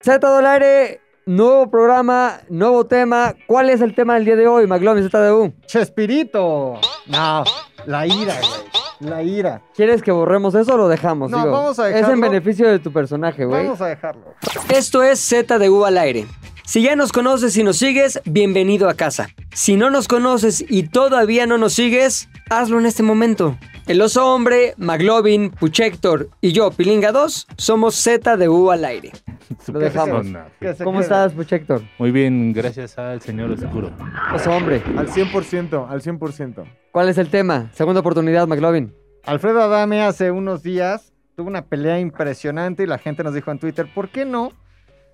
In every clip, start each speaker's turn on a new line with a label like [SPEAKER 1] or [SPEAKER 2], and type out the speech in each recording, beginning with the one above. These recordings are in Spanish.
[SPEAKER 1] Z Dolare, nuevo programa, nuevo tema. ¿Cuál es el tema del día de hoy, McLovin ZDU?
[SPEAKER 2] Chespirito. No, la ira, güey. La ira.
[SPEAKER 1] ¿Quieres que borremos eso o lo dejamos?
[SPEAKER 2] No, vamos a
[SPEAKER 1] Es en
[SPEAKER 2] dejarlo.
[SPEAKER 1] beneficio de tu personaje, güey.
[SPEAKER 2] Vamos a dejarlo.
[SPEAKER 3] Esto es ZDU al aire. Si ya nos conoces y nos sigues, bienvenido a casa. Si no nos conoces y todavía no nos sigues, hazlo en este momento. El oso hombre, Maglovin, Puchector y yo, Pilinga 2, somos ZDU al aire.
[SPEAKER 1] Lo dejamos.
[SPEAKER 4] persona.
[SPEAKER 2] Que se
[SPEAKER 1] ¿Cómo
[SPEAKER 2] quede.
[SPEAKER 1] estás, Puchector?
[SPEAKER 4] Muy bien, gracias al señor oscuro.
[SPEAKER 1] Oso hombre.
[SPEAKER 5] Al 100%, al 100%.
[SPEAKER 1] ¿Cuál es el tema? Segunda oportunidad, McLovin.
[SPEAKER 2] Alfredo Adame hace unos días tuvo una pelea impresionante y la gente nos dijo en Twitter, ¿por qué no?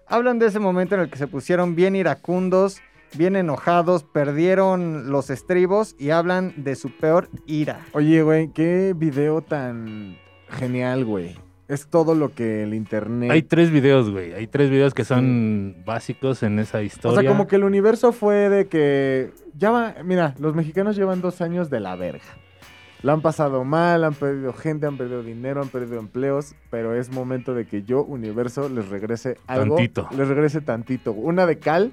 [SPEAKER 2] Hablan de ese momento en el que se pusieron bien iracundos, bien enojados, perdieron los estribos y hablan de su peor ira.
[SPEAKER 5] Oye, güey, qué video tan genial, güey. Es todo lo que el internet...
[SPEAKER 4] Hay tres videos, güey. Hay tres videos que son básicos en esa
[SPEAKER 5] o
[SPEAKER 4] historia.
[SPEAKER 5] sea, como que el universo fue de que... Ya va- mira, los mexicanos llevan dos años de la verga. La han pasado mal, han perdido gente, han perdido dinero, han perdido empleos, pero es momento de que yo, universo, les regrese algo.
[SPEAKER 4] Tantito.
[SPEAKER 5] Les regrese tantito. Una de cal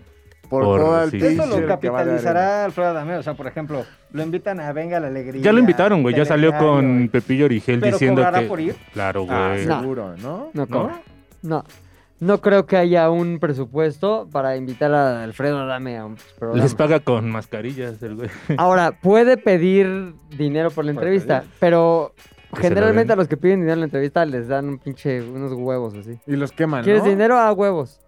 [SPEAKER 5] por,
[SPEAKER 4] Por-
[SPEAKER 5] todo el
[SPEAKER 4] sí.
[SPEAKER 5] pinche
[SPEAKER 2] Esto lo
[SPEAKER 4] Sí,
[SPEAKER 5] que va de arena.
[SPEAKER 2] capitalizará Alfredo Adame, o sea, por ejemplo, lo invitan a Venga la Alegría.
[SPEAKER 4] Ya lo invitaron, güey. Ya salió con
[SPEAKER 2] Telediario,
[SPEAKER 4] Pepillo Origel
[SPEAKER 2] ¿Pero
[SPEAKER 4] diciendo
[SPEAKER 2] cobrará
[SPEAKER 4] que.
[SPEAKER 2] por ir?
[SPEAKER 4] Claro,
[SPEAKER 5] Ah,
[SPEAKER 4] güey.
[SPEAKER 1] No.
[SPEAKER 5] seguro, ¿no?
[SPEAKER 1] No cobra. No. No creo que haya un presupuesto para invitar a Alfredo Adame a un programa.
[SPEAKER 4] Les paga con mascarillas el güey.
[SPEAKER 1] Ahora, puede pedir dinero por la
[SPEAKER 2] Puede
[SPEAKER 1] entrevista,
[SPEAKER 2] pedir.
[SPEAKER 1] pero
[SPEAKER 4] se la
[SPEAKER 1] generalmente
[SPEAKER 4] den.
[SPEAKER 1] a los que piden dinero en la entrevista les dan un pinche unos huevos así.
[SPEAKER 5] Y los queman,
[SPEAKER 1] ¿Quieres
[SPEAKER 5] ¿no?
[SPEAKER 1] dinero? Ah, huevos.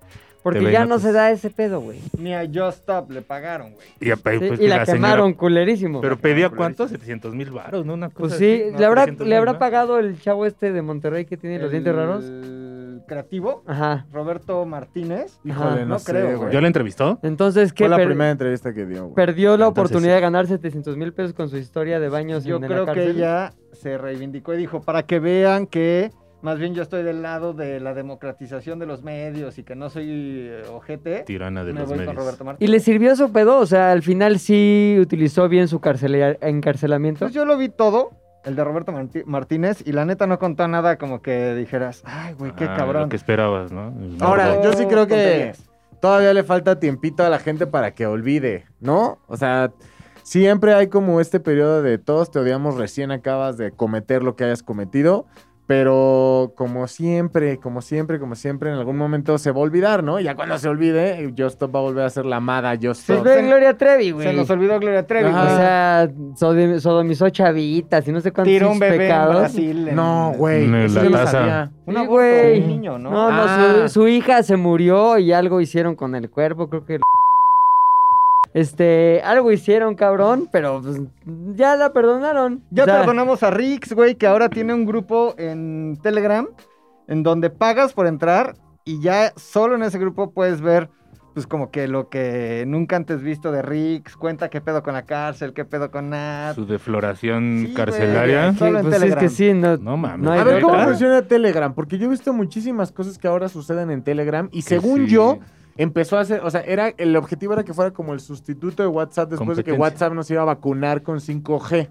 [SPEAKER 1] Porque
[SPEAKER 4] ven
[SPEAKER 1] ya
[SPEAKER 4] a
[SPEAKER 1] no
[SPEAKER 4] tus-
[SPEAKER 1] se da ese pedo, güey.
[SPEAKER 2] Ni a Just Stop le pagaron, güey.
[SPEAKER 4] Y, pues,
[SPEAKER 1] Sí, y pues la, quemaron culerísimo.
[SPEAKER 4] Pero pedía cuánto? 700 mil varos, ¿no? Una cosa
[SPEAKER 1] pues sí,
[SPEAKER 4] así, ¿no?
[SPEAKER 1] ¿le habrá,
[SPEAKER 4] 300,000,
[SPEAKER 1] ¿le habrá
[SPEAKER 4] ¿no?
[SPEAKER 1] pagado el chavo este de Monterrey que tiene los dientes
[SPEAKER 2] El
[SPEAKER 1] raros?
[SPEAKER 2] creativo,
[SPEAKER 1] Ajá.
[SPEAKER 2] Roberto Martínez.
[SPEAKER 5] Híjole,
[SPEAKER 1] Ajá.
[SPEAKER 5] no,
[SPEAKER 2] No
[SPEAKER 5] sé,
[SPEAKER 2] creo,
[SPEAKER 5] güey.
[SPEAKER 4] ¿Ya la entrevistó?
[SPEAKER 1] Entonces, ¿qué?
[SPEAKER 5] Fue la
[SPEAKER 1] per-
[SPEAKER 5] primera entrevista que dio, güey.
[SPEAKER 1] Perdió la
[SPEAKER 4] Entonces,
[SPEAKER 1] oportunidad
[SPEAKER 4] sí.
[SPEAKER 1] de ganar 700 mil pesos con su historia de baños
[SPEAKER 2] Yo
[SPEAKER 1] en la
[SPEAKER 2] creo que
[SPEAKER 1] cárcel.
[SPEAKER 2] ella se reivindicó y dijo, para que vean que más bien yo estoy del lado de la democratización de los medios y que no soy eh, ojete,
[SPEAKER 4] Tirana de
[SPEAKER 2] me
[SPEAKER 4] los
[SPEAKER 2] voy con
[SPEAKER 4] medios.
[SPEAKER 2] Roberto Martínez.
[SPEAKER 1] Y le sirvió su pedo, o sea, al final sí utilizó bien su carcelea- encarcelamiento.
[SPEAKER 2] Entonces Pues yo lo vi todo, el de Roberto Marti- Martínez, y la neta no contó nada como que dijeras, ay, güey, qué
[SPEAKER 4] Ah,
[SPEAKER 2] cabrón.
[SPEAKER 4] Lo que esperabas, ¿no? El
[SPEAKER 5] Ahora,
[SPEAKER 4] morbo.
[SPEAKER 5] yo sí creo que-
[SPEAKER 2] Tonterías.
[SPEAKER 5] Todavía le falta tiempito a la gente para que olvide, ¿no? O sea, siempre hay como este periodo de todos te odiamos, recién acabas de cometer lo que hayas cometido, pero como siempre, como siempre, como siempre, en algún momento se va a olvidar, ¿no? Ya cuando se olvide, Just Stop va a volver a ser la amada Just
[SPEAKER 1] Pues
[SPEAKER 5] Stop.
[SPEAKER 1] ve
[SPEAKER 2] se-
[SPEAKER 1] Gloria Trevi, güey.
[SPEAKER 2] Se nos olvidó Gloria Trevi,
[SPEAKER 5] Ajá.
[SPEAKER 1] O
[SPEAKER 2] güey.
[SPEAKER 1] sea, sodom- sodomizó chavitas y no sé cuántos
[SPEAKER 2] tiró un bebé
[SPEAKER 1] pecados.
[SPEAKER 2] en Brasil. en-
[SPEAKER 5] No, güey,
[SPEAKER 4] En
[SPEAKER 5] eso
[SPEAKER 4] la
[SPEAKER 5] yo lo
[SPEAKER 4] taza.
[SPEAKER 5] sabía.
[SPEAKER 2] Un
[SPEAKER 1] Sí, pues,
[SPEAKER 2] aborto,
[SPEAKER 1] güey.
[SPEAKER 2] un niño,
[SPEAKER 1] No,
[SPEAKER 2] ¿no?
[SPEAKER 1] no,
[SPEAKER 5] Ah.
[SPEAKER 1] su, su hija se murió y algo hicieron con el cuerpo, creo que. Este, algo hicieron, cabrón, pero pues, ya la perdonaron.
[SPEAKER 2] Ya
[SPEAKER 1] O sea,
[SPEAKER 2] perdonamos a Rix, güey, que ahora tiene un grupo en Telegram en donde pagas por entrar y ya solo en ese grupo puedes ver, pues como que lo que nunca antes visto de Rix, cuenta qué pedo con la cárcel, qué pedo con Nat.
[SPEAKER 4] Su defloración
[SPEAKER 2] Sí, güey,
[SPEAKER 4] carcelaria.
[SPEAKER 1] que,
[SPEAKER 2] solo en
[SPEAKER 1] pues, es
[SPEAKER 2] Telegram.
[SPEAKER 1] que sí, no.
[SPEAKER 4] No mames.
[SPEAKER 1] No hay
[SPEAKER 5] A ver, ¿cómo
[SPEAKER 1] ¿Neta?
[SPEAKER 5] funciona Telegram? Porque yo he visto muchísimas cosas que ahora suceden en Telegram y
[SPEAKER 4] Que
[SPEAKER 5] según
[SPEAKER 4] sí.
[SPEAKER 5] yo, empezó a hacer, o sea, era, el objetivo era que fuera como el sustituto de WhatsApp después de que
[SPEAKER 4] Competencia.
[SPEAKER 5] WhatsApp nos iba a vacunar con 5G,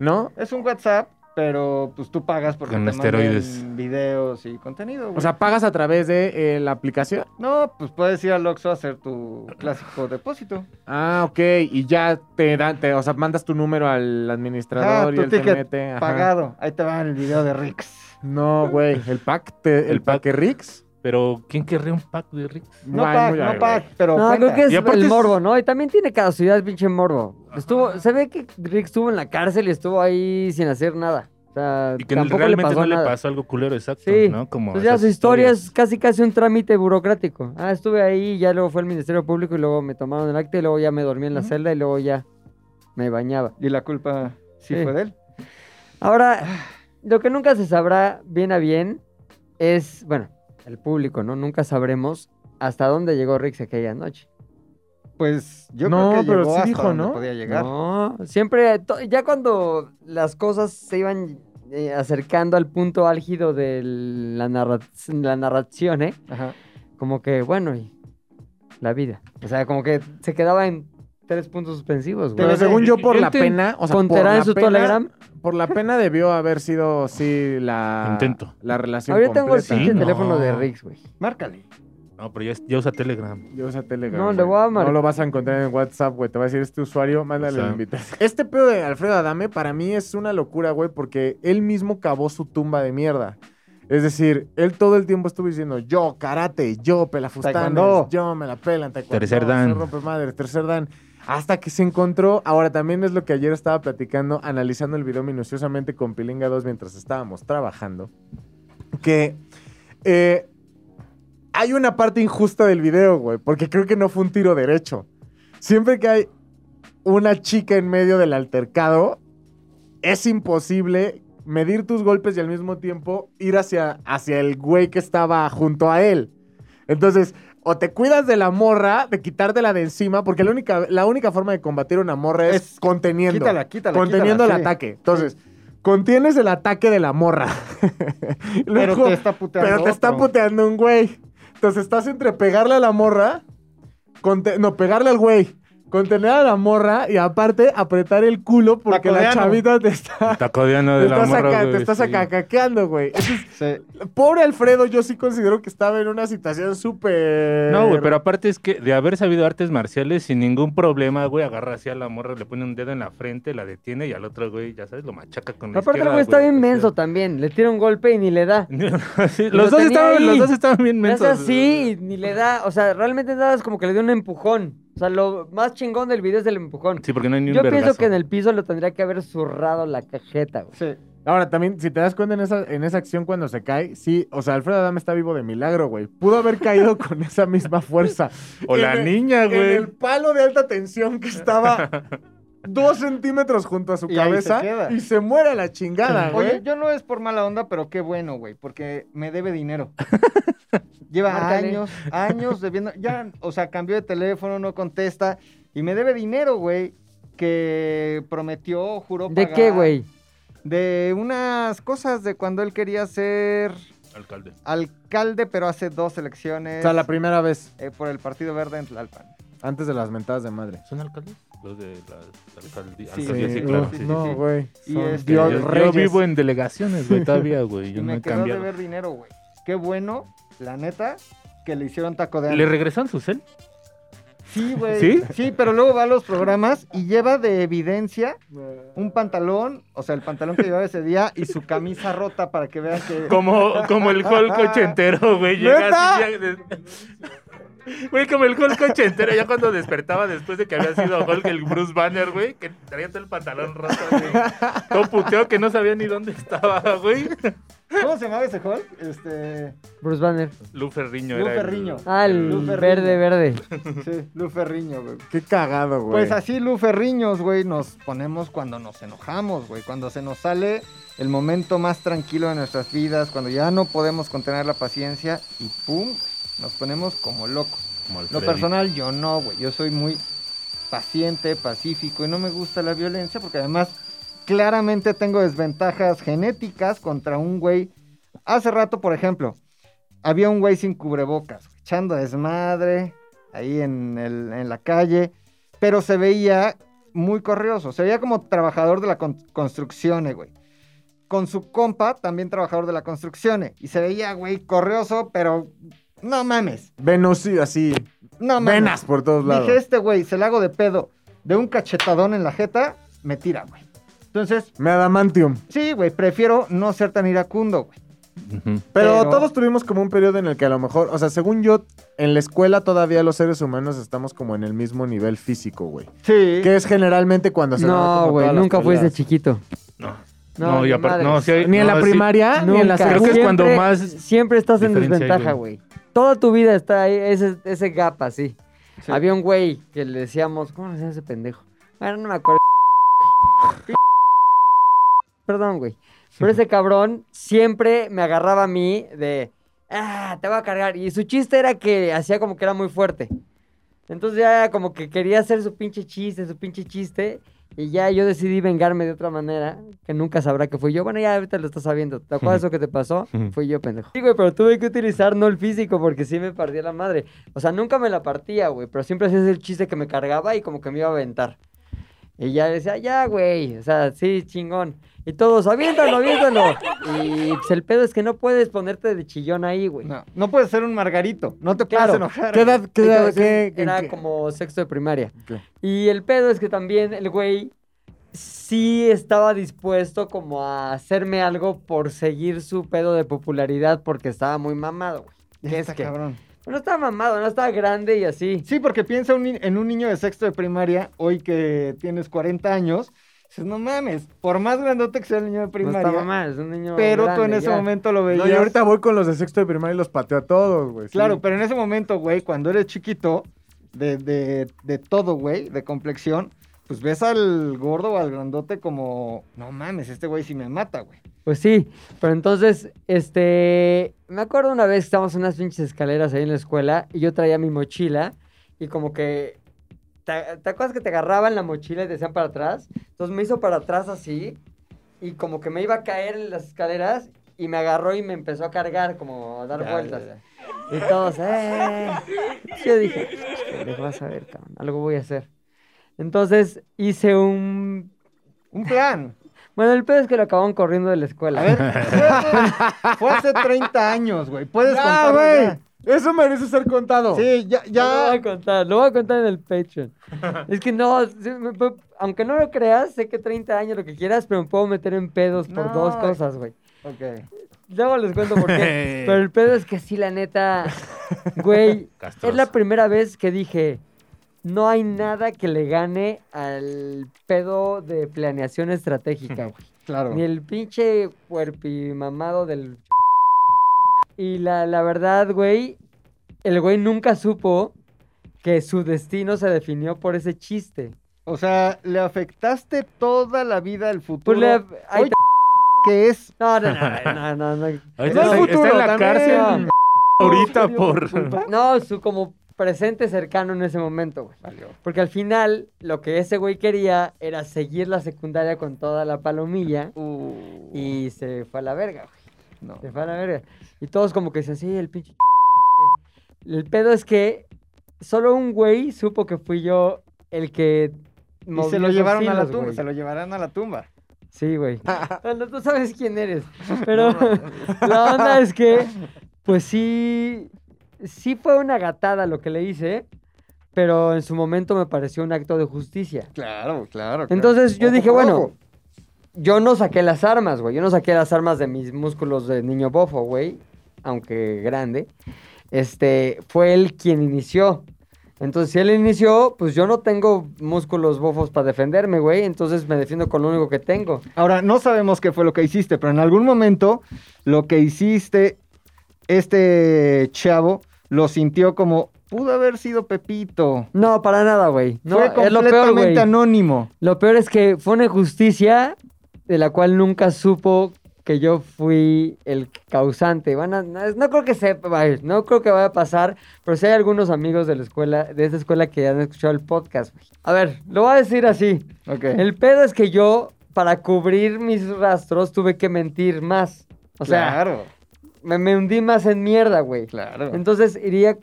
[SPEAKER 5] ¿no?
[SPEAKER 2] Es un WhatsApp, pero pues tú pagas porque
[SPEAKER 4] Con
[SPEAKER 2] te
[SPEAKER 4] esteroides.
[SPEAKER 2] mandan videos y contenido, güey.
[SPEAKER 5] O sea, pagas a través de eh, la aplicación.
[SPEAKER 2] no, pues puedes ir al Oxxo a hacer tu clásico depósito.
[SPEAKER 5] Ah, ok, y ya te dan, te, o sea, mandas tu número al administrador
[SPEAKER 2] Ah,
[SPEAKER 5] y
[SPEAKER 2] tu
[SPEAKER 5] él te
[SPEAKER 2] ticket
[SPEAKER 5] mete. ajá.
[SPEAKER 2] Pagado. Ahí te va el video de Rix.
[SPEAKER 5] No, güey, el pack, te- el,
[SPEAKER 4] El pack.
[SPEAKER 5] paquete Rix.
[SPEAKER 4] Pero, ¿quién querría un pack de Rick?
[SPEAKER 1] eh,
[SPEAKER 2] No
[SPEAKER 5] Ay,
[SPEAKER 2] pagas,
[SPEAKER 5] muy
[SPEAKER 2] no
[SPEAKER 5] agre-
[SPEAKER 2] pagas, pero
[SPEAKER 1] No,
[SPEAKER 2] cuenta.
[SPEAKER 1] creo que es
[SPEAKER 4] Y aparte
[SPEAKER 1] el
[SPEAKER 4] es- Ah.
[SPEAKER 1] morbo, ¿no? Y también tiene caducidad, pinche morbo. Estuvo, se ve que Rick estuvo en la cárcel y estuvo ahí sin hacer nada. O sea,
[SPEAKER 4] Y que
[SPEAKER 1] tampoco
[SPEAKER 4] realmente
[SPEAKER 1] le pasó
[SPEAKER 4] no
[SPEAKER 1] nada.
[SPEAKER 4] le pasó algo culero, exacto,
[SPEAKER 1] Sí.
[SPEAKER 4] ¿no? Como
[SPEAKER 1] Pues ya
[SPEAKER 4] esas
[SPEAKER 1] su historia
[SPEAKER 4] historias.
[SPEAKER 1] es casi casi un trámite burocrático. Ah, estuve ahí, ya luego fue al Ministerio Público y luego me tomaron el acta y luego ya me dormí en la
[SPEAKER 2] Ujú.
[SPEAKER 1] celda y luego ya me bañaba.
[SPEAKER 2] Y la culpa sí,
[SPEAKER 1] Sí.
[SPEAKER 2] fue de él.
[SPEAKER 1] Ahora, lo que nunca se sabrá bien a bien es, bueno, el público, ¿no? Nunca sabremos hasta dónde llegó Rix aquella noche.
[SPEAKER 2] Pues yo
[SPEAKER 5] No,
[SPEAKER 2] creo que
[SPEAKER 5] pero
[SPEAKER 2] llegó
[SPEAKER 5] sí
[SPEAKER 2] hasta
[SPEAKER 5] dijo,
[SPEAKER 2] donde
[SPEAKER 5] ¿no?
[SPEAKER 2] podía llegar.
[SPEAKER 1] No, siempre, to- ya cuando las cosas se iban eh, acercando al punto álgido de la, narra- la narración, ¿eh?
[SPEAKER 2] Ajá.
[SPEAKER 1] como que, bueno, y la vida. O sea, como que se quedaba en tres puntos suspensivos, güey.
[SPEAKER 5] Pero según yo, por
[SPEAKER 4] Yo
[SPEAKER 5] la
[SPEAKER 4] entiendo.
[SPEAKER 5] pena, o sea, por
[SPEAKER 1] Contará
[SPEAKER 5] la
[SPEAKER 1] en su
[SPEAKER 5] pena-
[SPEAKER 1] Telegram.
[SPEAKER 5] Por la pena debió haber sido, sí, la...
[SPEAKER 4] Intento.
[SPEAKER 5] La relación
[SPEAKER 1] Ahorita tengo el
[SPEAKER 5] completa.
[SPEAKER 1] pinche
[SPEAKER 4] Sí, no.
[SPEAKER 1] teléfono de Rix, güey.
[SPEAKER 2] Márcale.
[SPEAKER 4] No, pero ya, ya usa Telegram.
[SPEAKER 5] Yo uso Telegram.
[SPEAKER 1] No, le
[SPEAKER 5] güey.
[SPEAKER 1] voy a marcar.
[SPEAKER 5] No lo vas a encontrar en WhatsApp, güey. Te va a decir, este usuario, mándale
[SPEAKER 4] O sea.
[SPEAKER 5] la invitación. Este pedo de Alfredo Adame para mí es una locura, güey, porque él mismo cavó su tumba de mierda. Es decir, él todo el tiempo estuvo diciendo, yo, karate, yo, pelafustanes,
[SPEAKER 2] Taekwondo.
[SPEAKER 5] yo, me la pelan, taekwondo,
[SPEAKER 4] Tercer dan.
[SPEAKER 5] soy rompemadre, tercer dan. Hasta que se encontró, ahora también es lo que ayer estaba platicando, analizando el video minuciosamente con Pilinga 2 mientras estábamos trabajando, que eh, hay una parte injusta del video, güey, porque creo que no fue un tiro derecho. Siempre que hay una chica en medio del altercado, es imposible medir tus golpes y al mismo tiempo ir hacia, hacia el güey que estaba junto a él. Entonces, o te cuidas de la morra, de quitártela de encima, porque la única, la única forma de combatir una morra es,
[SPEAKER 2] Es-
[SPEAKER 5] conteniendo.
[SPEAKER 2] Quítala, quítala.
[SPEAKER 5] conteniendo
[SPEAKER 2] quítala, sí.
[SPEAKER 5] el ataque. Entonces, contienes el ataque de la morra.
[SPEAKER 2] Pero
[SPEAKER 5] Luego-
[SPEAKER 2] te está puteando.
[SPEAKER 5] pero te está
[SPEAKER 2] otro.
[SPEAKER 5] puteando un güey. Entonces estás entre pegarle a la morra, conte- no, pegarle al güey, contener a la morra y aparte apretar el culo porque la
[SPEAKER 2] Tacodeano.
[SPEAKER 5] chavita te está,
[SPEAKER 4] Está codeando
[SPEAKER 5] te
[SPEAKER 4] de la
[SPEAKER 5] está,
[SPEAKER 4] morra,
[SPEAKER 5] saca-
[SPEAKER 4] güey,
[SPEAKER 5] te está
[SPEAKER 4] sí.
[SPEAKER 5] sacacaqueando, güey. Entonces,
[SPEAKER 2] Sí.
[SPEAKER 5] pobre Alfredo, yo sí considero que estaba en una situación súper...
[SPEAKER 4] No,
[SPEAKER 1] eh.
[SPEAKER 4] güey, pero aparte es que de haber sabido artes marciales sin ningún problema, güey, agarra así a la morra, le pone un dedo en la frente, la detiene y al otro, güey, ya sabes, lo machaca con la
[SPEAKER 1] Aparte, el
[SPEAKER 4] izquierda,
[SPEAKER 1] güey está bien
[SPEAKER 4] o sea.
[SPEAKER 1] menso también. Le tira un golpe y ni le da.
[SPEAKER 4] Sí,
[SPEAKER 1] Lo
[SPEAKER 4] los, dos
[SPEAKER 1] tenía
[SPEAKER 4] estaban,
[SPEAKER 1] ahí.
[SPEAKER 4] los dos estaban bien
[SPEAKER 1] Le hace
[SPEAKER 4] mensos.
[SPEAKER 1] así y ni le da. O sea, realmente nada es como que le dio un empujón. O sea, lo más chingón del video es el empujón.
[SPEAKER 4] Sí, porque no hay ni un
[SPEAKER 1] Yo pienso
[SPEAKER 4] vergazo.
[SPEAKER 1] que en el piso lo tendría que haber zurrado la cajeta, güey.
[SPEAKER 2] Sí.
[SPEAKER 5] Ahora, también, si te das cuenta en esa, en esa acción cuando se cae, sí, o sea, Alfredo Adame está vivo de milagro, güey. Pudo haber caído con esa misma fuerza.
[SPEAKER 4] O la
[SPEAKER 5] en el-
[SPEAKER 4] niña,
[SPEAKER 5] en
[SPEAKER 4] güey.
[SPEAKER 5] el palo de alta tensión que estaba dos centímetros junto a su
[SPEAKER 2] Y ahí
[SPEAKER 5] cabeza
[SPEAKER 2] se queda.
[SPEAKER 5] y se muere a la chingada,
[SPEAKER 2] Oye,
[SPEAKER 5] güey.
[SPEAKER 2] yo no es por mala onda, pero qué bueno, güey, porque me debe dinero. Lleva
[SPEAKER 1] Márcale.
[SPEAKER 2] años, años debiendo. Ya, o sea, cambió de teléfono, no contesta. Y me debe dinero, güey, que prometió, juró
[SPEAKER 1] ¿De
[SPEAKER 2] pagar.
[SPEAKER 1] qué, güey?
[SPEAKER 2] De unas cosas de cuando él quería ser
[SPEAKER 4] Alcalde.
[SPEAKER 2] alcalde, pero hace dos elecciones.
[SPEAKER 5] O sea, la primera vez,
[SPEAKER 2] eh, por el Partido Verde en Tlalpan.
[SPEAKER 5] antes de las mentadas de madre.
[SPEAKER 4] ¿Son alcaldes? Los de las alcaldías.
[SPEAKER 2] Sí,
[SPEAKER 4] alcaldías, sí,
[SPEAKER 2] sí,
[SPEAKER 4] claro.
[SPEAKER 2] sí,
[SPEAKER 4] sí, sí,
[SPEAKER 5] no,
[SPEAKER 4] sí.
[SPEAKER 5] güey.
[SPEAKER 2] Y
[SPEAKER 5] Son
[SPEAKER 2] este-
[SPEAKER 4] Yo,
[SPEAKER 5] dios
[SPEAKER 4] yo
[SPEAKER 5] reyes.
[SPEAKER 4] vivo en delegaciones, güey, todavía, güey. Yo
[SPEAKER 2] y
[SPEAKER 4] no he
[SPEAKER 2] me quedó de
[SPEAKER 4] cambiado.
[SPEAKER 2] ver dinero, güey. Qué bueno, la neta, que le hicieron taco de ano.
[SPEAKER 4] ¿Le regresan su cel?
[SPEAKER 2] Sí, güey.
[SPEAKER 4] ¿Sí?
[SPEAKER 2] ¿Sí? pero luego va a los programas y lleva de evidencia un pantalón, o sea, el pantalón que llevaba ese día y su camisa rota para que veas que.
[SPEAKER 4] Como, como el Hulk ochentero, güey. Llega así, ya de- Güey, como el Hulk ochentero, ya cuando despertaba después de que había sido Hulk el Bruce Banner, güey, que traía todo el pantalón roto, güey. Todo puteo que no sabía ni dónde estaba, güey.
[SPEAKER 2] ¿Cómo se llamaba ese Hulk? Este.
[SPEAKER 1] Bruce Banner.
[SPEAKER 4] Lu Ferriño
[SPEAKER 2] Lu
[SPEAKER 4] era el-
[SPEAKER 2] Ferriño.
[SPEAKER 1] Ah, el
[SPEAKER 2] Luz Ferriño.
[SPEAKER 1] verde, verde.
[SPEAKER 2] Sí, Lu Ferriño, güey.
[SPEAKER 5] Qué cagado, güey.
[SPEAKER 2] Pues así, Lu Ferriños, güey, nos ponemos cuando nos enojamos, güey. Cuando se nos sale el momento más tranquilo de nuestras vidas, cuando ya no podemos contener la paciencia y pum, nos ponemos como locos.
[SPEAKER 4] Como el
[SPEAKER 2] Lo
[SPEAKER 4] Freddy.
[SPEAKER 2] personal, yo no, güey. Yo soy muy paciente, pacífico y no me gusta la violencia porque además claramente tengo desventajas genéticas contra un güey. Hace rato, por ejemplo, había un güey sin cubrebocas, güey, echando desmadre ahí en, el- en la calle, pero se veía muy corrioso. Se veía como trabajador de la con- construcción, eh, güey. Con su compa, también trabajador de la construcción. eh, Y se veía, güey, corrioso, pero no mames.
[SPEAKER 5] Venos y así,
[SPEAKER 2] No mames.
[SPEAKER 5] venas por todos lados.
[SPEAKER 2] Dije, este güey, se le hago de pedo de un cachetadón en la jeta, me tira, güey. Entonces,
[SPEAKER 5] Me adamantium.
[SPEAKER 2] sí, güey, prefiero no ser tan iracundo, güey.
[SPEAKER 4] Ujú.
[SPEAKER 5] Pero,
[SPEAKER 2] Pero-
[SPEAKER 5] todos tuvimos como un periodo en el que a lo mejor, o sea, según yo, en la escuela todavía los seres humanos estamos como en el mismo nivel físico, güey.
[SPEAKER 2] Sí.
[SPEAKER 5] Que es generalmente cuando se dan
[SPEAKER 1] No,
[SPEAKER 5] como
[SPEAKER 1] güey,
[SPEAKER 5] todas las
[SPEAKER 1] nunca fuiste
[SPEAKER 5] peleas.
[SPEAKER 1] chiquito.
[SPEAKER 4] No.
[SPEAKER 1] No,
[SPEAKER 4] No, y
[SPEAKER 1] ni
[SPEAKER 4] aparte,
[SPEAKER 1] madres.
[SPEAKER 4] no, sí hay-
[SPEAKER 5] Ni en
[SPEAKER 4] no,
[SPEAKER 5] la
[SPEAKER 4] sí-
[SPEAKER 5] primaria, ni en la
[SPEAKER 1] Nunca.
[SPEAKER 4] Creo que
[SPEAKER 5] secundaria.
[SPEAKER 4] es cuando
[SPEAKER 1] Siempre-
[SPEAKER 4] más
[SPEAKER 1] Siempre estás en
[SPEAKER 4] diferencia hay,
[SPEAKER 1] desventaja, güey. Toda tu vida está ahí, ese, ese gap así.
[SPEAKER 2] Sí.
[SPEAKER 1] Había un güey que le decíamos, ¿cómo le decían a ese pendejo? Bueno, no me acuerdo. Perdón, güey. Pero ese cabrón siempre me agarraba a mí de, ah, te voy a cargar. Y su chiste era que hacía como que era muy fuerte. Entonces ya como que quería hacer su pinche chiste, su pinche chiste. Y ya yo decidí vengarme de otra manera, que nunca sabrá que fui yo. Bueno, ya ahorita lo estás sabiendo. ¿Te acuerdas eso que te pasó?
[SPEAKER 4] Ujú.
[SPEAKER 1] Fui yo, pendejo. Sí, güey, pero tuve que utilizar no el físico porque sí me partía la madre. O sea, nunca me la partía, güey, pero siempre hacías el chiste que me cargaba y como que me iba a aventar. Y ya decía, ya, güey, o sea, sí, chingón. Y todos, aviéntalo, aviéntalo. Y pues, el pedo es que no puedes ponerte de chillón ahí, güey.
[SPEAKER 2] No, no puedes ser un margarito. No te
[SPEAKER 1] Claro.
[SPEAKER 2] puedes enojar.
[SPEAKER 5] ¿Qué edad? ¿Qué edad?
[SPEAKER 1] Entonces,
[SPEAKER 5] ¿Qué- qué-
[SPEAKER 1] era
[SPEAKER 5] qué-
[SPEAKER 1] como sexto de primaria.
[SPEAKER 5] qué?
[SPEAKER 1] Y el pedo es que también el güey sí estaba dispuesto como a hacerme algo por seguir su pedo de popularidad porque estaba muy mamado, güey.
[SPEAKER 2] Ya
[SPEAKER 1] Es
[SPEAKER 2] está,
[SPEAKER 1] que-
[SPEAKER 2] Este cabrón.
[SPEAKER 1] No estaba mamado, no estaba grande y así.
[SPEAKER 2] Sí, porque piensa un ni- en un niño de sexto de primaria, hoy que tienes 40 años, dices, no mames, por más grandote que sea el niño de
[SPEAKER 1] No
[SPEAKER 2] primaria,
[SPEAKER 1] estaba mal, es un niño
[SPEAKER 2] pero tú en
[SPEAKER 1] Pues, grande,
[SPEAKER 2] ese
[SPEAKER 1] ya.
[SPEAKER 2] momento lo veías.
[SPEAKER 5] No, y ahorita voy con los de sexto de primaria y los pateo a todos, güey. sí.
[SPEAKER 2] Claro, pero en ese momento, güey, cuando eres chiquito, de, de, de todo, güey, de complexión, pues ves al gordo o al grandote como, no mames, este güey sí me mata, güey.
[SPEAKER 1] Pues sí, pero entonces, este, me acuerdo una vez que estábamos en unas pinches escaleras ahí en la escuela y yo traía mi mochila y como que, ¿te, te acuerdas que te agarraban la mochila y te decían para atrás? Entonces me hizo para atrás así y como que me iba a caer en las escaleras y me agarró y me empezó a cargar, como a dar
[SPEAKER 2] Ya,
[SPEAKER 1] vueltas.
[SPEAKER 2] ya,
[SPEAKER 1] Y todos, ¡eh! Yo dije, les vas a ver, cabrón, algo voy a hacer. Entonces hice un...
[SPEAKER 2] Un plan.
[SPEAKER 1] Bueno, el pedo es que lo acababan corriendo de la escuela.
[SPEAKER 2] A ver, fue hace, fue hace 30 años, güey. Puedes
[SPEAKER 5] ¡Ya,
[SPEAKER 2] contarlo
[SPEAKER 5] güey!
[SPEAKER 2] ya.
[SPEAKER 5] Eso merece ser contado.
[SPEAKER 2] Sí, ya,
[SPEAKER 1] No lo voy
[SPEAKER 2] ya.
[SPEAKER 1] a contar, lo voy a contar en el Patreon. es que no, sí, me puedo- aunque no lo creas, sé que 30 años, lo que quieras, pero me puedo meter en pedos por
[SPEAKER 2] No.
[SPEAKER 1] dos cosas, güey.
[SPEAKER 2] Ok.
[SPEAKER 1] Luego les cuento por qué. pero el pedo es que sí, la neta, güey, es
[SPEAKER 4] Castroso.
[SPEAKER 1] la primera vez que dije, no hay nada que le gane al pedo de planeación estratégica, güey.
[SPEAKER 2] Claro.
[SPEAKER 1] Ni el pinche mamado del. Y la, la verdad, güey, el güey nunca supo que su destino se definió por ese chiste.
[SPEAKER 2] O sea, le afectaste toda la vida al futuro.
[SPEAKER 1] Pues le- ahí
[SPEAKER 2] Hoy, que es
[SPEAKER 1] No, no, no, no, no, no.
[SPEAKER 4] Ahorita
[SPEAKER 1] No,
[SPEAKER 4] está,
[SPEAKER 2] futuro
[SPEAKER 4] está en la
[SPEAKER 2] también.
[SPEAKER 4] cárcel ahorita por...
[SPEAKER 1] No, su como presente cercano en ese momento, güey. Porque al final, lo que ese güey quería era seguir la secundaria con toda la palomilla
[SPEAKER 2] Uh,
[SPEAKER 1] y se fue a la verga, güey.
[SPEAKER 2] no.
[SPEAKER 1] Se fue a la verga. Y todos como que dicen, sí, el pinche... El pedo es que solo un güey supo que fui yo el que...
[SPEAKER 2] Y
[SPEAKER 1] movió
[SPEAKER 2] se lo
[SPEAKER 1] esos
[SPEAKER 2] llevaron a la
[SPEAKER 1] hilos,
[SPEAKER 2] tumba,
[SPEAKER 1] güey.
[SPEAKER 2] se lo llevarán a la tumba.
[SPEAKER 1] Sí, güey. Bueno, tú sabes quién eres. Pero la onda es que, pues sí, sí fue una gatada lo que le hice, pero en su momento me pareció un acto de justicia.
[SPEAKER 2] Claro, claro.
[SPEAKER 1] Entonces yo
[SPEAKER 2] Ojo
[SPEAKER 1] dije,
[SPEAKER 2] por
[SPEAKER 1] bueno,
[SPEAKER 2] ojo.
[SPEAKER 1] yo no saqué las armas, güey. Yo no saqué las armas de mis músculos de niño bofo, güey. Aunque grande. Este, fue él quien inició. Entonces, si él inició, pues yo no tengo músculos bofos para defenderme, güey. Entonces me defiendo con lo único que tengo.
[SPEAKER 2] Ahora, no sabemos qué fue lo que hiciste, pero en algún momento lo que hiciste, este chavo lo sintió como, pudo haber sido Pepito.
[SPEAKER 1] No, para nada, güey. No,
[SPEAKER 2] fue
[SPEAKER 1] es lo
[SPEAKER 2] completamente
[SPEAKER 1] peor, güey.
[SPEAKER 2] anónimo.
[SPEAKER 1] Lo peor es que fue una injusticia de la cual nunca supo que yo fui el causante. Van a- no, no creo que sepa, vaya, no creo que vaya a pasar, pero sí hay algunos amigos de la escuela, de esta escuela que ya han escuchado el podcast. güey. A ver, lo voy a decir así.
[SPEAKER 2] Ok.
[SPEAKER 1] El pedo es que yo, para cubrir mis rastros, tuve que mentir más. O sea,
[SPEAKER 2] claro,
[SPEAKER 1] me, me hundí más en mierda, güey.
[SPEAKER 2] claro.
[SPEAKER 1] Entonces iría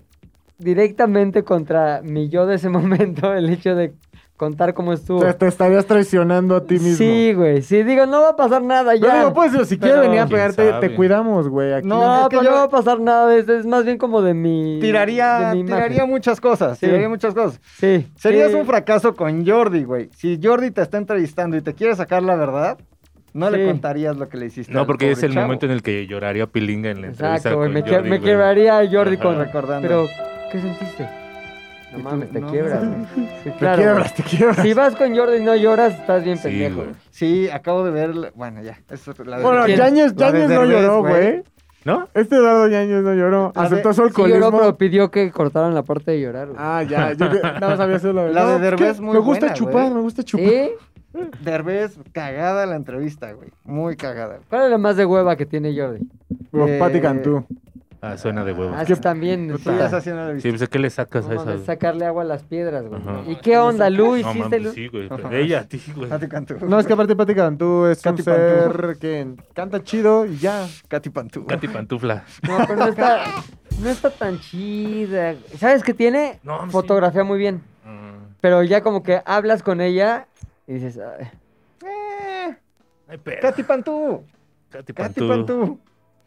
[SPEAKER 1] directamente contra mi yo de ese momento, el hecho de contar cómo estuvo.
[SPEAKER 5] O sea, te estarías traicionando a ti mismo.
[SPEAKER 1] Sí, güey. Sí, digo, no va a pasar nada
[SPEAKER 5] Pero
[SPEAKER 1] ya.
[SPEAKER 5] digo, pues, si
[SPEAKER 1] Pero-
[SPEAKER 5] quieres venir a
[SPEAKER 4] ¿Quién
[SPEAKER 5] pegarte,
[SPEAKER 4] sabe?
[SPEAKER 5] te cuidamos, güey. Aquí.
[SPEAKER 1] no,
[SPEAKER 2] es que
[SPEAKER 1] pero
[SPEAKER 2] yo-
[SPEAKER 1] no va a pasar nada. de esto, Es, más bien como de mi.
[SPEAKER 2] tiraría,
[SPEAKER 1] de mi imagen.
[SPEAKER 2] tiraría muchas cosas,
[SPEAKER 1] Sí.
[SPEAKER 2] tiraría muchas cosas.
[SPEAKER 1] Sí.
[SPEAKER 2] Serías
[SPEAKER 1] sí,
[SPEAKER 2] un fracaso con Jordi, güey. Si Jordi te está entrevistando y te quiere sacar la verdad, no
[SPEAKER 1] Sí.
[SPEAKER 2] le contarías lo que le hiciste.
[SPEAKER 4] No,
[SPEAKER 2] al
[SPEAKER 4] porque es
[SPEAKER 2] pobre
[SPEAKER 4] el
[SPEAKER 2] chavo.
[SPEAKER 4] momento en el que lloraría Pilinga en la entrevista
[SPEAKER 1] Exacto, güey.
[SPEAKER 4] con
[SPEAKER 1] Me, que-
[SPEAKER 4] Jordi,
[SPEAKER 1] me
[SPEAKER 4] güey.
[SPEAKER 1] quebraría a Jordi
[SPEAKER 4] Ajá.
[SPEAKER 1] con
[SPEAKER 2] Recordando.
[SPEAKER 1] Pero, ¿qué sentiste? No
[SPEAKER 2] Y tú,
[SPEAKER 1] mames, te
[SPEAKER 2] no,
[SPEAKER 1] quiebras,
[SPEAKER 2] no.
[SPEAKER 1] güey. Sí,
[SPEAKER 5] Te
[SPEAKER 1] claro.
[SPEAKER 5] quiebras, te quiebras.
[SPEAKER 1] Si vas con Jordi y no lloras, estás bien
[SPEAKER 4] Sí,
[SPEAKER 1] pendejo.
[SPEAKER 4] güey.
[SPEAKER 1] güey.
[SPEAKER 2] Sí, acabo de ver. la- Bueno, ya. eso es la de-
[SPEAKER 5] Bueno,
[SPEAKER 1] ¿Quién?
[SPEAKER 5] Yañez,
[SPEAKER 2] La de
[SPEAKER 5] Yañez no
[SPEAKER 2] Derbez,
[SPEAKER 5] lloró,
[SPEAKER 2] güey.
[SPEAKER 5] güey.
[SPEAKER 4] ¿No?
[SPEAKER 5] Este Eduardo Yañez no lloró.
[SPEAKER 2] La de-
[SPEAKER 5] Aceptó su
[SPEAKER 1] Sí lloró,
[SPEAKER 5] alcoholismo.
[SPEAKER 1] pero pidió que cortaran la parte de llorar, güey.
[SPEAKER 5] Ah, ya. Yo que- nada más había sido la
[SPEAKER 2] La de
[SPEAKER 5] No,
[SPEAKER 2] Derbez
[SPEAKER 5] ¿qué?
[SPEAKER 2] muy
[SPEAKER 5] Me gusta
[SPEAKER 2] buena,
[SPEAKER 5] chupar,
[SPEAKER 2] güey.
[SPEAKER 5] me gusta chupar.
[SPEAKER 1] ¿Sí?
[SPEAKER 2] Derbez, cagada la entrevista, güey. Muy cagada.
[SPEAKER 1] ¿Cuál es la más de hueva que tiene Jordi?
[SPEAKER 5] Los
[SPEAKER 2] Eh,
[SPEAKER 5] Pati Cantú.
[SPEAKER 4] Ah, suena de huevo.
[SPEAKER 1] Ah, sí, también.
[SPEAKER 2] Sí,
[SPEAKER 1] está-
[SPEAKER 2] esa sí no la he visto.
[SPEAKER 4] Sí, pues, ¿qué le sacas a
[SPEAKER 1] No mames,
[SPEAKER 4] esa?
[SPEAKER 1] sacarle agua a las piedras, güey.
[SPEAKER 4] Ajá.
[SPEAKER 1] ¿Y qué onda, Lu?
[SPEAKER 4] No,
[SPEAKER 1] ¿Hiciste Lu?
[SPEAKER 4] mames, sí, güey. pero Ella, a ti, güey.
[SPEAKER 2] Katy Cantú.
[SPEAKER 5] No, es que aparte Pati Cantú es
[SPEAKER 2] Katy
[SPEAKER 5] un ser que canta chido y ya.
[SPEAKER 2] Katy Pantú.
[SPEAKER 4] Katy Pantufla.
[SPEAKER 1] No, pero no está, no está tan chida. güey. ¿Sabes qué tiene?
[SPEAKER 4] No, sí.
[SPEAKER 1] Fotografía muy bien.
[SPEAKER 4] Mm.
[SPEAKER 1] Pero ya como que hablas con ella Y dices, "Ay,
[SPEAKER 2] Eh,
[SPEAKER 4] Ay, pero.
[SPEAKER 2] Katy Pantú.
[SPEAKER 4] Katy
[SPEAKER 2] Katy
[SPEAKER 4] Pantú.
[SPEAKER 2] Pantú.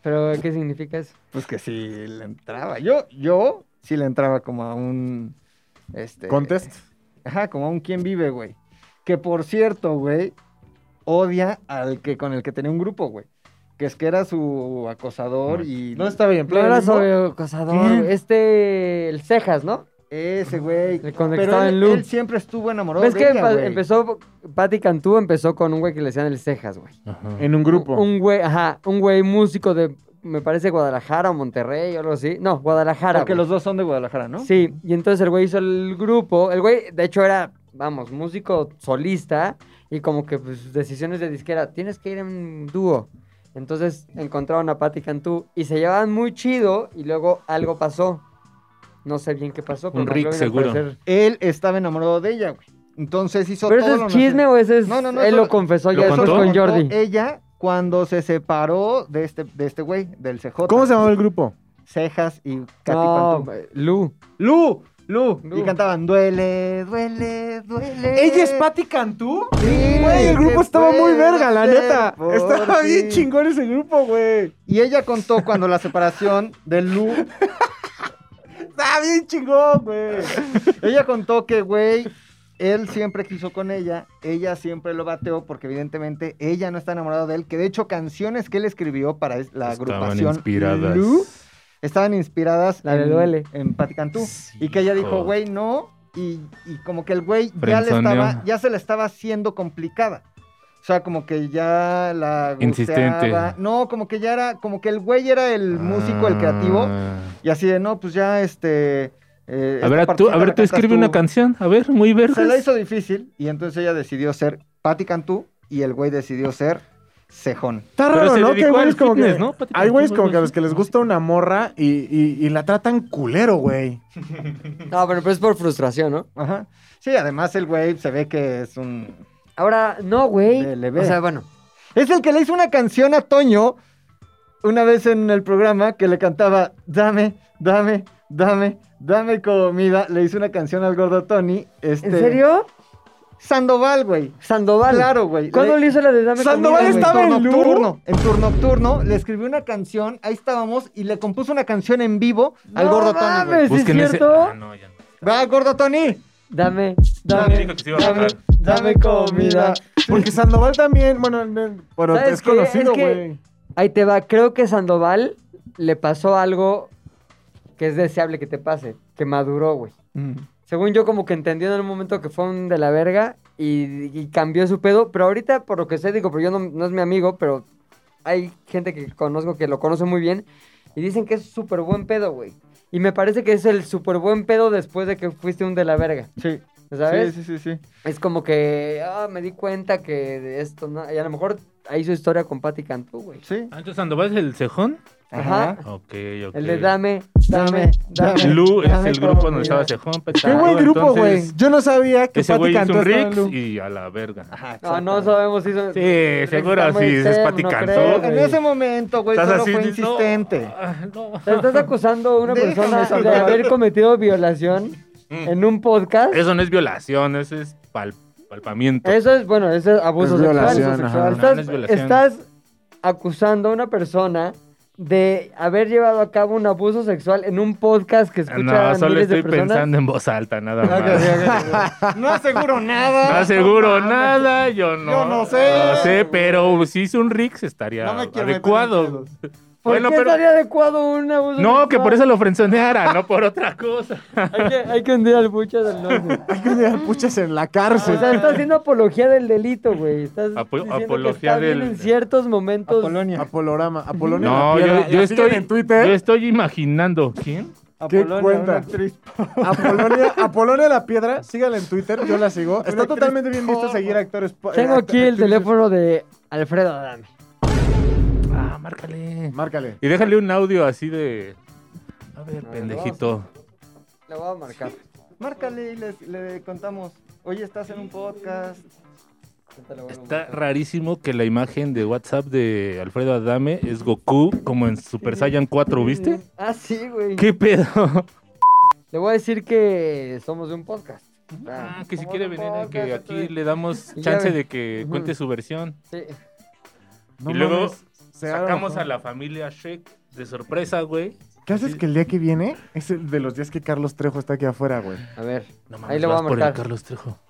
[SPEAKER 1] ¿pero qué significa eso?
[SPEAKER 2] Pues que sí le entraba. Yo, yo sí le entraba como a un. Este,
[SPEAKER 5] Contest.
[SPEAKER 2] Ajá, como a un quién vive, güey. Que por cierto, güey, odia al que con el que tenía un grupo, güey. Que es que era su acosador y.
[SPEAKER 5] No estaba bien.
[SPEAKER 1] No
[SPEAKER 5] Playa
[SPEAKER 1] era
[SPEAKER 5] Limbo.
[SPEAKER 1] sobre acosador,
[SPEAKER 2] ¿Quién?
[SPEAKER 1] güey. Este, el Cejas, ¿no?
[SPEAKER 2] Ese, güey.
[SPEAKER 1] El con el que
[SPEAKER 2] Pero
[SPEAKER 1] estaba
[SPEAKER 2] él,
[SPEAKER 1] en Loop.
[SPEAKER 2] él siempre estuvo enamorado
[SPEAKER 1] ¿Ves
[SPEAKER 2] de
[SPEAKER 1] que
[SPEAKER 2] ella,
[SPEAKER 1] pa-
[SPEAKER 2] güey.
[SPEAKER 1] empezó, Patti Cantú empezó con un güey que le decían el Cejas, güey?
[SPEAKER 4] Ajá.
[SPEAKER 5] En un grupo.
[SPEAKER 1] Un güey, ajá, un güey músico de, me parece, Guadalajara o Monterrey o algo así. No, Guadalajara.
[SPEAKER 2] Porque
[SPEAKER 1] ah, güey.
[SPEAKER 2] los dos son de Guadalajara, ¿no?
[SPEAKER 1] Sí, y entonces el güey hizo el grupo. El güey, de hecho, era, vamos, músico solista. Y como que, pues, decisiones de disquera. Tienes que ir en dúo. Entonces encontraron a Patti Cantú y se llevaban muy chido. Y luego algo pasó. No sé bien qué pasó. Pero
[SPEAKER 4] Un Rick,
[SPEAKER 1] McLovin, al
[SPEAKER 4] seguro.
[SPEAKER 1] parecer-
[SPEAKER 2] Él estaba enamorado de ella, güey. Entonces hizo
[SPEAKER 1] ¿Pero
[SPEAKER 2] todo
[SPEAKER 1] eso
[SPEAKER 2] lo
[SPEAKER 1] es chisme
[SPEAKER 2] necesario.
[SPEAKER 1] o eso es.?
[SPEAKER 2] No, no, no,
[SPEAKER 1] Él
[SPEAKER 2] eso-
[SPEAKER 1] lo confesó
[SPEAKER 4] ¿Lo
[SPEAKER 1] ya después
[SPEAKER 4] contó?
[SPEAKER 1] con Jordi.
[SPEAKER 2] Ella cuando se separó de este, de este güey, del CJ.
[SPEAKER 5] ¿Cómo se llamaba el grupo?
[SPEAKER 2] Cejas y Katy
[SPEAKER 1] No, Lu.
[SPEAKER 2] Pantú. eh, Lu, Lu.
[SPEAKER 1] Lu.
[SPEAKER 2] Y cantaban Duele, duele, duele.
[SPEAKER 5] ¿Ella es Patti Cantú?
[SPEAKER 2] Sí,
[SPEAKER 5] Güey, el grupo
[SPEAKER 2] ¿qué
[SPEAKER 5] estaba muy
[SPEAKER 2] puedo
[SPEAKER 5] verga, la
[SPEAKER 2] hacer
[SPEAKER 5] neta.
[SPEAKER 2] por
[SPEAKER 5] Estaba
[SPEAKER 2] ti?
[SPEAKER 5] bien chingón ese grupo, güey.
[SPEAKER 2] Y ella contó cuando la separación de Lu.
[SPEAKER 5] Estaba bien chingón, güey.
[SPEAKER 2] Ella contó que, güey, él siempre quiso con ella. Ella siempre lo bateó porque, evidentemente, ella no está enamorada de él. Que de hecho, canciones que él escribió para es- la
[SPEAKER 4] Estaban
[SPEAKER 2] agrupación
[SPEAKER 4] inspiradas.
[SPEAKER 2] Lu estaban inspiradas
[SPEAKER 1] La de
[SPEAKER 2] en,
[SPEAKER 1] Duele.
[SPEAKER 2] en Pati Cantú.
[SPEAKER 4] Sí,
[SPEAKER 2] Y que ella dijo,
[SPEAKER 4] hijo.
[SPEAKER 2] güey, no. Y, y como que el güey ya, le
[SPEAKER 4] Frenzoneó.
[SPEAKER 2] estaba, ya se le estaba haciendo complicada. O sea, como que ya la gusteaba.
[SPEAKER 4] Insistente.
[SPEAKER 2] No, como que ya era, como que el güey era el músico, el creativo.
[SPEAKER 4] Ah.
[SPEAKER 2] Y así de, no, pues ya, este... eh,
[SPEAKER 4] A ver,
[SPEAKER 2] esta
[SPEAKER 4] tú,
[SPEAKER 2] partecita
[SPEAKER 4] a ver,
[SPEAKER 2] la
[SPEAKER 4] tú
[SPEAKER 2] cantas tú.
[SPEAKER 4] escribe una canción. A ver, muy vergas.
[SPEAKER 2] Se la hizo difícil y entonces ella decidió ser Patti Cantú y el güey decidió ser Cejón.
[SPEAKER 5] Está
[SPEAKER 4] Pero
[SPEAKER 5] raro,
[SPEAKER 4] se
[SPEAKER 5] ¿no? Que
[SPEAKER 4] dedicó al
[SPEAKER 5] hay güeyes como
[SPEAKER 4] fitness,
[SPEAKER 5] que.
[SPEAKER 4] ¿no? Pati
[SPEAKER 5] Hay güeyes
[SPEAKER 4] Cantú,
[SPEAKER 5] como que a
[SPEAKER 4] algo
[SPEAKER 5] los que
[SPEAKER 4] así.
[SPEAKER 5] les gusta una morra y, y- y la tratan culero, güey.
[SPEAKER 1] No, pero, pero es por frustración, ¿no?
[SPEAKER 2] Ajá. Sí, además el güey se ve que es un...
[SPEAKER 1] Ahora, no, güey.
[SPEAKER 2] De leve.
[SPEAKER 1] O sea, bueno.
[SPEAKER 2] Es el que le hizo una canción a Toño una vez en el programa que le cantaba Dame, dame, dame, dame comida. Le hizo una canción al gordo Tony. Este,
[SPEAKER 1] ¿En serio?
[SPEAKER 2] Sandoval, güey.
[SPEAKER 1] Sandoval.
[SPEAKER 2] este, Claro, güey.
[SPEAKER 1] ¿Cuándo
[SPEAKER 2] Le-
[SPEAKER 1] le hizo la de Dame
[SPEAKER 5] Sandoval
[SPEAKER 1] comida, güey?
[SPEAKER 5] estaba en Lu.
[SPEAKER 2] turno, en turno nocturno, le escribió una canción, ahí estábamos, y le compuso una canción en vivo al
[SPEAKER 1] No
[SPEAKER 2] gordo Tony. güey.
[SPEAKER 1] mames, ¿sí
[SPEAKER 4] Busquen
[SPEAKER 1] ¿es
[SPEAKER 4] ese-
[SPEAKER 1] cierto?
[SPEAKER 4] Ah, no, ya no.
[SPEAKER 2] Va, gordo Tony.
[SPEAKER 1] Dame,
[SPEAKER 4] Dame,
[SPEAKER 1] dame,
[SPEAKER 4] dijo que se iba a
[SPEAKER 1] dame,
[SPEAKER 4] bajar.
[SPEAKER 1] dame
[SPEAKER 5] Oh,
[SPEAKER 1] comida.
[SPEAKER 5] Porque Sandoval también, bueno, no- bueno
[SPEAKER 1] ¿Sabes
[SPEAKER 5] es
[SPEAKER 1] qué? Es
[SPEAKER 5] conocido,
[SPEAKER 1] que-
[SPEAKER 5] güey.
[SPEAKER 1] Ahí te va. Creo que Sandoval le pasó algo que es deseable que te pase. Que maduró, güey. Según yo, como que entendió en un momento que fue un de la verga y, y cambió su pedo. Pero ahorita, por lo que sé, digo, pero yo no, no es mi amigo, pero hay gente que conozco que lo conoce muy bien y dicen que es súper buen pedo, güey. Y me parece que es el súper buen pedo después de que fuiste un de la verga,
[SPEAKER 2] Sí,
[SPEAKER 1] ¿sabes?
[SPEAKER 2] sí, sí, sí.
[SPEAKER 1] Es como que, ah, me di cuenta que de esto, ¿no? Y a lo mejor ahí su historia con Patti Cantú, güey.
[SPEAKER 2] Sí.
[SPEAKER 4] Ah, entonces Sandoval es el cejón.
[SPEAKER 1] Ajá.
[SPEAKER 2] Ajá.
[SPEAKER 4] Ok, ok.
[SPEAKER 1] El de dame, dame,
[SPEAKER 2] Dame,
[SPEAKER 1] dame.
[SPEAKER 4] Lu es
[SPEAKER 1] dame
[SPEAKER 4] el grupo
[SPEAKER 1] comida.
[SPEAKER 4] donde estaba cejón.
[SPEAKER 5] Qué buen grupo, güey. Ah, Yo no sabía que
[SPEAKER 4] Ese
[SPEAKER 5] Pati
[SPEAKER 4] güey es
[SPEAKER 5] Cantú
[SPEAKER 4] un
[SPEAKER 5] estaba en
[SPEAKER 4] Rix
[SPEAKER 5] Lu.
[SPEAKER 4] y a la verga.
[SPEAKER 2] Ajá,
[SPEAKER 1] No, Ah, no
[SPEAKER 2] exacto.
[SPEAKER 1] sabemos si son...
[SPEAKER 4] Sí, seguro
[SPEAKER 1] está muy
[SPEAKER 4] sí, es
[SPEAKER 1] externo,
[SPEAKER 4] Pati
[SPEAKER 1] creo,
[SPEAKER 4] Cantú,
[SPEAKER 1] güey.
[SPEAKER 2] En ese momento, güey,
[SPEAKER 4] Estás
[SPEAKER 2] solo
[SPEAKER 4] así,
[SPEAKER 2] fue
[SPEAKER 4] no,
[SPEAKER 2] insistente.
[SPEAKER 4] ah, no.
[SPEAKER 1] Te estás acusando a una
[SPEAKER 2] Déjame,
[SPEAKER 1] persona de
[SPEAKER 2] Sandoval.
[SPEAKER 1] haber cometido violación
[SPEAKER 4] Mm.
[SPEAKER 1] en un podcast.
[SPEAKER 4] Eso no es violación, eso es pal- palpamiento.
[SPEAKER 1] Eso es, bueno, eso es abuso
[SPEAKER 5] Es
[SPEAKER 1] sexual.
[SPEAKER 5] violación,
[SPEAKER 1] abuso
[SPEAKER 5] ajá.
[SPEAKER 1] sexual.
[SPEAKER 4] No, no es
[SPEAKER 1] Estás,
[SPEAKER 4] violación.
[SPEAKER 1] estás acusando a una persona de haber llevado a cabo un abuso sexual en un podcast que escucha
[SPEAKER 4] Ah, No, solo
[SPEAKER 1] miles de
[SPEAKER 4] estoy
[SPEAKER 1] personas.
[SPEAKER 4] pensando en voz alta, nada más.
[SPEAKER 2] No aseguro nada.
[SPEAKER 4] No aseguro nada, yo no.
[SPEAKER 2] Yo no sé.
[SPEAKER 4] No sé, pero si hizo un Rix estaría
[SPEAKER 2] No me quiero meter en
[SPEAKER 4] adecuado.
[SPEAKER 2] pedos.
[SPEAKER 1] ¿Por
[SPEAKER 4] Bueno,
[SPEAKER 1] qué
[SPEAKER 4] pero-
[SPEAKER 1] estaría adecuado un abuso
[SPEAKER 4] No, que
[SPEAKER 1] sexual?
[SPEAKER 4] por eso lo frenzoneara, no por otra cosa.
[SPEAKER 1] Hay que, hay que hundir al bucha del norte.
[SPEAKER 5] Hay que tener puchas en la
[SPEAKER 1] Ah, O
[SPEAKER 5] cárcel.
[SPEAKER 1] sea, estás haciendo apología del delito, güey. Estás
[SPEAKER 4] Ah, Apo-
[SPEAKER 1] diciendo que
[SPEAKER 4] apología
[SPEAKER 1] está bien
[SPEAKER 4] del-
[SPEAKER 1] en ciertos momentos.
[SPEAKER 2] Apolonia.
[SPEAKER 5] Apolorama. Apolonia.
[SPEAKER 4] No,
[SPEAKER 5] la
[SPEAKER 4] yo,
[SPEAKER 5] piedra.
[SPEAKER 4] yo
[SPEAKER 5] ¿La siguen
[SPEAKER 4] estoy
[SPEAKER 5] en Twitter.
[SPEAKER 4] Yo estoy imaginando. ¿Quién?
[SPEAKER 5] ¿Qué
[SPEAKER 2] Apolonia,
[SPEAKER 5] cuenta?
[SPEAKER 2] una actriz.
[SPEAKER 5] Apolonia, Apolonia la Piedra, sígala en Twitter, yo la sigo. Está
[SPEAKER 2] actriz
[SPEAKER 5] totalmente bien visto
[SPEAKER 2] porno.
[SPEAKER 5] seguir actores. po-
[SPEAKER 1] Tengo
[SPEAKER 5] eh,
[SPEAKER 1] aquí el
[SPEAKER 5] actrices.
[SPEAKER 1] teléfono de Alfredo Adame.
[SPEAKER 4] Ah, márcale.
[SPEAKER 5] Márcale.
[SPEAKER 4] Y déjale un audio así de. A ver,
[SPEAKER 1] No,
[SPEAKER 4] pendejito.
[SPEAKER 1] Le voy a marcar.
[SPEAKER 2] Márcale y les- le contamos. Oye, estás en un podcast.
[SPEAKER 4] Está rarísimo que la imagen de WhatsApp de Alfredo Adame es Goku como en Super Saiyan 4, ¿viste?
[SPEAKER 1] Ah, sí, güey.
[SPEAKER 4] ¿Qué pedo?
[SPEAKER 1] Le voy a decir que somos de un podcast.
[SPEAKER 4] Ah, que si
[SPEAKER 5] Como
[SPEAKER 4] quiere
[SPEAKER 5] de
[SPEAKER 4] venir, eh, que
[SPEAKER 5] podcast,
[SPEAKER 4] aquí
[SPEAKER 5] entonces-
[SPEAKER 4] le damos
[SPEAKER 1] Ya
[SPEAKER 4] chance
[SPEAKER 1] ven.
[SPEAKER 4] de que cuente su versión.
[SPEAKER 1] Sí.
[SPEAKER 5] No
[SPEAKER 4] y luego
[SPEAKER 5] mames, se abre
[SPEAKER 4] sacamos
[SPEAKER 5] mejor.
[SPEAKER 4] a la familia Shrek de sorpresa, güey.
[SPEAKER 5] ¿Qué haces que el día que viene es el de los días que Carlos Trejo está aquí afuera, güey?
[SPEAKER 1] A ver.
[SPEAKER 4] No
[SPEAKER 1] Ahí lo
[SPEAKER 4] vas
[SPEAKER 1] voy a
[SPEAKER 4] por el
[SPEAKER 1] marcar.
[SPEAKER 4] Carlos Trejo.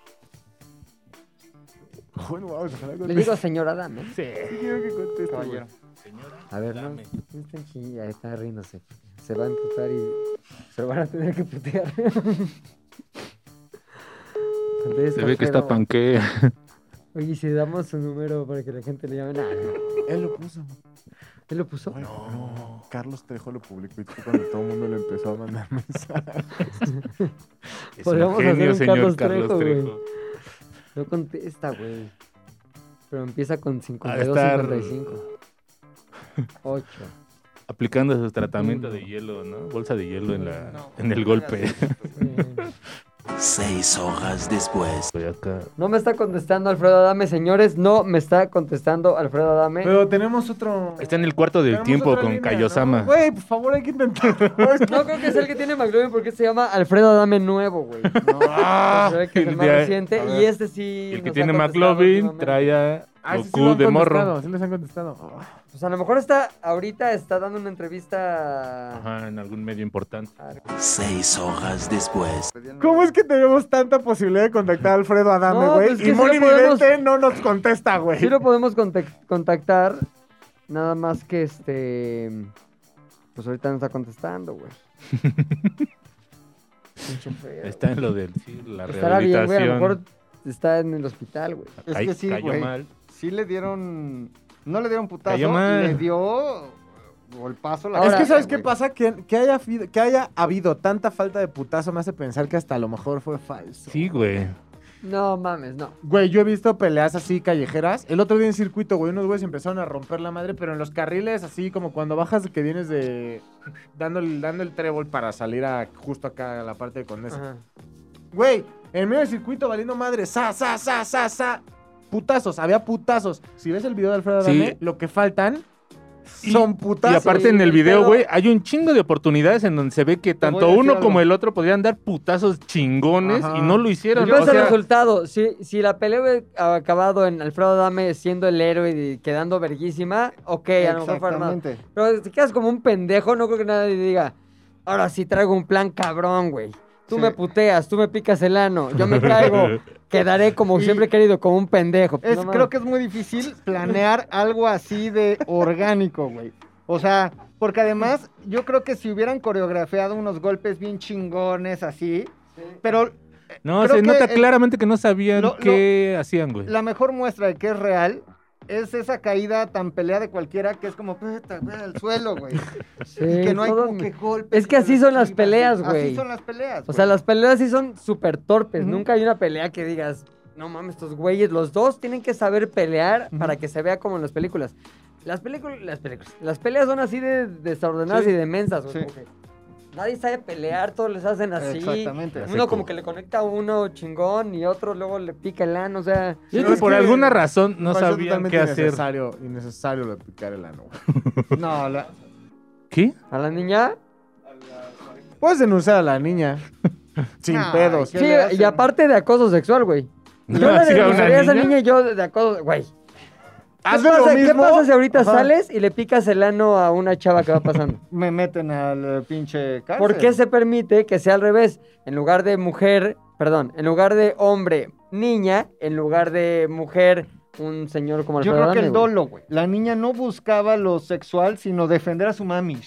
[SPEAKER 5] Bueno, vamos a hablar con
[SPEAKER 1] Le digo señor Adam, ¿eh?
[SPEAKER 4] Sí.
[SPEAKER 5] Quiero que conteste,
[SPEAKER 2] Caballero.
[SPEAKER 5] güey.
[SPEAKER 4] Señora,
[SPEAKER 1] A ver, no.
[SPEAKER 4] dame.
[SPEAKER 1] no estén ching- Ahí está riéndose. Se va a emputar y se lo van a tener que putear.
[SPEAKER 4] Se ve que está panque.
[SPEAKER 1] Oye, ¿y si damos su número para que la gente le llame. Nah, no.
[SPEAKER 5] Él lo puso.
[SPEAKER 1] ¿Él lo puso?
[SPEAKER 5] Güey, no. Carlos Trejo lo publicó y fue cuando todo el mundo le empezó a mandar mensajes.
[SPEAKER 4] Es
[SPEAKER 1] Podríamos
[SPEAKER 4] un
[SPEAKER 1] hacer
[SPEAKER 4] genio,
[SPEAKER 1] un Carlos
[SPEAKER 4] señor Carlos,
[SPEAKER 1] Trejo, güey.
[SPEAKER 4] Trejo.
[SPEAKER 1] No contesta, güey. Pero empieza con
[SPEAKER 4] Ha de
[SPEAKER 1] 52,
[SPEAKER 4] estar
[SPEAKER 1] 55. 8.
[SPEAKER 4] aplicando su tratamiento de
[SPEAKER 1] Uno.
[SPEAKER 4] hielo, ¿no? Bolsa de hielo en, la, en el golpe.
[SPEAKER 6] Seis horas después.
[SPEAKER 4] Estoy acá.
[SPEAKER 1] No me está contestando Alfredo Adame, señores. No me está contestando Alfredo Adame.
[SPEAKER 5] Pero tenemos otro.
[SPEAKER 4] Está en el cuarto del
[SPEAKER 5] Tenemos
[SPEAKER 4] tiempo
[SPEAKER 5] otra
[SPEAKER 4] con
[SPEAKER 5] línea,
[SPEAKER 4] Kayosama.
[SPEAKER 5] ¿no? Güey, por favor, hay que intentarlo. Es que-
[SPEAKER 1] Pues, No creo que sea el que tiene McLovin porque este se llama Alfredo Adame Nuevo, güey.
[SPEAKER 4] Ah,
[SPEAKER 1] Creo que es el
[SPEAKER 4] el
[SPEAKER 1] más
[SPEAKER 4] de-
[SPEAKER 1] reciente.
[SPEAKER 5] a
[SPEAKER 1] Y
[SPEAKER 5] ver.
[SPEAKER 1] este sí.
[SPEAKER 4] El
[SPEAKER 1] nos
[SPEAKER 4] que
[SPEAKER 1] ha
[SPEAKER 4] tiene
[SPEAKER 1] contestado
[SPEAKER 4] McLovin
[SPEAKER 1] últimamente.
[SPEAKER 4] trae a
[SPEAKER 5] Ah, sí, sí lo
[SPEAKER 4] Goku
[SPEAKER 5] han
[SPEAKER 4] de morro.
[SPEAKER 5] contestado, Sí les han contestado. Ah,
[SPEAKER 1] Pues a lo mejor está. Ahorita está dando una entrevista.
[SPEAKER 4] Ajá, en algún medio importante.
[SPEAKER 6] Seis horas después.
[SPEAKER 5] ¿Cómo es que tenemos tanta posibilidad de contactar a Alfredo Adame,
[SPEAKER 1] No,
[SPEAKER 5] güey?
[SPEAKER 1] pues que
[SPEAKER 5] y
[SPEAKER 1] sí
[SPEAKER 5] Moni
[SPEAKER 1] lo podemos-
[SPEAKER 5] Vidente no nos contesta, güey.
[SPEAKER 1] Sí lo podemos contac- contactar. Nada más que este. Pues ahorita no está contestando, güey. Pinche feo.
[SPEAKER 4] Está en lo de sí, la
[SPEAKER 1] Estará bien, güey. A lo mejor
[SPEAKER 4] rehabilitación.
[SPEAKER 1] está en el hospital, güey.
[SPEAKER 2] Es
[SPEAKER 4] Ay,
[SPEAKER 2] que sí,
[SPEAKER 4] cayó
[SPEAKER 2] güey.
[SPEAKER 4] mal.
[SPEAKER 2] Sí le dieron. No le dieron putazo.
[SPEAKER 4] Cayó mal.
[SPEAKER 2] Le dio golpazo a la
[SPEAKER 1] Ahora-
[SPEAKER 5] es que, ¿sabes qué
[SPEAKER 2] güey.
[SPEAKER 5] pasa? Que, que, haya, fi- que haya habido tanta falta de putazo me hace pensar que hasta a lo mejor fue falso.
[SPEAKER 4] Sí, güey.
[SPEAKER 1] No mames, no.
[SPEAKER 5] Güey, yo he visto peleas así callejeras. El otro día en circuito, güey, unos güeyes empezaron a romper la madre, pero en los carriles, así como cuando bajas que vienes de. dando el, dando el trébol para salir a justo acá a la parte de Condesa.
[SPEAKER 1] Ajá.
[SPEAKER 5] Güey, en medio del circuito valiendo madre, sa, sa, sa, sa, sa. Putazos, había putazos. Si ves el video de Alfredo
[SPEAKER 4] Sí.
[SPEAKER 5] Adame, lo que faltan
[SPEAKER 4] Y-
[SPEAKER 5] son
[SPEAKER 4] Y
[SPEAKER 5] putazos.
[SPEAKER 4] aparte en el video,
[SPEAKER 1] pero-
[SPEAKER 4] güey, hay un chingo de oportunidades en donde se ve que
[SPEAKER 2] voy a
[SPEAKER 4] tanto
[SPEAKER 2] decir
[SPEAKER 4] uno
[SPEAKER 2] algo.
[SPEAKER 4] como el otro podrían dar putazos chingones
[SPEAKER 5] Ajá.
[SPEAKER 4] y no lo
[SPEAKER 1] Y
[SPEAKER 4] hicieron.
[SPEAKER 1] cuál
[SPEAKER 4] o
[SPEAKER 1] es el
[SPEAKER 4] sea,
[SPEAKER 1] resultado. Si, si la pelea hubiera acabado en Alfredo Adame siendo el héroe y quedando verguísima, ok, a lo mejor fue armado.
[SPEAKER 2] Exactamente.
[SPEAKER 1] Pero si te quedas como un pendejo, no creo que nadie diga, ahora sí traigo un plan cabrón, güey. Tú
[SPEAKER 2] Sí.
[SPEAKER 1] me puteas, tú me picas el ano, yo me caigo, quedaré como
[SPEAKER 2] Y-
[SPEAKER 1] siempre he querido, como un pendejo.
[SPEAKER 2] Es,
[SPEAKER 1] No mames.
[SPEAKER 2] creo que es muy difícil planear algo así de orgánico, güey. O sea, porque además yo creo que si hubieran coreografiado unos golpes bien chingones así, pero
[SPEAKER 4] no,
[SPEAKER 2] creo
[SPEAKER 4] se
[SPEAKER 2] que
[SPEAKER 4] nota
[SPEAKER 2] el-
[SPEAKER 4] claramente que no sabían
[SPEAKER 2] lo- lo-
[SPEAKER 4] qué hacían, güey.
[SPEAKER 2] la mejor muestra de que es real es esa caída tan pelea de cualquiera que es como puta, güey, al suelo, güey.
[SPEAKER 1] Sí,
[SPEAKER 2] Y que no hay
[SPEAKER 1] todo
[SPEAKER 2] como
[SPEAKER 1] me-
[SPEAKER 2] que golpes.
[SPEAKER 1] Es que así son las peleas, güey.
[SPEAKER 2] Así son las peleas.
[SPEAKER 1] O sea,
[SPEAKER 2] güey.
[SPEAKER 1] las peleas sí son súper torpes.
[SPEAKER 2] Ujú.
[SPEAKER 1] Nunca hay una pelea que digas, no mames, estos güeyes, los dos tienen que saber pelear para que se vea como en las películas. Las películas, las películas, las peleas son así de desordenadas
[SPEAKER 2] Sí.
[SPEAKER 1] y de mensas, güey.
[SPEAKER 2] Sí.
[SPEAKER 1] como que Nadie sabe pelear, todos les hacen así.
[SPEAKER 2] Exactamente.
[SPEAKER 4] Así.
[SPEAKER 1] Uno como que le conecta a uno chingón y otro luego le pica el ano, o sea...
[SPEAKER 4] Yo
[SPEAKER 5] Sí,
[SPEAKER 4] creo que
[SPEAKER 5] es
[SPEAKER 4] por
[SPEAKER 5] que
[SPEAKER 4] alguna razón no
[SPEAKER 5] Me pareció
[SPEAKER 4] sabían
[SPEAKER 5] totalmente
[SPEAKER 4] qué hacer.
[SPEAKER 5] Innecesario, innecesario lo de picar el ano. güey.
[SPEAKER 2] No, la-
[SPEAKER 4] ¿Qué?
[SPEAKER 1] A la niña...
[SPEAKER 5] Puedes denunciar a la niña. Sin
[SPEAKER 2] Ay,
[SPEAKER 5] pedos.
[SPEAKER 2] ¿Qué
[SPEAKER 1] Sí,
[SPEAKER 2] le hacen?
[SPEAKER 1] y aparte de acoso sexual, güey. Yo
[SPEAKER 4] ¿No
[SPEAKER 1] la
[SPEAKER 4] hacía una
[SPEAKER 1] denunciaría a esa
[SPEAKER 4] niña?
[SPEAKER 1] niña y yo de acoso... Güey,
[SPEAKER 5] Hazle
[SPEAKER 1] pasa-
[SPEAKER 5] lo
[SPEAKER 1] ¿Qué
[SPEAKER 5] mismo.
[SPEAKER 1] pasa si ahorita
[SPEAKER 5] Ajá.
[SPEAKER 1] sales y le picas el ano a una chava que va pasando?
[SPEAKER 2] me meten al eh, pinche cárcel.
[SPEAKER 1] ¿Por qué se permite que sea al revés? En lugar de mujer, perdón, en lugar de hombre, niña, en lugar de mujer, un señor como
[SPEAKER 2] Yo
[SPEAKER 1] Alfredo
[SPEAKER 2] creo que
[SPEAKER 1] Adame,
[SPEAKER 2] el
[SPEAKER 1] güey.
[SPEAKER 2] dolo, güey. La niña no buscaba lo sexual, sino defender a su mami.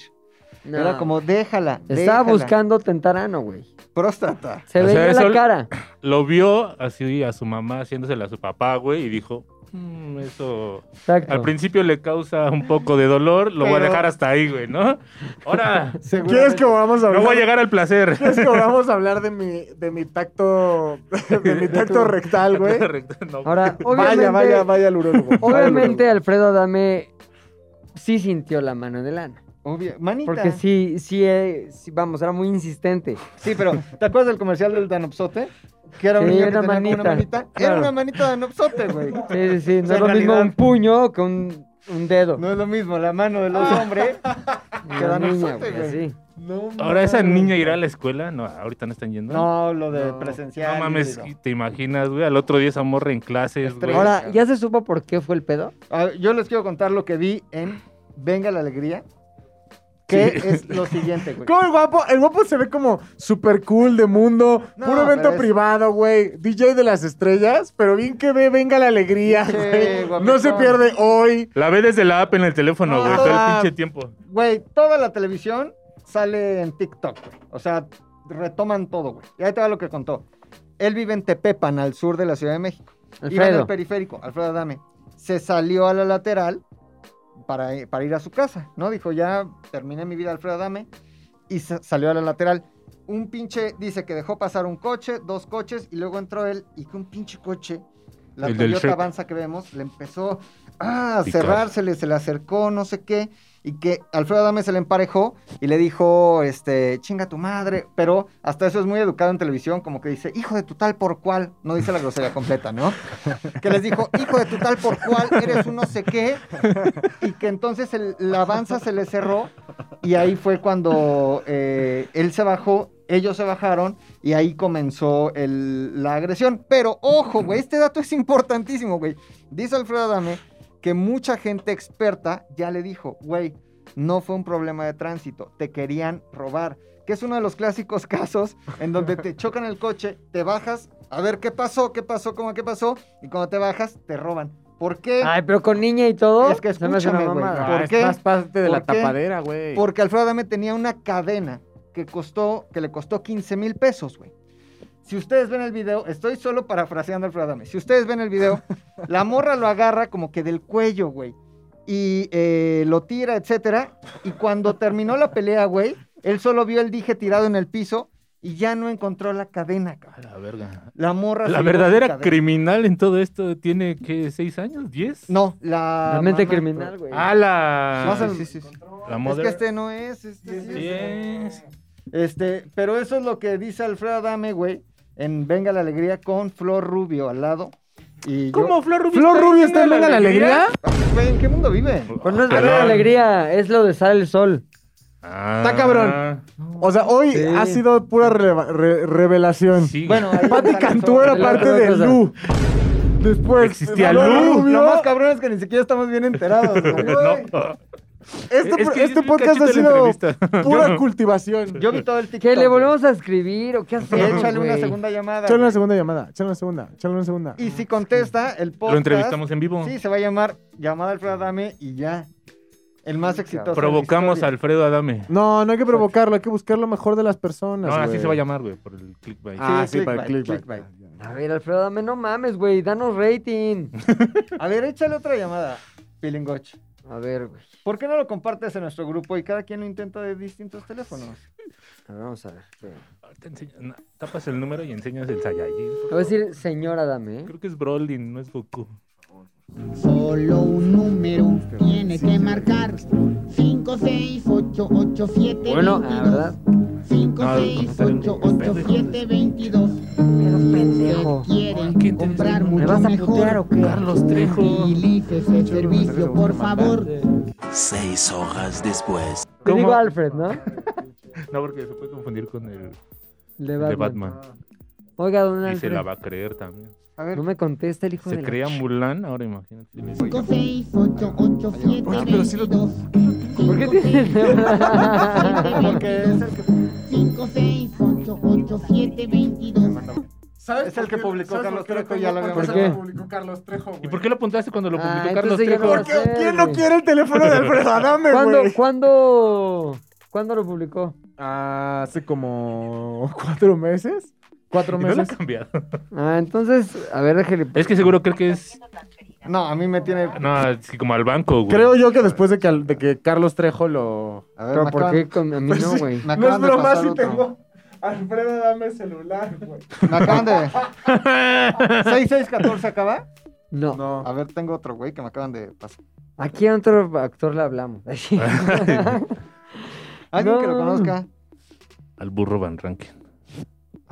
[SPEAKER 1] No.
[SPEAKER 2] Era como, déjala.
[SPEAKER 1] Estaba
[SPEAKER 2] déjala.
[SPEAKER 1] buscando tentar ano, güey.
[SPEAKER 2] próstata.
[SPEAKER 1] Se
[SPEAKER 4] O
[SPEAKER 1] veía
[SPEAKER 4] sea,
[SPEAKER 1] en la
[SPEAKER 4] eso-
[SPEAKER 1] cara.
[SPEAKER 4] Lo vio así a su mamá haciéndosela a su papá, güey, y dijo, "Mm, eso
[SPEAKER 1] Exacto.
[SPEAKER 4] al principio le causa un poco de dolor, lo voy a
[SPEAKER 2] Pero-
[SPEAKER 4] dejar hasta ahí, güey, ¿no? Ahora,
[SPEAKER 5] ¿Quieres que volvamos a hablar?
[SPEAKER 4] no voy a llegar al placer.
[SPEAKER 5] ¿Quieres que volvamos a hablar de mi, de mi tacto, de mi tacto rectal, güey?
[SPEAKER 4] No,
[SPEAKER 1] Ahora, obviamente,
[SPEAKER 5] Vaya, vaya, vaya al urólogo. Vaya al
[SPEAKER 1] obviamente
[SPEAKER 5] urólogo.
[SPEAKER 1] Alfredo Adame sí sintió la mano en el ano.
[SPEAKER 2] Obvio. Manita.
[SPEAKER 1] Porque sí, sí, eh, sí, vamos, era muy insistente.
[SPEAKER 2] Sí, pero ¿te acuerdas del comercial del Danopsote? Que era un
[SPEAKER 1] Sí,
[SPEAKER 2] niño que
[SPEAKER 1] una
[SPEAKER 2] tenía como una
[SPEAKER 1] manita.
[SPEAKER 2] manita.
[SPEAKER 1] Claro.
[SPEAKER 2] Era una manita de Danopsote, güey.
[SPEAKER 1] Sí, sí, sí, no
[SPEAKER 2] sea,
[SPEAKER 1] es lo mismo
[SPEAKER 2] en realidad-
[SPEAKER 1] un puño que un un dedo.
[SPEAKER 2] No es lo mismo la mano de
[SPEAKER 1] Ah.
[SPEAKER 2] los hombres.
[SPEAKER 1] Una
[SPEAKER 2] que la
[SPEAKER 1] niña,
[SPEAKER 2] nosotros,
[SPEAKER 1] güey,
[SPEAKER 2] güey.
[SPEAKER 1] sí.
[SPEAKER 5] No,
[SPEAKER 4] Ahora esa
[SPEAKER 5] mames.
[SPEAKER 4] niña irá a la escuela. No, ahorita no están yendo.
[SPEAKER 2] No, lo de
[SPEAKER 5] No.
[SPEAKER 2] presencial.
[SPEAKER 4] No mames,
[SPEAKER 2] híbrido.
[SPEAKER 4] te imaginas, güey. Al otro día esa morra en clases, güey.
[SPEAKER 1] Ahora, ¿ya se supo por qué fue el pedo?
[SPEAKER 2] Ah, yo les quiero contar lo que vi en Venga la Alegría. Que
[SPEAKER 4] Sí.
[SPEAKER 2] es lo siguiente, güey.
[SPEAKER 5] ¿Cómo el guapo? El guapo se ve como super cool de mundo.
[SPEAKER 2] No,
[SPEAKER 5] puro evento
[SPEAKER 2] pero es-
[SPEAKER 5] privado, güey. DJ de las estrellas. Pero bien que ve, venga la alegría,
[SPEAKER 2] Sí,
[SPEAKER 5] güey. No
[SPEAKER 2] guapetón.
[SPEAKER 5] se pierde hoy.
[SPEAKER 4] La ve desde la app en el teléfono,
[SPEAKER 2] No,
[SPEAKER 4] güey. Todo el
[SPEAKER 2] ah.
[SPEAKER 4] pinche tiempo.
[SPEAKER 2] Güey, toda la televisión sale en TikTok, güey. O sea, retoman todo, güey. Y ahí te va lo que contó. Él vive en Tepepan, al sur de la Ciudad de México. Iba en
[SPEAKER 1] Alfredo.
[SPEAKER 2] el periférico, Alfredo Adame. Se salió a la lateral para, para ir a su casa, ¿no? Dijo, ya terminé mi vida, Alfredo Adame. Y sa- salió a la lateral. Un pinche, dice que dejó pasar un coche, dos coches, y luego entró él y que un pinche coche, la
[SPEAKER 4] El del
[SPEAKER 2] Toyota
[SPEAKER 4] Shrek.
[SPEAKER 2] Avanza que vemos, le empezó ah, a
[SPEAKER 4] Picar.
[SPEAKER 2] cerrársele, se le acercó, no sé qué, y que Alfredo Adame se le emparejó y le dijo, este, chinga tu madre, pero hasta eso es muy educado en televisión, como que dice, hijo de tu tal por cual, no dice la grosería completa, ¿no? que les dijo, hijo de tu tal por cual, eres un no sé qué, y que entonces el, la avanza se le cerró, y ahí fue cuando eh, él se bajó, ellos se bajaron, y ahí comenzó el- la agresión. Pero ojo, güey, este dato es importantísimo, güey. Dice Alfredo Adame que mucha gente experta ya le dijo, güey, no fue un problema de tránsito, te querían robar. Que es uno de los clásicos casos en donde te chocan el coche, te bajas, a ver qué pasó, qué pasó, cómo qué pasó, y cuando te bajas, te roban. ¿Por qué?
[SPEAKER 1] Ay, pero con niña y todo.
[SPEAKER 2] Es que
[SPEAKER 1] se me hace una
[SPEAKER 2] escúchame, güey.
[SPEAKER 1] mamada.
[SPEAKER 2] Ah, ¿Por
[SPEAKER 5] Ah, es
[SPEAKER 2] qué?
[SPEAKER 5] Más parte de
[SPEAKER 2] ¿Por
[SPEAKER 5] la
[SPEAKER 2] qué?
[SPEAKER 5] tapadera, güey.
[SPEAKER 2] Porque Alfredo Adame tenía una cadena que costó, que le costó 15 mil pesos, güey. Si ustedes ven el video, estoy solo parafraseando a Alfredo Adame. Si ustedes ven el video, la morra lo agarra como que del cuello, güey. Y eh, lo tira, etcétera. Y cuando terminó la pelea, güey, él solo vio el dije tirado en el piso y ya no encontró la cadena, cabrón.
[SPEAKER 4] A la verga.
[SPEAKER 2] La morra. se
[SPEAKER 4] La
[SPEAKER 2] llevó su
[SPEAKER 4] verdadera
[SPEAKER 2] cadena.
[SPEAKER 4] criminal en todo esto tiene, ¿qué? ¿Seis años? ¿Diez?
[SPEAKER 2] No, la.
[SPEAKER 1] La mente
[SPEAKER 2] mamá,
[SPEAKER 1] criminal, güey.
[SPEAKER 4] Ah, la...
[SPEAKER 2] Más al-
[SPEAKER 4] La
[SPEAKER 2] Es
[SPEAKER 4] moder...
[SPEAKER 2] que este no es. Este sí es.
[SPEAKER 4] Yes.
[SPEAKER 2] Este, pero eso es lo que dice Alfredo Adame, güey, en Venga la Alegría con Flor Rubio al lado. Y yo- ah,
[SPEAKER 4] ¿Cómo? ¿Flor Rubio,
[SPEAKER 5] ¿Flor Rubio está en Venga la Alegría?
[SPEAKER 2] Güey, ¿en qué mundo vive?
[SPEAKER 1] Con una
[SPEAKER 4] Ah, Perdón.
[SPEAKER 1] gran alegría es lo de sale el sol.
[SPEAKER 4] Ah.
[SPEAKER 5] Está cabrón. O sea, hoy
[SPEAKER 1] Sí.
[SPEAKER 5] ha sido pura releva- re- revelación.
[SPEAKER 4] Sí.
[SPEAKER 2] Bueno, ahí
[SPEAKER 5] Pati
[SPEAKER 2] está
[SPEAKER 5] Cantú era
[SPEAKER 1] Del
[SPEAKER 5] parte
[SPEAKER 1] otro
[SPEAKER 5] de
[SPEAKER 1] cosa.
[SPEAKER 5] Lu. Después.
[SPEAKER 4] Existía
[SPEAKER 5] Flor
[SPEAKER 4] Lu.
[SPEAKER 5] Rubio.
[SPEAKER 2] Lo más cabrón es que ni siquiera estamos bien enterados. güey.
[SPEAKER 4] No.
[SPEAKER 5] Este,
[SPEAKER 4] Es
[SPEAKER 5] pro-
[SPEAKER 4] que
[SPEAKER 5] este
[SPEAKER 4] yo vi
[SPEAKER 5] podcast
[SPEAKER 4] cachito
[SPEAKER 5] ha
[SPEAKER 4] la
[SPEAKER 5] sido
[SPEAKER 4] entrevista.
[SPEAKER 5] pura
[SPEAKER 4] Yo-
[SPEAKER 5] cultivación.
[SPEAKER 2] Yo vi todo el TikTok.
[SPEAKER 1] ¿Qué le
[SPEAKER 2] güey.
[SPEAKER 1] volvemos a escribir o qué hacemos?
[SPEAKER 2] Échale una
[SPEAKER 1] güey?
[SPEAKER 2] segunda llamada.
[SPEAKER 5] Échale una
[SPEAKER 2] güey.
[SPEAKER 5] segunda llamada. Échale una segunda. Échale una segunda.
[SPEAKER 2] Y si contesta, el podcast.
[SPEAKER 4] Lo entrevistamos en vivo.
[SPEAKER 2] Sí, se va a llamar Llamada Alfredo Adame y ya. El más exitoso. de la
[SPEAKER 4] Provocamos a
[SPEAKER 2] historia.
[SPEAKER 4] Alfredo Adame.
[SPEAKER 5] No, no hay que provocarlo, hay que buscar lo mejor de las
[SPEAKER 4] No,
[SPEAKER 5] personas.
[SPEAKER 4] así
[SPEAKER 5] güey.
[SPEAKER 4] se va a llamar, güey, por el clickbait.
[SPEAKER 5] Ah,
[SPEAKER 2] Sí,
[SPEAKER 5] sí, para el
[SPEAKER 2] clickbait,
[SPEAKER 5] clickbait.
[SPEAKER 1] A ver, Alfredo, dame, no mames, güey, danos rating.
[SPEAKER 2] A ver, échale otra llamada, Pilingoch.
[SPEAKER 1] A ver, güey.
[SPEAKER 2] ¿Por qué no lo compartes en nuestro grupo y cada quien lo intenta de distintos teléfonos?
[SPEAKER 1] A ver, vamos a ver. espera.
[SPEAKER 4] Ahorita enseña- no, tapas el número y enseñas el Saiyajin.
[SPEAKER 1] Te voy a decir, señora, dame, ¿eh?
[SPEAKER 4] Creo que es Brolin, no es Goku.
[SPEAKER 7] Solo un número tiene que marcar 5, 6, 8, 8, 7,
[SPEAKER 1] Bueno, la verdad.
[SPEAKER 7] 5,
[SPEAKER 4] No,
[SPEAKER 7] 6,
[SPEAKER 4] está bien.
[SPEAKER 7] 8, 8, 7, 22
[SPEAKER 1] Pero pendejo.
[SPEAKER 7] Quieren comprar
[SPEAKER 1] ¿Me
[SPEAKER 7] mucho
[SPEAKER 1] vas a
[SPEAKER 7] mejor.
[SPEAKER 1] putear o qué? Carlos
[SPEAKER 7] Trejo Utilice ese servicio, por favor
[SPEAKER 6] Seis hojas después.
[SPEAKER 1] Te
[SPEAKER 4] ¿Cómo?
[SPEAKER 1] digo Alfred, ¿no?
[SPEAKER 4] No, porque se puede confundir con el
[SPEAKER 1] El de
[SPEAKER 4] el
[SPEAKER 1] Batman.
[SPEAKER 4] de Batman.
[SPEAKER 1] Oiga, don
[SPEAKER 4] Y se
[SPEAKER 1] Alfred.
[SPEAKER 4] la va a creer también.
[SPEAKER 2] A ver,
[SPEAKER 1] No me contesta el hijo
[SPEAKER 4] Se
[SPEAKER 1] de la
[SPEAKER 4] crea
[SPEAKER 1] ch-
[SPEAKER 4] Mulan, ahora imagínate.
[SPEAKER 7] 5, 6, 8, 8, 7, 22
[SPEAKER 1] ¿Por qué tiene
[SPEAKER 2] porque es el que,
[SPEAKER 7] 5, 6, 8, 8, 7, 22
[SPEAKER 5] ¿Sabes
[SPEAKER 2] Es el
[SPEAKER 5] por
[SPEAKER 2] que
[SPEAKER 5] qué-
[SPEAKER 2] publicó
[SPEAKER 5] sabes
[SPEAKER 2] Carlos
[SPEAKER 5] por qué
[SPEAKER 2] Trejo, ya lo
[SPEAKER 5] publicó-
[SPEAKER 1] habíamos
[SPEAKER 5] ¿Por qué?
[SPEAKER 1] hablado.
[SPEAKER 5] publicó Carlos Trejo, güey?
[SPEAKER 4] ¿Y por qué lo apuntaste cuando lo
[SPEAKER 1] Ah,
[SPEAKER 4] publicó Carlos
[SPEAKER 1] entonces ya no
[SPEAKER 4] Trejo?
[SPEAKER 1] va a
[SPEAKER 5] ¿Por qué?
[SPEAKER 1] ser,
[SPEAKER 5] ¿Quién no
[SPEAKER 1] güey?
[SPEAKER 5] quiere el teléfono de Alfredo Adame,
[SPEAKER 1] ¿Cuándo,
[SPEAKER 5] güey?
[SPEAKER 1] ¿cuándo, ¿Cuándo lo publicó?
[SPEAKER 5] Ah, hace como cuatro meses. Cuatro
[SPEAKER 4] Y no lo ha
[SPEAKER 5] meses.
[SPEAKER 4] cambiado.
[SPEAKER 1] Ah, entonces, a ver, déjale.
[SPEAKER 4] Es que seguro creo que es.
[SPEAKER 2] no, a mí me tiene...
[SPEAKER 4] No, es que como al banco, güey.
[SPEAKER 5] Creo yo que después de que, al- de que Carlos Trejo lo.
[SPEAKER 2] A ver,
[SPEAKER 1] Pero
[SPEAKER 2] me
[SPEAKER 1] ¿por
[SPEAKER 2] acaban-
[SPEAKER 1] qué con a mí
[SPEAKER 5] Pues
[SPEAKER 1] no,
[SPEAKER 5] sí,
[SPEAKER 1] güey?
[SPEAKER 2] me acaban de pasar otro.
[SPEAKER 5] Alfredo Adame celular, güey.
[SPEAKER 2] Me acaban de... 6, 6, 14 acaba.
[SPEAKER 1] No.
[SPEAKER 5] No.
[SPEAKER 2] A ver, tengo otro, güey, que me acaban de pasar.
[SPEAKER 1] Aquí a otro actor le hablamos.
[SPEAKER 2] Alguien que lo
[SPEAKER 1] No.
[SPEAKER 2] conozca.
[SPEAKER 4] Al burro Van Ranken.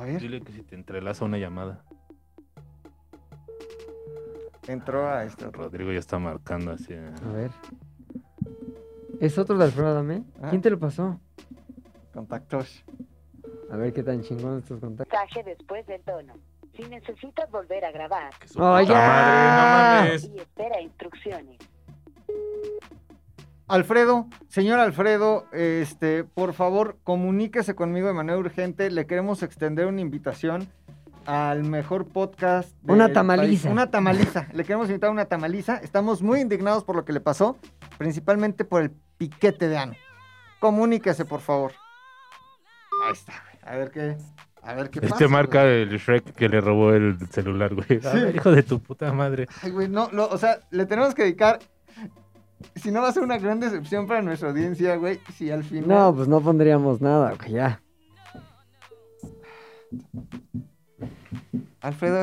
[SPEAKER 2] A ver,
[SPEAKER 4] Dile que si te entrelaza una llamada.
[SPEAKER 2] Entró a este otro.
[SPEAKER 4] Rodrigo ya está marcando así. ¿eh?
[SPEAKER 1] A ver. ¿Es otro de Alfredo Adame?
[SPEAKER 2] Ah.
[SPEAKER 1] ¿Quién te lo pasó?
[SPEAKER 2] Contactos.
[SPEAKER 1] A ver qué tan chingón estos contactos.
[SPEAKER 8] mensaje después del tono. Si necesitas volver a grabar
[SPEAKER 4] Que su
[SPEAKER 1] ¡Ay,
[SPEAKER 4] puta
[SPEAKER 1] ya!
[SPEAKER 4] madre, no mames.
[SPEAKER 8] y espera instrucciones.
[SPEAKER 2] Alfredo, señor Alfredo, este, por favor, comuníquese conmigo de manera urgente. Le queremos extender una invitación al mejor podcast. del
[SPEAKER 1] Una tamaliza.
[SPEAKER 2] país. Una tamaliza. Le queremos invitar a una tamaliza. Estamos muy indignados por lo que le pasó, principalmente por el piquete de ano. Comuníquese, por favor. Ahí está, güey. A ver qué, a ver qué pasa.
[SPEAKER 4] Este marca el Shrek que le robó el celular, güey. A
[SPEAKER 2] Sí.
[SPEAKER 4] ver, hijo de tu puta madre.
[SPEAKER 2] Ay, güey, no, lo- o sea, le tenemos que dedicar. Si no va a ser una gran decepción para nuestra audiencia, güey. Si al final.
[SPEAKER 1] No, pues no pondríamos nada, güey, ya.
[SPEAKER 2] Alfredo.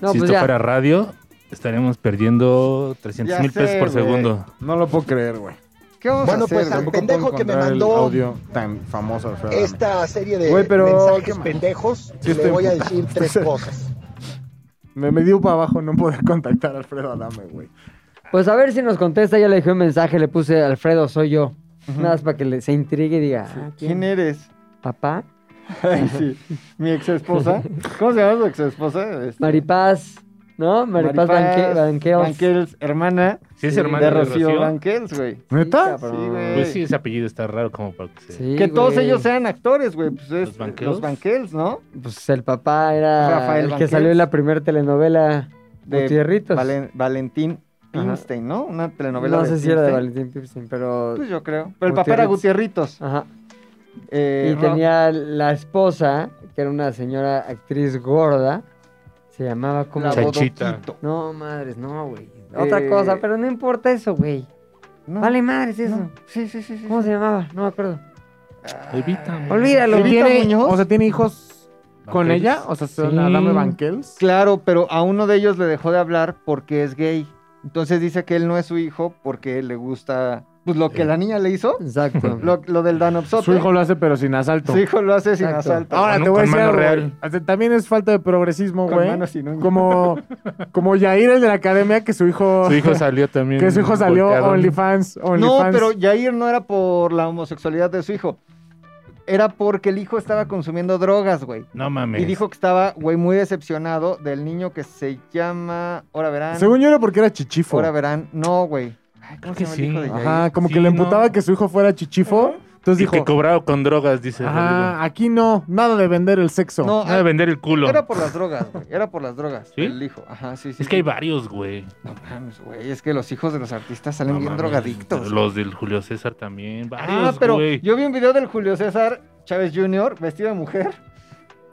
[SPEAKER 1] No,
[SPEAKER 4] si
[SPEAKER 1] pues
[SPEAKER 4] esto
[SPEAKER 1] ya.
[SPEAKER 4] fuera radio, estaríamos perdiendo 300
[SPEAKER 2] Ya
[SPEAKER 4] mil pesos
[SPEAKER 2] sé,
[SPEAKER 4] por
[SPEAKER 2] güey.
[SPEAKER 4] segundo.
[SPEAKER 5] No lo puedo creer, güey.
[SPEAKER 2] ¿Qué vamos
[SPEAKER 5] Bueno,
[SPEAKER 2] a hacer?
[SPEAKER 5] pues
[SPEAKER 9] pues, al
[SPEAKER 5] tampoco
[SPEAKER 9] pendejo
[SPEAKER 5] puedo
[SPEAKER 9] que me
[SPEAKER 5] encontrar el
[SPEAKER 9] mandó
[SPEAKER 5] audio tan famoso de Alfredo Adame.
[SPEAKER 9] Esta serie de
[SPEAKER 5] Güey, pero- ¿qué
[SPEAKER 9] mensajes
[SPEAKER 5] más?
[SPEAKER 9] pendejos
[SPEAKER 5] Sí
[SPEAKER 9] le
[SPEAKER 5] estoy
[SPEAKER 9] voy a
[SPEAKER 5] emputado.
[SPEAKER 9] decir tres cosas.
[SPEAKER 5] Me, me dio para abajo no poder contactar a Alfredo Adame, güey.
[SPEAKER 1] Pues a ver si nos contesta. Ya le dejé un mensaje, le puse Alfredo, soy yo. Nada más para que le- se intrigue y diga, "Ah,
[SPEAKER 2] ¿Quién eres?
[SPEAKER 1] ¿papá?
[SPEAKER 2] Ay, sí. Mi ex esposa. ¿Cómo se llama su Este, ex esposa?
[SPEAKER 1] Maripaz, ¿no? Maripaz, Banque- Banquels.
[SPEAKER 2] Banquels, hermana
[SPEAKER 4] Si es
[SPEAKER 1] Sí,
[SPEAKER 4] hermano
[SPEAKER 2] de
[SPEAKER 4] de
[SPEAKER 2] Rocío,
[SPEAKER 4] Rocío,
[SPEAKER 2] Banquels, güey.
[SPEAKER 5] ¿Neta?
[SPEAKER 1] cabrón.
[SPEAKER 2] Sí, güey.
[SPEAKER 4] pues sí, ese apellido está raro como para que se...
[SPEAKER 1] Sí,
[SPEAKER 2] Que todos
[SPEAKER 1] güey.
[SPEAKER 2] ellos sean actores, güey. Pues es,
[SPEAKER 4] ¿Los
[SPEAKER 2] ¿Los
[SPEAKER 4] Banquels?
[SPEAKER 2] Banquels? ¿no?
[SPEAKER 1] Pues el papá era
[SPEAKER 2] Rafael
[SPEAKER 1] el que
[SPEAKER 2] Banquels.
[SPEAKER 1] salió en la primera telenovela de Gutierritos.
[SPEAKER 2] Valen- Valentín
[SPEAKER 1] Ajá.
[SPEAKER 2] Pimstein, ¿no? Una telenovela
[SPEAKER 1] No
[SPEAKER 2] de
[SPEAKER 1] sé si era de
[SPEAKER 2] Pimstein.
[SPEAKER 1] Valentín Pipstein, pero...
[SPEAKER 2] Pues yo creo. Pero el papá era Gutierritos.
[SPEAKER 1] Ajá.
[SPEAKER 2] Eh,
[SPEAKER 1] Y
[SPEAKER 2] Ro-
[SPEAKER 1] tenía la esposa, que era una señora actriz gorda. Se llamaba como...
[SPEAKER 2] la
[SPEAKER 4] Chanchita.
[SPEAKER 2] Bodoquito.
[SPEAKER 1] No, madres, no, güey.
[SPEAKER 2] Eh,
[SPEAKER 1] Otra cosa, pero no importa eso, güey.
[SPEAKER 2] No,
[SPEAKER 1] Vale, madres eso.
[SPEAKER 2] no. Sí, sí, sí. sí.
[SPEAKER 1] ¿Cómo se llamaba? No me acuerdo.
[SPEAKER 4] Evítame.
[SPEAKER 1] Olvídalo.
[SPEAKER 2] ¿Evita
[SPEAKER 1] Tiene-
[SPEAKER 2] Muñoz?
[SPEAKER 5] O sea, ¿tiene hijos con
[SPEAKER 4] Banquels.
[SPEAKER 5] ella? O sea, ¿son
[SPEAKER 1] Sí.
[SPEAKER 5] Adame Banquels?
[SPEAKER 2] Claro, pero a uno de ellos le dejó de hablar porque es gay. Entonces dice que él no es su hijo porque le gusta pues, lo que la niña le hizo,
[SPEAKER 1] Exacto.
[SPEAKER 2] lo, lo del Danopsote.
[SPEAKER 5] Eh. Su hijo lo hace, pero sin asalto.
[SPEAKER 2] Su hijo lo hace sin
[SPEAKER 1] Exacto.
[SPEAKER 2] asalto.
[SPEAKER 5] Ahora
[SPEAKER 4] Con-
[SPEAKER 5] te voy a
[SPEAKER 4] con
[SPEAKER 5] decir
[SPEAKER 4] mano
[SPEAKER 5] algo,
[SPEAKER 4] real.
[SPEAKER 5] güey. O sea, También es falta de progresismo,
[SPEAKER 2] con
[SPEAKER 5] Ah, güey.
[SPEAKER 2] manos y no.
[SPEAKER 5] Como, como Yair, el de la academia, que su hijo...
[SPEAKER 4] Su hijo salió también.
[SPEAKER 5] que su hijo salió
[SPEAKER 4] volteado.
[SPEAKER 5] OnlyFans.
[SPEAKER 2] No,
[SPEAKER 5] OnlyFans.
[SPEAKER 2] pero Jair no era por la homosexualidad de su hijo. Era porque el hijo estaba consumiendo drogas, güey.
[SPEAKER 4] No mames.
[SPEAKER 2] Y dijo que estaba, güey, muy decepcionado del niño que se llama... Ahora verán.
[SPEAKER 5] Según yo era porque era chichifo.
[SPEAKER 2] Ahora verán. No, güey. Ay,
[SPEAKER 4] Creo
[SPEAKER 2] "Ah, ¿Cómo
[SPEAKER 4] que
[SPEAKER 2] se llama el
[SPEAKER 4] sí.
[SPEAKER 2] hijo de Yair?
[SPEAKER 5] Ajá, como
[SPEAKER 4] Sí,
[SPEAKER 5] que le
[SPEAKER 4] no.
[SPEAKER 5] emputaba que su hijo fuera chichifo. Entonces
[SPEAKER 4] Y
[SPEAKER 5] dijo,
[SPEAKER 4] que cobraba con drogas, dice Rodrigo.
[SPEAKER 2] Ah.
[SPEAKER 5] ajá, aquí no, nada de vender el sexo.
[SPEAKER 2] No, ah,
[SPEAKER 4] Nada de vender el culo.
[SPEAKER 2] Era por las drogas, güey. Era por las drogas.
[SPEAKER 4] ¿Sí?
[SPEAKER 2] El hijo. Ajá, sí, sí.
[SPEAKER 4] Es que hay
[SPEAKER 2] sí.
[SPEAKER 4] varios, güey.
[SPEAKER 2] No mames, güey. Es que los hijos de los artistas salen
[SPEAKER 4] No
[SPEAKER 2] bien
[SPEAKER 4] mames.
[SPEAKER 2] drogadictos.
[SPEAKER 4] Los del Julio César también.
[SPEAKER 2] ah,
[SPEAKER 4] Varios,
[SPEAKER 2] pero
[SPEAKER 4] güey.
[SPEAKER 2] yo vi un video del Julio César Chávez Jr. vestido de mujer.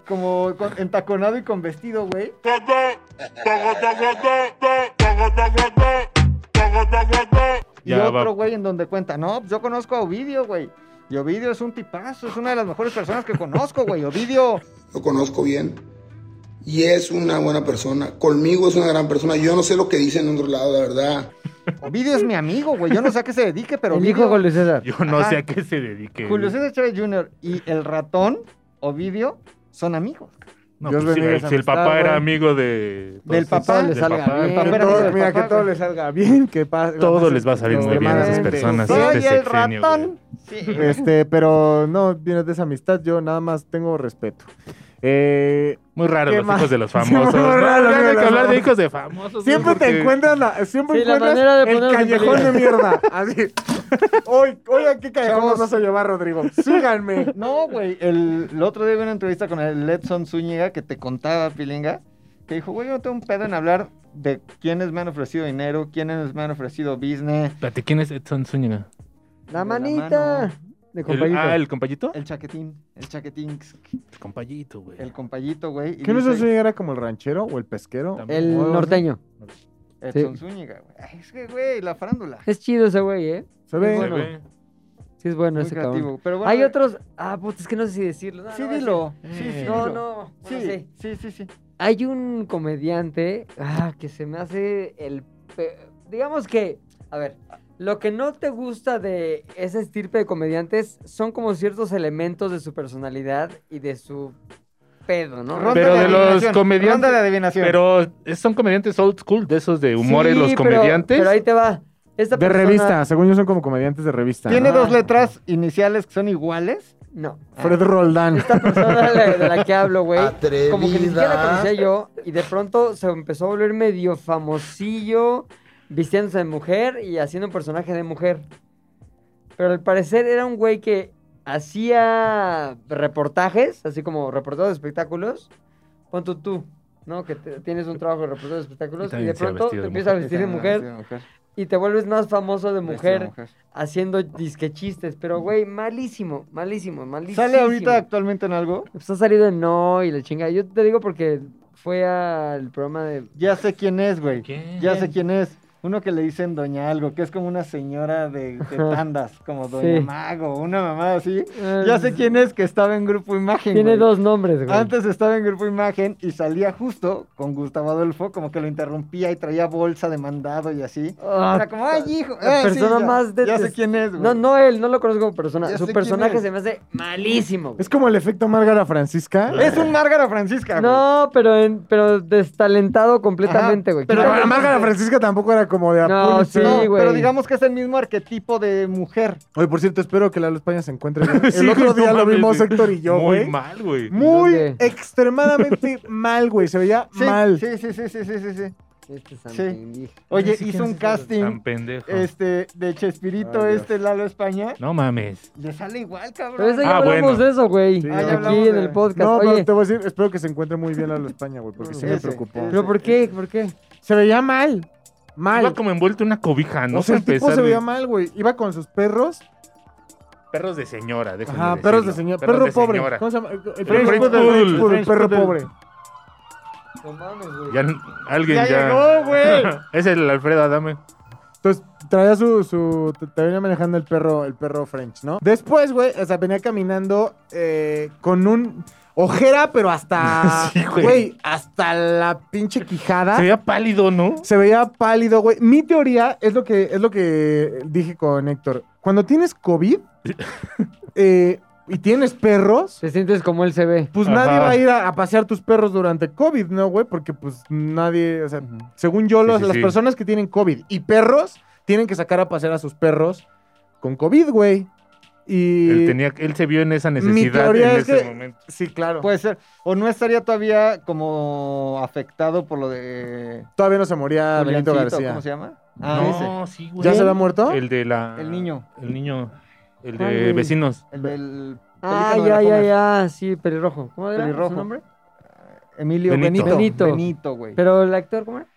[SPEAKER 2] Como con- entaconado y con vestido, güey. Y
[SPEAKER 4] Ya va.
[SPEAKER 2] otro güey en donde cuenta, no, pues yo conozco a Ovidio, güey. Y Ovidio es un tipazo, es una de las mejores personas que conozco, güey. Ovidio.
[SPEAKER 10] lo conozco bien y es una buena persona. Conmigo es una gran persona. Yo no sé lo que dicen en otro lado, la verdad.
[SPEAKER 2] Ovidio es mi amigo, güey. Yo no sé a qué se dedique, pero
[SPEAKER 1] el
[SPEAKER 2] Ovidio-
[SPEAKER 1] hijo con Luis César.
[SPEAKER 4] Yo no
[SPEAKER 2] Ajá.
[SPEAKER 4] sé a qué se dedique.
[SPEAKER 2] Julio
[SPEAKER 4] güey.
[SPEAKER 2] César Chávez Jr. y el ratón, Ovidio, son amigos.
[SPEAKER 4] No,
[SPEAKER 5] Dios
[SPEAKER 4] pues, si,
[SPEAKER 5] bendiga
[SPEAKER 4] el-
[SPEAKER 5] esa
[SPEAKER 4] si el
[SPEAKER 5] amistad,
[SPEAKER 4] papá era
[SPEAKER 5] güey.
[SPEAKER 4] amigo de.
[SPEAKER 2] Del papá.
[SPEAKER 4] Del
[SPEAKER 1] Le salga
[SPEAKER 4] papá.
[SPEAKER 1] bien.
[SPEAKER 5] Que
[SPEAKER 2] Papá era
[SPEAKER 5] todo-
[SPEAKER 2] amigo del
[SPEAKER 5] mira,
[SPEAKER 2] papá,
[SPEAKER 5] que todo
[SPEAKER 2] güey.
[SPEAKER 5] le salga bien, que pase.
[SPEAKER 4] Todo les va a salir muy bien a esas
[SPEAKER 5] Extremadamente.
[SPEAKER 4] personas.
[SPEAKER 2] Soy
[SPEAKER 4] este
[SPEAKER 2] el
[SPEAKER 4] sexenio,
[SPEAKER 2] ratón. Sí.
[SPEAKER 5] Este, pero no, viene de esa amistad, yo nada más tengo respeto. Eh,
[SPEAKER 4] Muy raro
[SPEAKER 5] ¿Qué
[SPEAKER 4] los
[SPEAKER 5] más?
[SPEAKER 4] hijos de los
[SPEAKER 5] Sí, muy
[SPEAKER 4] famosos. No,
[SPEAKER 5] raro,
[SPEAKER 4] ya no hay
[SPEAKER 5] los
[SPEAKER 4] que hablar de
[SPEAKER 5] famosos.
[SPEAKER 4] hijos de famosos.
[SPEAKER 5] siempre
[SPEAKER 4] güey, porque-
[SPEAKER 5] te encuentras la, siempre
[SPEAKER 1] Sí, la
[SPEAKER 5] encuentras
[SPEAKER 1] manera de
[SPEAKER 5] el
[SPEAKER 1] ponerlos en
[SPEAKER 5] callejón de
[SPEAKER 1] peligro.
[SPEAKER 5] mierda. Así. Hoy, hoy a qué callejón nos
[SPEAKER 2] Chavos.
[SPEAKER 5] vas a llevar, Rodrigo. Síganme.
[SPEAKER 2] No, güey. El, el otro día vi una entrevista con el Edson Zúñiga que te contaba, Pilinga, que dijo, güey, yo no tengo un pedo en hablar de quiénes me han ofrecido dinero, quiénes me han ofrecido business,
[SPEAKER 4] Espérate, ¿quién es Edson Zúñiga?
[SPEAKER 1] La
[SPEAKER 2] la
[SPEAKER 1] manita.
[SPEAKER 2] mano.
[SPEAKER 1] De
[SPEAKER 4] El,
[SPEAKER 1] compañero.
[SPEAKER 4] ah, el compañito.
[SPEAKER 2] el chaquetín, el chaquetín,
[SPEAKER 4] El compayito, güey.
[SPEAKER 2] el compayito, güey. y
[SPEAKER 5] ¿Qué no
[SPEAKER 2] dice,
[SPEAKER 5] sé si era como el ranchero o el pesquero?
[SPEAKER 4] También.
[SPEAKER 1] El
[SPEAKER 5] Bueno,
[SPEAKER 1] norteño.
[SPEAKER 2] Edson
[SPEAKER 1] Sí.
[SPEAKER 2] Zúñiga, güey. Ay, Es que, güey, la farándula.
[SPEAKER 1] Es chido ese güey, ¿eh?
[SPEAKER 5] Se ve.
[SPEAKER 4] Se
[SPEAKER 1] bueno.
[SPEAKER 4] ve.
[SPEAKER 1] Sí es bueno
[SPEAKER 2] Muy
[SPEAKER 1] ese cabrón.
[SPEAKER 2] creativo. Pero bueno,
[SPEAKER 1] Hay
[SPEAKER 2] güey,
[SPEAKER 1] otros... Ah, puta, es que no sé si decirlo. No,
[SPEAKER 2] Sí,
[SPEAKER 1] no,
[SPEAKER 2] dilo. Sí, sí,
[SPEAKER 1] No,
[SPEAKER 2] dilo.
[SPEAKER 1] no. bueno, sí.
[SPEAKER 2] Sí, sí, sí, sí.
[SPEAKER 1] Hay un comediante ah, que se me hace el... pe- Digamos que, a ver, lo que no te gusta de esa estirpe de comediantes son como ciertos elementos de su personalidad y de su pedo, ¿no?
[SPEAKER 2] Ronda
[SPEAKER 4] Pero de los
[SPEAKER 2] adivinación,
[SPEAKER 4] comediantes-
[SPEAKER 2] Ronda de adivinación.
[SPEAKER 4] Pero eh, son comediantes old school, de esos de humores,
[SPEAKER 1] Sí,
[SPEAKER 4] los
[SPEAKER 1] pero-
[SPEAKER 4] comediantes.
[SPEAKER 1] Pero, ahí te va. Esta
[SPEAKER 5] De
[SPEAKER 1] persona-
[SPEAKER 5] revista, según yo son como comediantes de revista.
[SPEAKER 2] Tiene
[SPEAKER 5] ¿no?
[SPEAKER 2] dos letras iniciales que son iguales.
[SPEAKER 1] No.
[SPEAKER 5] Fred Roldán.
[SPEAKER 1] Esta persona de la, de la que hablo, güey. Como que ni siquiera la
[SPEAKER 10] Atrevida.
[SPEAKER 1] conocía yo. Y de pronto se empezó a volver medio famosillo, vistiéndose de mujer y haciendo un personaje de mujer. Pero al parecer era un güey que hacía reportajes, así como reportero de espectáculos. Pon tú, tú, ¿no? Que te- tienes un trabajo de reportero de espectáculos y de
[SPEAKER 4] también se ha
[SPEAKER 1] pronto te
[SPEAKER 4] vestido de
[SPEAKER 1] empiezas a vestir de mujer
[SPEAKER 2] Vestido de mujer.
[SPEAKER 1] y te vuelves más famoso de
[SPEAKER 2] Vestido de
[SPEAKER 1] mujer haciendo disque chistes. Pero, güey, malísimo, malísimo, malísimo.
[SPEAKER 2] ¿Sale ahorita actualmente en algo?
[SPEAKER 1] Pues ha salido en No y la chinga. Yo te digo porque fue al programa de.
[SPEAKER 2] Ya sé quién es, güey.
[SPEAKER 4] ¿Quién?
[SPEAKER 2] Ya sé quién es. Uno que le dicen Doña Algo, que es como una señora de, de tandas, como Doña
[SPEAKER 1] Sí.
[SPEAKER 2] Mago, una mamada así. Ya sé quién es que estaba en Grupo Imagen.
[SPEAKER 1] eh, Tiene
[SPEAKER 2] güey.
[SPEAKER 1] dos nombres, güey.
[SPEAKER 2] Antes estaba en Grupo Imagen y salía justo con Gustavo Adolfo, como que lo interrumpía y traía bolsa de mandado y así.
[SPEAKER 1] Ah,
[SPEAKER 2] Era como, ay, hijo.
[SPEAKER 1] la
[SPEAKER 2] eh, sí,
[SPEAKER 1] persona
[SPEAKER 2] ya,
[SPEAKER 1] más
[SPEAKER 2] Ya
[SPEAKER 1] detest-
[SPEAKER 2] sé quién es, güey.
[SPEAKER 1] no, no él, no lo conozco como persona.
[SPEAKER 2] Ya
[SPEAKER 1] Su
[SPEAKER 2] sé quién
[SPEAKER 1] personaje
[SPEAKER 2] es.
[SPEAKER 1] se me hace malísimo. güey.
[SPEAKER 5] Es como el efecto Márgara Francisca.
[SPEAKER 2] Es un Márgara Francisca, güey.
[SPEAKER 1] No, pero en, pero destalentado completamente, güey.
[SPEAKER 5] Pero
[SPEAKER 1] Quita-
[SPEAKER 5] Márgara Francisca tampoco era como de
[SPEAKER 1] No,
[SPEAKER 5] Apolo,
[SPEAKER 1] sí.
[SPEAKER 5] ¿no?
[SPEAKER 2] No, pero
[SPEAKER 1] güey.
[SPEAKER 2] digamos que es el mismo arquetipo de mujer.
[SPEAKER 5] Oye, por cierto, espero que Lalo España se encuentre bien. El
[SPEAKER 4] Sí, güey,
[SPEAKER 5] otro
[SPEAKER 4] no
[SPEAKER 5] día lo
[SPEAKER 4] mames,
[SPEAKER 5] vimos
[SPEAKER 4] güey.
[SPEAKER 5] Héctor y yo,
[SPEAKER 4] Muy
[SPEAKER 5] güey.
[SPEAKER 4] mal, güey.
[SPEAKER 5] Muy
[SPEAKER 1] ¿Dónde?
[SPEAKER 5] extremadamente mal, güey. Se veía
[SPEAKER 2] Sí,
[SPEAKER 5] mal.
[SPEAKER 2] Sí, sí, sí, sí, sí, sí, sí.
[SPEAKER 1] Este es
[SPEAKER 2] Sí.
[SPEAKER 1] Santingui.
[SPEAKER 2] Oye,
[SPEAKER 5] Sí,
[SPEAKER 2] hizo
[SPEAKER 5] ¿quién
[SPEAKER 2] un
[SPEAKER 5] es ese?
[SPEAKER 2] casting
[SPEAKER 4] Tan pendejo.
[SPEAKER 2] este, de Chespirito,
[SPEAKER 5] Ay, Dios.
[SPEAKER 2] este Lalo España.
[SPEAKER 4] No mames.
[SPEAKER 2] Le sale igual,
[SPEAKER 1] Pero
[SPEAKER 2] cabrón.
[SPEAKER 1] eso ya
[SPEAKER 4] Ah,
[SPEAKER 1] hablamos
[SPEAKER 4] bueno.
[SPEAKER 1] de eso, güey.
[SPEAKER 5] Sí,
[SPEAKER 2] Ah, ya
[SPEAKER 1] aquí
[SPEAKER 2] hablamos
[SPEAKER 1] en
[SPEAKER 2] de-
[SPEAKER 1] el podcast.
[SPEAKER 5] No,
[SPEAKER 1] Oye,
[SPEAKER 5] pero te voy a decir, espero que se encuentre muy bien Lalo España, güey, porque sí me
[SPEAKER 2] Ese,
[SPEAKER 5] preocupó.
[SPEAKER 2] ese.
[SPEAKER 1] ¿pero por qué? ¿Por qué?
[SPEAKER 5] Se veía mal. Mal.
[SPEAKER 4] Iba como envuelto en una cobija, ¿no?
[SPEAKER 5] o sea, el
[SPEAKER 4] Para
[SPEAKER 5] tipo se
[SPEAKER 4] empezar,
[SPEAKER 5] veía
[SPEAKER 4] güey.
[SPEAKER 5] mal, güey. Iba con sus perros.
[SPEAKER 4] Perros de señora, déjame
[SPEAKER 5] Ajá, perros de
[SPEAKER 4] decirlo.
[SPEAKER 5] señor. Perro
[SPEAKER 4] de
[SPEAKER 5] pobre.
[SPEAKER 4] señora.
[SPEAKER 5] ¿Cómo se llama? El
[SPEAKER 4] French
[SPEAKER 5] perro
[SPEAKER 4] Poodle.
[SPEAKER 5] pobre. French Poodle, El
[SPEAKER 2] French
[SPEAKER 5] perro
[SPEAKER 2] Poodle.
[SPEAKER 5] pobre.
[SPEAKER 1] No mames, güey.
[SPEAKER 4] Ya n- alguien
[SPEAKER 2] Ya
[SPEAKER 4] ya.
[SPEAKER 2] llegó, güey.
[SPEAKER 4] es el Alfredo Adame.
[SPEAKER 5] Entonces traía su, su te- te venía manejando el perro, el perro French, ¿no? Después, güey, o sea, venía caminando eh, con un ojera, pero hasta,
[SPEAKER 4] Sí, güey.
[SPEAKER 5] güey, hasta la pinche quijada.
[SPEAKER 4] Se veía pálido, ¿no?
[SPEAKER 5] Se veía pálido, güey. Mi teoría es lo que es lo que dije con Héctor. Cuando tienes COVID eh, y tienes perros,
[SPEAKER 1] Te sientes como él se ve.
[SPEAKER 5] pues
[SPEAKER 4] Ajá.
[SPEAKER 5] nadie va a ir a, a pasear tus perros durante COVID, ¿no, güey? Porque pues nadie, o sea, según yo,
[SPEAKER 4] Sí,
[SPEAKER 5] los-
[SPEAKER 4] sí,
[SPEAKER 5] las
[SPEAKER 4] sí.
[SPEAKER 5] personas que tienen COVID y perros tienen que sacar a pasear a sus perros con COVID, güey. Y...
[SPEAKER 4] Él, tenía, él se vio en esa necesidad
[SPEAKER 5] teoría
[SPEAKER 4] en
[SPEAKER 5] es
[SPEAKER 4] ese
[SPEAKER 5] que-
[SPEAKER 4] momento. Pues,
[SPEAKER 5] Sí, claro.
[SPEAKER 2] Puede ser. O no estaría todavía como afectado por lo de.
[SPEAKER 5] Todavía no se moría Ah, Benito
[SPEAKER 2] Juliancito,
[SPEAKER 5] García.
[SPEAKER 2] ¿Cómo se llama? Ah, ese.
[SPEAKER 4] no, sí, güey.
[SPEAKER 5] ¿Ya se había muerto?
[SPEAKER 4] El de la.
[SPEAKER 2] El niño.
[SPEAKER 4] El niño. El
[SPEAKER 1] ¿Cuál,
[SPEAKER 4] de
[SPEAKER 1] güey?
[SPEAKER 4] vecinos.
[SPEAKER 2] El del.
[SPEAKER 1] Ah,
[SPEAKER 2] pelícano de
[SPEAKER 1] ya,
[SPEAKER 2] la
[SPEAKER 1] ya,
[SPEAKER 2] Comer.
[SPEAKER 1] ya. Sí, pelirrojo. ¿Cómo era su
[SPEAKER 2] Pelirrojo.
[SPEAKER 1] nombre?
[SPEAKER 2] Emilio
[SPEAKER 4] Benito.
[SPEAKER 2] Benito.
[SPEAKER 1] Benito.
[SPEAKER 2] Benito, güey.
[SPEAKER 1] Pero el actor, ¿cómo era?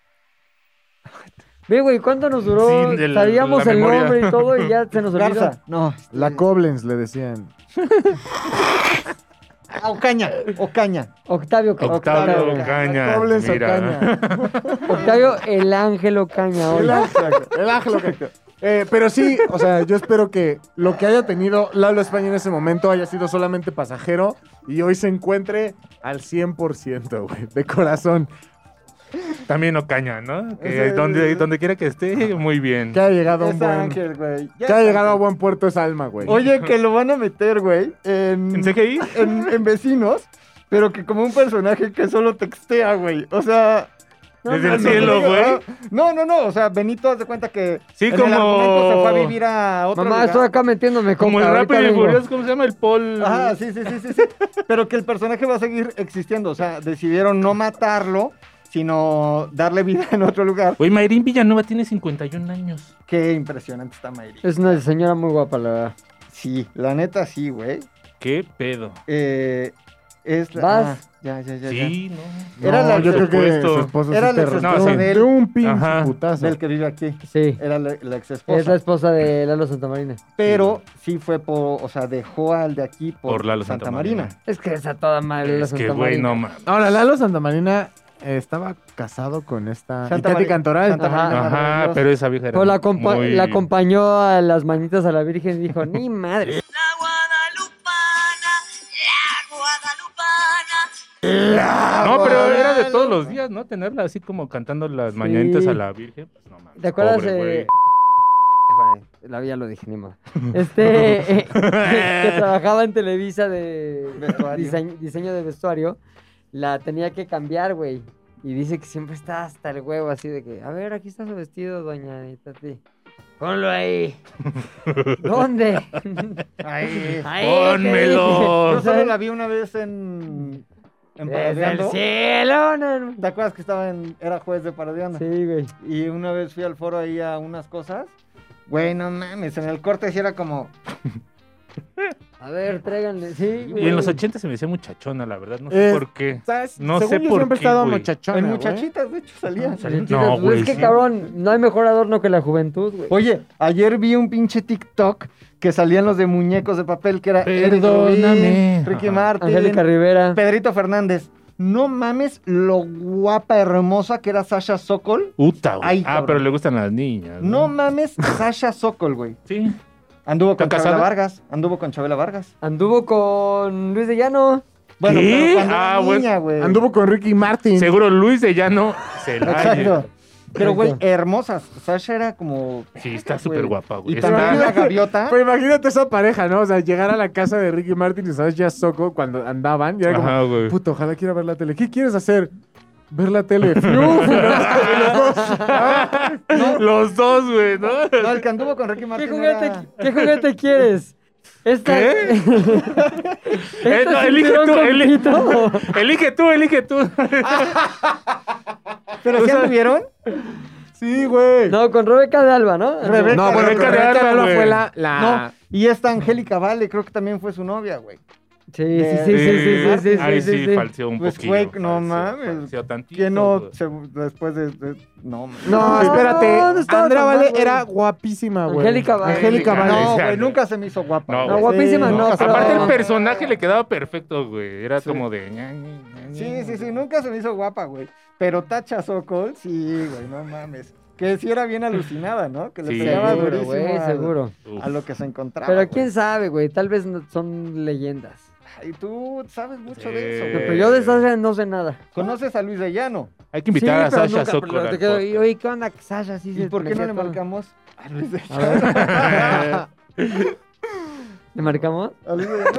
[SPEAKER 1] Ve, güey, ¿cuánto nos duró?
[SPEAKER 4] Sí, de la-
[SPEAKER 1] Sabíamos
[SPEAKER 4] la
[SPEAKER 1] el
[SPEAKER 4] memoria.
[SPEAKER 1] nombre y todo y ya se nos olvidó.
[SPEAKER 2] Garza. No. este,
[SPEAKER 5] La Koblenz le decían.
[SPEAKER 2] ah, Ocaña. Ocaña.
[SPEAKER 1] Octavio, Ca-
[SPEAKER 4] Octavio
[SPEAKER 1] Octavio,
[SPEAKER 4] Ocaña.
[SPEAKER 5] Koblenz
[SPEAKER 4] Ah, Mira.
[SPEAKER 5] Ocaña.
[SPEAKER 1] Octavio, el ángel Ocaña.
[SPEAKER 5] El
[SPEAKER 1] hola.
[SPEAKER 5] ángel, el ángel, ok. Eh, pero sí, o sea, yo espero que lo que haya tenido Lalo España en ese momento haya sido solamente pasajero y hoy se encuentre al 100%, güey, de corazón.
[SPEAKER 4] También Ocaña, ¿no? Que
[SPEAKER 5] Ese-
[SPEAKER 4] donde, donde quiera que esté, muy bien.
[SPEAKER 5] Que haya llegado a un
[SPEAKER 2] Es
[SPEAKER 5] buen...
[SPEAKER 2] Ángel, güey. Ya
[SPEAKER 5] Que haya
[SPEAKER 2] es
[SPEAKER 5] llegado a
[SPEAKER 2] Ángel.
[SPEAKER 5] buen puerto esa alma, güey.
[SPEAKER 2] Oye, que lo van a meter, güey. En,
[SPEAKER 4] ¿En CGI?
[SPEAKER 2] en- en vecinos. Pero que como un personaje que solo textea, güey. O sea.
[SPEAKER 4] Desde el
[SPEAKER 2] mames,
[SPEAKER 4] cielo,
[SPEAKER 2] digo,
[SPEAKER 4] güey.
[SPEAKER 2] No, no, no. O sea, Benito haz de cuenta que.
[SPEAKER 4] Sí,
[SPEAKER 2] en el
[SPEAKER 4] como-
[SPEAKER 2] argumento se fue a vivir a otro
[SPEAKER 1] Mamá,
[SPEAKER 2] lugar.
[SPEAKER 1] estoy acá metiéndome con
[SPEAKER 4] Como el rápido y furioso, ¿cómo se llama? El Paul.
[SPEAKER 2] Ajá, sí, sí, sí, sí, sí. Pero que el personaje va a seguir existiendo. O sea, decidieron no matarlo, sino darle vida en otro lugar.
[SPEAKER 4] Güey, Mayrín Villanueva tiene 51 años.
[SPEAKER 2] Qué impresionante está Mayri.
[SPEAKER 1] Es una señora muy guapa, la verdad.
[SPEAKER 2] Sí, la neta sí, güey.
[SPEAKER 4] ¿Qué pedo?
[SPEAKER 2] Eh, es la...
[SPEAKER 1] Vas.
[SPEAKER 2] ah, ya, ya, ya.
[SPEAKER 4] Sí, no.
[SPEAKER 5] No,
[SPEAKER 2] era la-
[SPEAKER 5] yo creo que
[SPEAKER 4] supuesto.
[SPEAKER 5] su esposo
[SPEAKER 2] Era
[SPEAKER 5] sí te
[SPEAKER 2] la ex
[SPEAKER 4] No, sí.
[SPEAKER 5] de él. un pinche
[SPEAKER 4] Ajá.
[SPEAKER 2] ya.
[SPEAKER 5] putazo.
[SPEAKER 2] Del que vive aquí.
[SPEAKER 1] Sí,
[SPEAKER 2] Era la, la ex
[SPEAKER 1] es la
[SPEAKER 2] esposa.
[SPEAKER 1] esposa de Lalo Santamarina.
[SPEAKER 2] Pero sí fue por... O sea, dejó al de aquí por,
[SPEAKER 4] Por Lalo
[SPEAKER 2] Santa,
[SPEAKER 4] Santamarina.
[SPEAKER 2] Marina.
[SPEAKER 1] Es que es a toda madre Lalo
[SPEAKER 4] Es que, güey,
[SPEAKER 1] Santamarina.
[SPEAKER 4] no mames.
[SPEAKER 5] Ahora, Lalo Santamarina eh, estaba casado con esta...
[SPEAKER 2] Santa
[SPEAKER 5] y Tati
[SPEAKER 2] Mari-
[SPEAKER 5] Cantoral.
[SPEAKER 2] Santa
[SPEAKER 1] Ajá.
[SPEAKER 2] Marina
[SPEAKER 4] Ajá,
[SPEAKER 2] maravillosa.
[SPEAKER 4] pero esa vieja era.
[SPEAKER 2] Pues
[SPEAKER 1] Pero Pues la, compa-
[SPEAKER 4] muy-
[SPEAKER 1] la acompañó a las manitas a la Virgen y dijo, ni madre.
[SPEAKER 8] La guadalupana, la guadalupana.
[SPEAKER 4] No, pero era de todos los días, ¿no? Tenerla así como cantando las mañanitas a la Virgen. Pues no mames.
[SPEAKER 1] ¿Te acuerdas
[SPEAKER 4] Pobre,
[SPEAKER 1] de-
[SPEAKER 4] güey.
[SPEAKER 1] la ya lo dije, ni modo. Este, eh, que, que trabajaba en Televisa de
[SPEAKER 2] Vestuario.
[SPEAKER 1] diseño, diseño de vestuario, la tenía que cambiar, güey. Y dice que siempre está hasta el huevo, así de que, a ver, aquí está su vestido, doña Tati. Ponlo ahí. ¿Dónde?
[SPEAKER 2] Ahí.
[SPEAKER 1] Ahí, te
[SPEAKER 4] Pónmelo.
[SPEAKER 1] dije.
[SPEAKER 2] Yo solo la vi una vez en. En
[SPEAKER 1] Desde el
[SPEAKER 2] Parodiando.
[SPEAKER 1] cielo. no, no.
[SPEAKER 2] ¿Te acuerdas que estaba en. Era juez de Parodiando?
[SPEAKER 1] Sí, güey.
[SPEAKER 2] Y una vez fui al foro ahí a unas cosas. Güey, no mames, en el corte sí era como.
[SPEAKER 1] A ver, tráiganle. Sí, güey.
[SPEAKER 4] Y en los 80 se me decía muchachona, la verdad, no
[SPEAKER 5] Eh,
[SPEAKER 4] sé por qué.
[SPEAKER 5] ¿Sabes?
[SPEAKER 4] No
[SPEAKER 5] Según
[SPEAKER 4] sé
[SPEAKER 5] yo
[SPEAKER 4] por
[SPEAKER 5] siempre he
[SPEAKER 4] qué,
[SPEAKER 5] estado
[SPEAKER 4] güey.
[SPEAKER 5] muchachona,
[SPEAKER 2] En
[SPEAKER 5] güey.
[SPEAKER 2] muchachitas, de hecho, salía.
[SPEAKER 4] No,
[SPEAKER 1] Pues
[SPEAKER 4] güey.
[SPEAKER 1] es que
[SPEAKER 4] sí.
[SPEAKER 1] cabrón, no hay mejor adorno que la juventud, güey.
[SPEAKER 2] Oye, ayer vi un pinche TikTok que salían los de muñecos de papel, que era Eric
[SPEAKER 4] Perdóname.
[SPEAKER 2] Rubin, Ricky
[SPEAKER 4] Ajá.
[SPEAKER 2] Martin,
[SPEAKER 1] Angélica Rivera.
[SPEAKER 2] Pedrito Fernández. No mames lo guapa, hermosa que era Sasha Sokol.
[SPEAKER 4] Uta, güey.
[SPEAKER 2] Ay,
[SPEAKER 4] ah,
[SPEAKER 2] cabrón.
[SPEAKER 4] pero le gustan las niñas.
[SPEAKER 2] No mames Sasha Sokol, güey.
[SPEAKER 4] Sí.
[SPEAKER 2] Anduvo con
[SPEAKER 4] ¿Está
[SPEAKER 2] Chabela
[SPEAKER 4] casada?
[SPEAKER 2] Vargas. Anduvo con Chabela Vargas.
[SPEAKER 1] Anduvo con Luis de Llano.
[SPEAKER 2] Bueno,
[SPEAKER 4] ¿Qué?
[SPEAKER 2] pero cuando era
[SPEAKER 4] Ah, bueno.
[SPEAKER 2] niña, güey.
[SPEAKER 5] Anduvo con Ricky Martin.
[SPEAKER 4] Seguro Luis de Llano se la
[SPEAKER 2] Exacto. Pero, güey, hermosas. Sasha era como...
[SPEAKER 4] Sí, está
[SPEAKER 2] Güey.
[SPEAKER 4] súper guapa, güey.
[SPEAKER 2] Y
[SPEAKER 4] Está-
[SPEAKER 2] también la gaviota.
[SPEAKER 5] Pero Pues imagínate esa pareja, ¿no? O sea, llegar a la casa de Ricky Martin y sabes ya Soco cuando andaban. Y era como,
[SPEAKER 4] Ajá, güey.
[SPEAKER 5] puto, ojalá quiera ver la tele. ¿Qué quieres hacer? Ver la tele. Fiu, los- los dos.
[SPEAKER 4] Los dos, güey, ¿no?
[SPEAKER 2] No, el que anduvo con Ricky
[SPEAKER 1] ¿Qué
[SPEAKER 2] Martin
[SPEAKER 1] juguete,
[SPEAKER 2] era-
[SPEAKER 1] qué juguete quieres? Esta...
[SPEAKER 4] ¿Qué?
[SPEAKER 1] Este
[SPEAKER 4] Eh, no, elige
[SPEAKER 1] cinturón
[SPEAKER 4] tú,
[SPEAKER 1] con
[SPEAKER 4] eli-
[SPEAKER 1] pito.
[SPEAKER 4] elige tú, elige tú.
[SPEAKER 2] ¿Pero si anduvieron?
[SPEAKER 5] Sí, güey.
[SPEAKER 1] No, con Rebeca de Alba, ¿no?
[SPEAKER 2] Rebeca.
[SPEAKER 5] No, bueno,
[SPEAKER 4] Rebeca
[SPEAKER 5] con
[SPEAKER 4] de
[SPEAKER 5] Rebeca
[SPEAKER 4] Alba,
[SPEAKER 5] Alba
[SPEAKER 4] güey.
[SPEAKER 5] fue la...
[SPEAKER 4] ah.
[SPEAKER 5] la-
[SPEAKER 2] No. Y esta Angélica Vale, creo que también fue su novia, güey.
[SPEAKER 1] Sí, sí, sí, sí, sí, sí, sí, sí,
[SPEAKER 4] Ahí sí,
[SPEAKER 1] sí, sí.
[SPEAKER 4] falseó un
[SPEAKER 2] Pues,
[SPEAKER 4] poquito.
[SPEAKER 2] güey, no mames. Que no, se- después de, de- No, mames.
[SPEAKER 5] No, espérate.
[SPEAKER 1] no estaba
[SPEAKER 5] Andrea
[SPEAKER 1] tan mal,
[SPEAKER 5] Vale
[SPEAKER 1] güey.
[SPEAKER 5] era guapísima, güey.
[SPEAKER 1] Angélica Vale.
[SPEAKER 5] Angélica Vale.
[SPEAKER 4] Angélica,
[SPEAKER 2] No,
[SPEAKER 4] Vale.
[SPEAKER 2] güey, nunca se me hizo guapa.
[SPEAKER 4] No,
[SPEAKER 1] No,
[SPEAKER 4] güey.
[SPEAKER 1] guapísima,
[SPEAKER 5] Sí,
[SPEAKER 1] no,
[SPEAKER 5] no,
[SPEAKER 1] pero...
[SPEAKER 4] Aparte el personaje le quedaba perfecto, güey. Era
[SPEAKER 2] Sí.
[SPEAKER 4] como de...
[SPEAKER 2] Sí, sí, sí, nunca se me hizo guapa, güey. Pero Tacha Sokol, sí, güey, no mames. Que sí era bien alucinada, ¿no? Que le
[SPEAKER 4] Sí.
[SPEAKER 2] pegaba
[SPEAKER 1] Seguro,
[SPEAKER 2] durísimo
[SPEAKER 1] güey,
[SPEAKER 2] al-
[SPEAKER 1] seguro.
[SPEAKER 4] Uf.
[SPEAKER 2] a lo que se encontraba.
[SPEAKER 1] Pero
[SPEAKER 2] güey.
[SPEAKER 1] quién sabe, güey, tal vez no- son leyendas.
[SPEAKER 2] Y tú sabes mucho
[SPEAKER 4] Sí.
[SPEAKER 2] de eso,
[SPEAKER 1] Pero
[SPEAKER 2] güey.
[SPEAKER 1] yo de esas no sé nada.
[SPEAKER 2] ¿Conoces a Luis de Llano?
[SPEAKER 4] Hay que invitar
[SPEAKER 1] Sí,
[SPEAKER 4] a
[SPEAKER 1] pero
[SPEAKER 4] Sasha
[SPEAKER 1] nunca-
[SPEAKER 4] Sokol
[SPEAKER 1] pero
[SPEAKER 4] al
[SPEAKER 1] te quedo,
[SPEAKER 4] podcast.
[SPEAKER 1] y, Oye, ¿qué onda, Sasha? Sí,
[SPEAKER 2] ¿Y
[SPEAKER 1] se-
[SPEAKER 2] por
[SPEAKER 1] me
[SPEAKER 2] qué no
[SPEAKER 1] decía
[SPEAKER 2] le
[SPEAKER 1] todo.
[SPEAKER 2] marcamos a Luis de
[SPEAKER 1] A
[SPEAKER 2] Llano?
[SPEAKER 1] ver. ¿Le marcamos?
[SPEAKER 2] A Luis de Llano.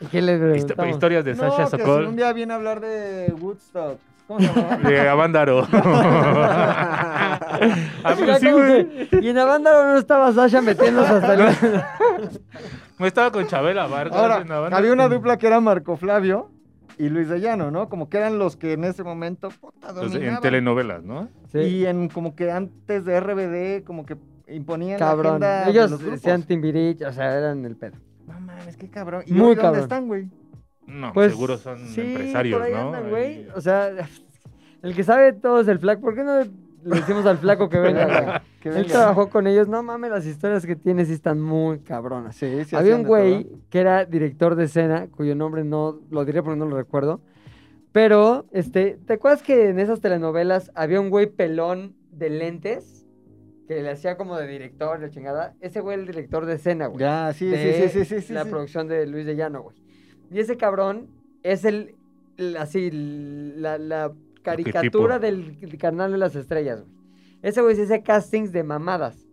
[SPEAKER 1] ¿Y qué le
[SPEAKER 4] Histo-
[SPEAKER 1] preguntamos?
[SPEAKER 4] Historias de Sasha
[SPEAKER 2] no, que si un
[SPEAKER 4] Sokol.
[SPEAKER 2] día viene a hablar de Woodstock. ¿Cómo se llama?
[SPEAKER 4] De Avándaro. ah, pero sí,
[SPEAKER 1] Ya como
[SPEAKER 4] güey.
[SPEAKER 1] que- Y en Avándaro no estaba Sasha metiéndose hasta el...
[SPEAKER 4] No estaba con Chabela Vargas.
[SPEAKER 2] Ahora,
[SPEAKER 4] en Avándaro.
[SPEAKER 2] había una dupla que era Marco Flavio y Luis de Llano, ¿no? Como que eran los que en ese momento, puta,
[SPEAKER 4] Pues, en
[SPEAKER 2] dominaban.
[SPEAKER 4] telenovelas, ¿no?
[SPEAKER 1] Sí,
[SPEAKER 2] Y en como que antes de RBD, como que imponían
[SPEAKER 1] cabrón.
[SPEAKER 2] la agenda de
[SPEAKER 1] Ellos
[SPEAKER 2] los grupos.
[SPEAKER 1] sean Timbirich, o sea, eran el pedo.
[SPEAKER 2] No mames, qué cabrón. ¿Y
[SPEAKER 1] Muy
[SPEAKER 2] hoy
[SPEAKER 1] cabrón.
[SPEAKER 2] dónde están, güey?
[SPEAKER 4] No,
[SPEAKER 1] Pues,
[SPEAKER 4] seguro son
[SPEAKER 1] sí,
[SPEAKER 4] empresarios,
[SPEAKER 1] por ahí
[SPEAKER 4] ¿no?
[SPEAKER 1] andan,
[SPEAKER 4] Ahí-
[SPEAKER 1] güey. O sea, el que sabe todo es el flaco. ¿Por qué no le decimos al flaco que venga, güey?
[SPEAKER 2] Que
[SPEAKER 1] Él
[SPEAKER 2] vengan.
[SPEAKER 1] trabajó con ellos. No mames, las historias que tiene sí están muy cabronas.
[SPEAKER 2] Sí, sí,
[SPEAKER 1] Había
[SPEAKER 2] hacían
[SPEAKER 1] un
[SPEAKER 2] de
[SPEAKER 1] güey
[SPEAKER 2] todo.
[SPEAKER 1] que era director de escena, cuyo nombre no lo diré porque no lo recuerdo. Pero, este, ¿te acuerdas que en esas telenovelas había un güey pelón de lentes? Que le hacía como de director, la chingada. Ese güey era el director de escena, güey.
[SPEAKER 2] Ya, sí, sí,
[SPEAKER 1] de
[SPEAKER 2] sí, sí, sí, sí.
[SPEAKER 1] La
[SPEAKER 2] sí.
[SPEAKER 1] producción de Luis de Llano, güey. Y ese cabrón es el, el- así, la, la caricatura del, canal de las estrellas, güey. Ese güey se hace castings de mamadas.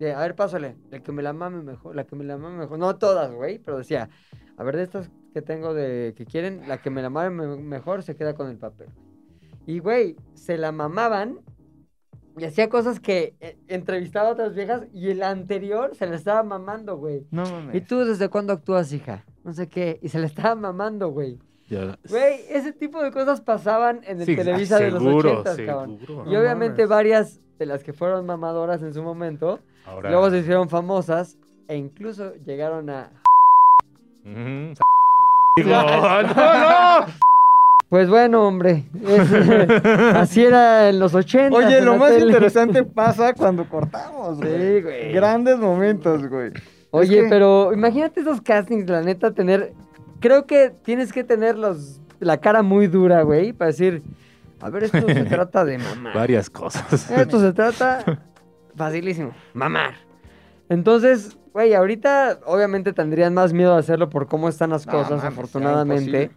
[SPEAKER 1] De, a ver, pásale, la que me la mame mejor, la que me la mame mejor. No todas, güey, pero decía, a ver, de estas que tengo de que quieren, la que me la mame me- mejor se queda con el papel. Y, güey, se la mamaban y hacía cosas que eh, entrevistaba a otras viejas y el anterior se la estaba mamando, güey.
[SPEAKER 2] No
[SPEAKER 1] ¿Y
[SPEAKER 2] mames.
[SPEAKER 1] tú desde cuándo actúas, hija? No sé qué. Y se la estaba mamando, güey. Güey, ese tipo de cosas pasaban en el
[SPEAKER 4] Sí,
[SPEAKER 1] Televisa de
[SPEAKER 4] seguro,
[SPEAKER 1] los 80, cabrón.
[SPEAKER 4] seguro.
[SPEAKER 1] Y obviamente varias de las que fueron mamadoras en su momento,
[SPEAKER 4] Ahora-
[SPEAKER 1] luego se hicieron famosas e incluso llegaron a...
[SPEAKER 4] Ujú. mm, Digo, no, no.
[SPEAKER 1] Pues bueno, hombre. es- así era en los 80.
[SPEAKER 2] Oye,
[SPEAKER 1] en
[SPEAKER 2] lo
[SPEAKER 1] la
[SPEAKER 2] más
[SPEAKER 1] tele.
[SPEAKER 2] interesante pasa cuando cortamos, güey.
[SPEAKER 1] Sí, güey.
[SPEAKER 2] Grandes momentos, güey.
[SPEAKER 1] Oye,
[SPEAKER 2] Es que-
[SPEAKER 1] pero imagínate esos castings, la neta, tener. Creo que tienes que tener los, la cara muy dura, güey, para decir: A ver, esto se trata de mamar.
[SPEAKER 4] Varias cosas.
[SPEAKER 1] Esto se trata. Facilísimo, mamar. Entonces, güey, ahorita obviamente tendrían más miedo a hacerlo por cómo están las
[SPEAKER 2] No,
[SPEAKER 1] cosas,
[SPEAKER 2] mames, ya,
[SPEAKER 1] afortunadamente.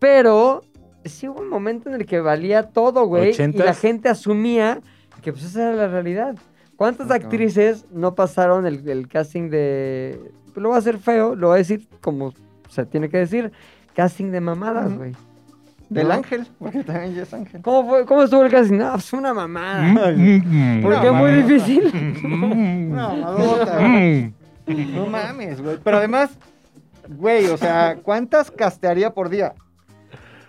[SPEAKER 1] Pero sí hubo un momento en el que valía todo, güey, y la
[SPEAKER 4] ¿Ochentas?
[SPEAKER 1] gente asumía que pues esa era la realidad. ¿Cuántas actrices no pasaron el, el casting de... pues, Lo voy a hacer feo, lo voy a decir como se tiene que decir. Casting de mamadas, güey.
[SPEAKER 2] Del
[SPEAKER 1] ¿No?
[SPEAKER 2] ángel, porque también ya es ángel.
[SPEAKER 1] ¿Cómo, fue- ¿Cómo estuvo el casting? No, pues una mamada.
[SPEAKER 4] ¿Por
[SPEAKER 1] Porque es
[SPEAKER 4] mm,
[SPEAKER 1] muy difícil.
[SPEAKER 2] No, madota, güey.
[SPEAKER 4] mm.
[SPEAKER 2] No mames, güey. Pero además, güey, o sea, ¿cuántas castearía por día?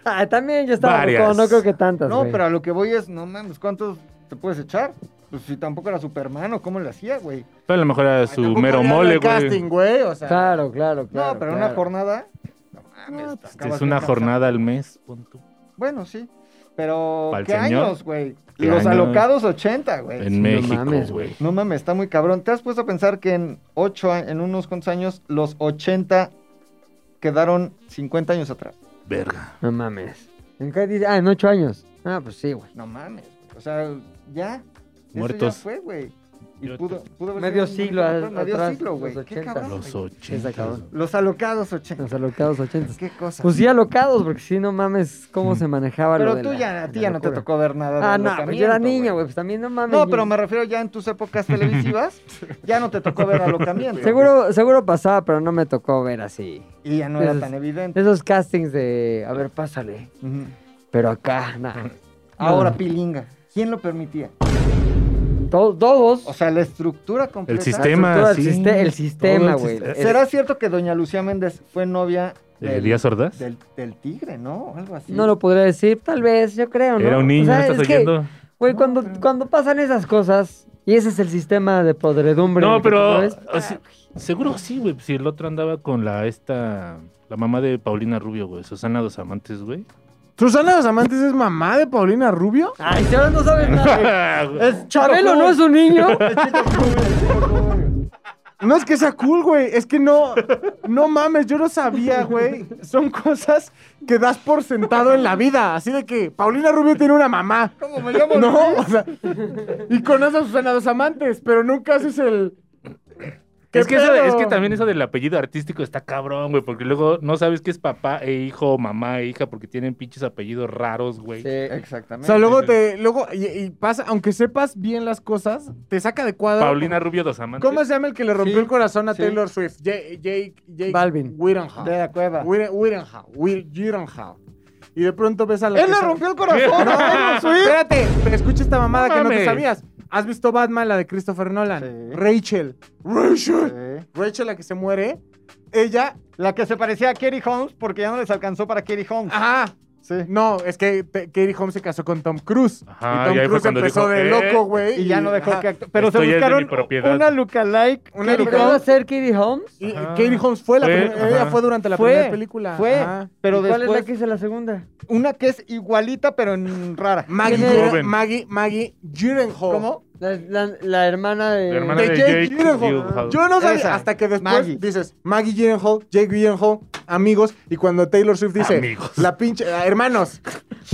[SPEAKER 1] Ah, también yo estaba
[SPEAKER 4] Varias.
[SPEAKER 1] ruco, no creo que tantas,
[SPEAKER 2] No,
[SPEAKER 1] güey.
[SPEAKER 2] pero a lo que voy es, no mames, ¿cuántos te puedes echar? Pues si tampoco era Superman o cómo le hacía, güey.
[SPEAKER 4] Pero a lo mejor era su mero mole, güey.
[SPEAKER 5] güey. O sea,
[SPEAKER 1] Claro, claro, claro.
[SPEAKER 2] no, pero
[SPEAKER 1] claro.
[SPEAKER 2] una jornada. No mames,
[SPEAKER 4] Ah,
[SPEAKER 2] te acabas
[SPEAKER 4] pues, Es
[SPEAKER 2] bien
[SPEAKER 4] una
[SPEAKER 2] cansado.
[SPEAKER 4] jornada al mes. pon tú.
[SPEAKER 2] Bueno, sí. Pero,
[SPEAKER 4] Pa'l
[SPEAKER 2] ¿qué
[SPEAKER 4] señor?
[SPEAKER 2] años, güey?
[SPEAKER 4] ¿Qué
[SPEAKER 2] Los
[SPEAKER 4] años?
[SPEAKER 2] alocados 80, güey.
[SPEAKER 4] En
[SPEAKER 1] mames,
[SPEAKER 4] México, güey.
[SPEAKER 2] No mames, está muy cabrón. ¿Te has puesto a pensar que en ocho, a- en unos cuantos años, los 80 quedaron 50 años atrás?
[SPEAKER 4] Verga.
[SPEAKER 1] No mames. ¿En qué dice? Ah, en ocho años. Ah, pues sí, güey.
[SPEAKER 2] No mames. güey. O sea, ya.
[SPEAKER 4] Muertos.
[SPEAKER 2] Eso ya fue, güey. Y
[SPEAKER 4] Yo
[SPEAKER 2] pudo, pudo haber
[SPEAKER 1] Medio
[SPEAKER 2] sido un
[SPEAKER 1] siglo
[SPEAKER 2] montón de cosas.
[SPEAKER 1] atrás,
[SPEAKER 2] Medio siglo,
[SPEAKER 1] los
[SPEAKER 2] güey. Qué
[SPEAKER 1] 80.
[SPEAKER 2] cabrón.
[SPEAKER 4] Los
[SPEAKER 2] güey.
[SPEAKER 1] Se
[SPEAKER 4] 80.
[SPEAKER 1] acabó.
[SPEAKER 2] Los alocados 80.
[SPEAKER 1] Los alocados ochentas.
[SPEAKER 2] Qué cosa.
[SPEAKER 1] Pues sí, alocados, porque si no mames, cómo se manejaba lo
[SPEAKER 2] pero
[SPEAKER 1] de
[SPEAKER 2] tú
[SPEAKER 1] la-
[SPEAKER 2] ya, a ti
[SPEAKER 1] la
[SPEAKER 2] ya no te
[SPEAKER 1] locura.
[SPEAKER 2] tocó ver nada de
[SPEAKER 1] Ah, no, pues yo era
[SPEAKER 2] alocamiento,
[SPEAKER 1] niño, güey, pues también no mames.
[SPEAKER 2] No,
[SPEAKER 1] ni-
[SPEAKER 2] pero me refiero ya en tus épocas televisivas, ya no te tocó ver alocamiento.
[SPEAKER 1] Seguro, seguro pasaba, pero no me tocó ver así.
[SPEAKER 2] Y ya no era
[SPEAKER 1] Entonces-
[SPEAKER 2] tan evidente.
[SPEAKER 1] Esos castings de, a ver, pásale.
[SPEAKER 2] Ujú.
[SPEAKER 1] Pero acá, nada.
[SPEAKER 2] Ahora, pilinga. ¿Quién lo permitía?
[SPEAKER 1] To- todos.
[SPEAKER 2] O sea, la estructura completa.
[SPEAKER 4] El sistema,
[SPEAKER 1] Todo el,
[SPEAKER 4] sí.
[SPEAKER 1] siste- el sistema,
[SPEAKER 4] Todo
[SPEAKER 1] güey.
[SPEAKER 4] el sistema.
[SPEAKER 1] El-
[SPEAKER 2] ¿Será cierto que doña Lucía Méndez fue novia
[SPEAKER 4] ¿De Díaz Ordaz?
[SPEAKER 2] del, del tigre, no? O algo así.
[SPEAKER 1] No lo podría decir, tal vez, yo creo, ¿no?
[SPEAKER 4] Era un niño,
[SPEAKER 1] O sea,
[SPEAKER 4] ¿no
[SPEAKER 1] es
[SPEAKER 4] estás
[SPEAKER 1] que,
[SPEAKER 4] oyendo?
[SPEAKER 1] Güey, cuando, cuando pasan esas cosas, y ese es el sistema de podredumbre. en
[SPEAKER 4] No,
[SPEAKER 1] el que
[SPEAKER 4] pero.
[SPEAKER 1] tú ves,
[SPEAKER 4] o sea, seguro sí, güey. Si el otro andaba con la esta. La mamá de Paulina Rubio, güey. Susana Dos Amantes, güey.
[SPEAKER 5] Susana Los Amantes es mamá de Paulina Rubio.
[SPEAKER 1] Ay, si ahora no sabes nada.
[SPEAKER 4] es
[SPEAKER 1] Chabelo no es un niño.
[SPEAKER 5] No es que sea cool, güey. Es que no. No mames, yo no sabía, güey. Son cosas que das por sentado en la vida. Así de que Paulina Rubio tiene una mamá.
[SPEAKER 2] ¿Cómo me llamo?
[SPEAKER 5] No, o sea. Y conoce a Susana Dos Amantes, pero nunca haces el. ¿Qué
[SPEAKER 4] que, eso,
[SPEAKER 5] pedo?
[SPEAKER 4] es que también eso del apellido artístico está cabrón, güey. Porque luego no sabes qué es papá e hijo, mamá e hija, porque tienen pinches apellidos raros, güey.
[SPEAKER 5] O
[SPEAKER 2] Exactamente.
[SPEAKER 5] sea, luego te. Luego, y, y pasa, aunque sepas bien las cosas, te saca de cuadro.
[SPEAKER 4] Paulina Rubio Dos Amantes.
[SPEAKER 5] ¿Cómo se llama el que le rompió
[SPEAKER 2] Sí,
[SPEAKER 5] el corazón a
[SPEAKER 2] sí.
[SPEAKER 5] Taylor Swift? Jake. Jake. Jake
[SPEAKER 1] Balvin.
[SPEAKER 5] Whittenhouse.
[SPEAKER 2] De la cueva.
[SPEAKER 5] Whitten- Whittenhouse. Whit- Whittenhouse. Y de pronto ves a la.
[SPEAKER 2] Él
[SPEAKER 5] que
[SPEAKER 2] le
[SPEAKER 5] sabe-
[SPEAKER 2] rompió el corazón.
[SPEAKER 5] No, espérate, pero escucha esta mamada
[SPEAKER 4] No
[SPEAKER 5] que no te
[SPEAKER 4] mames.
[SPEAKER 5] sabías. ¿Has visto Batman, la de Christopher Nolan?
[SPEAKER 2] Sí.
[SPEAKER 5] Rachel. Rachel.
[SPEAKER 2] Sí.
[SPEAKER 5] Rachel, la que se muere. Ella.
[SPEAKER 2] La que se parecía a Kerry Holmes porque ya no les alcanzó para Kerry Holmes.
[SPEAKER 5] Ajá.
[SPEAKER 2] Sí.
[SPEAKER 5] No, es que te- Katie Holmes se casó con Tom Cruise.
[SPEAKER 4] Ajá,
[SPEAKER 5] y Tom
[SPEAKER 4] y ahí fue
[SPEAKER 5] Cruise
[SPEAKER 4] cuando
[SPEAKER 5] empezó
[SPEAKER 4] dijo,
[SPEAKER 5] de
[SPEAKER 4] "Eh".
[SPEAKER 5] loco, güey.
[SPEAKER 2] Y ya no dejó
[SPEAKER 5] ajá.
[SPEAKER 2] que actu- Pero se
[SPEAKER 4] Esto ya es de mi
[SPEAKER 2] buscaron
[SPEAKER 4] propiedad.
[SPEAKER 2] una lookalike.
[SPEAKER 5] Una
[SPEAKER 2] Kerry
[SPEAKER 5] lookalike.
[SPEAKER 1] ¿Llegó
[SPEAKER 2] Holmes.
[SPEAKER 1] a ser Katie Holmes?
[SPEAKER 5] Y, y
[SPEAKER 4] Ajá.
[SPEAKER 5] Katie Holmes fue la
[SPEAKER 4] Fue,
[SPEAKER 5] primera. Ella
[SPEAKER 4] ajá.
[SPEAKER 5] fue durante la
[SPEAKER 2] Fue,
[SPEAKER 5] primera película.
[SPEAKER 2] Fue,
[SPEAKER 5] Ajá.
[SPEAKER 2] pero
[SPEAKER 1] ¿Y ¿Cuál es
[SPEAKER 2] después
[SPEAKER 1] la que hizo la segunda?
[SPEAKER 2] una que es igualita pero en rara.
[SPEAKER 5] Maggie,
[SPEAKER 1] ¿Quién era?
[SPEAKER 5] Gyllen- Maggie, Maggie Gyllenhaal.
[SPEAKER 2] ¿Cómo?
[SPEAKER 1] La, la- la hermana de...
[SPEAKER 4] La hermana
[SPEAKER 5] De
[SPEAKER 4] de
[SPEAKER 5] Jake
[SPEAKER 4] Jake
[SPEAKER 5] Gyllenhaal.
[SPEAKER 4] Gyllenhaal.
[SPEAKER 5] Yo no sabía
[SPEAKER 2] Esa,
[SPEAKER 5] hasta que después
[SPEAKER 2] Maggie.
[SPEAKER 5] dices Maggie Gyllenhaal, Jake Gyllenhaal, amigos. Y cuando Taylor Swift dice
[SPEAKER 4] Amigos.
[SPEAKER 5] la pinche ah, hermanos,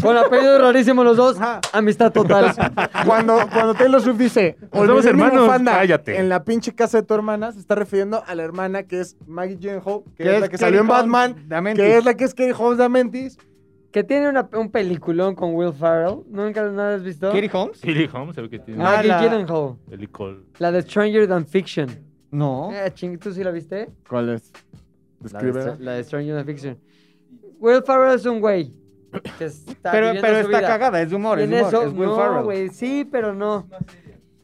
[SPEAKER 1] Con apellidos rarísimos los dos.
[SPEAKER 5] Ajá.
[SPEAKER 1] Amistad total.
[SPEAKER 5] cuando, cuando Taylor Swift dice
[SPEAKER 4] somos
[SPEAKER 5] "Olvidé mi
[SPEAKER 4] hermanos,
[SPEAKER 5] bufanda
[SPEAKER 4] cállate.
[SPEAKER 5] en la pinche casa de tu hermana, se está refiriendo a la hermana que es Maggie Gyllenhaal, que, es, la que
[SPEAKER 2] Kerry
[SPEAKER 5] salió en
[SPEAKER 2] Holmes
[SPEAKER 5] Batman,
[SPEAKER 2] de Amentis.
[SPEAKER 5] que es la que es Katie Holmes de Amentis.
[SPEAKER 1] que tiene una- un peliculón con Will Ferrell. ¿Nunca lo has visto? Ah,
[SPEAKER 2] Kerry Holmes?
[SPEAKER 4] Philly Holmes, se ve que tiene
[SPEAKER 1] Maggie
[SPEAKER 2] Ah, la-
[SPEAKER 1] Gyllenhaal.
[SPEAKER 4] el licor.
[SPEAKER 1] La de Stranger Than Fiction.
[SPEAKER 2] No.
[SPEAKER 1] Eh, ching, ¿Tú sí la viste?
[SPEAKER 5] ¿Cuál es?
[SPEAKER 1] La de, Stra- la de Stranger Than Fiction. Will Ferrell es un güey. que está
[SPEAKER 2] Pero,
[SPEAKER 1] viviendo
[SPEAKER 2] pero
[SPEAKER 1] su
[SPEAKER 2] está
[SPEAKER 1] vida.
[SPEAKER 2] cagada, es de humor,
[SPEAKER 1] Y
[SPEAKER 2] es
[SPEAKER 1] en
[SPEAKER 2] de humor,
[SPEAKER 1] eso,
[SPEAKER 2] es Will
[SPEAKER 1] no,
[SPEAKER 2] Ferrell.
[SPEAKER 1] güey, sí, pero no.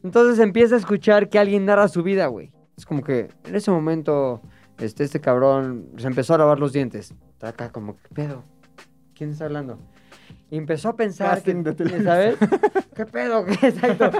[SPEAKER 1] Entonces empieza a escuchar que alguien narra su vida, güey. Es como que en ese momento este, este cabrón se empezó a lavar los dientes. Está acá como, ¿qué pedo? ¿Quién está hablando? Y empezó a pensar, que,
[SPEAKER 2] Casting de televisión.
[SPEAKER 1] ¿sabes? ¿Qué pedo? Exacto.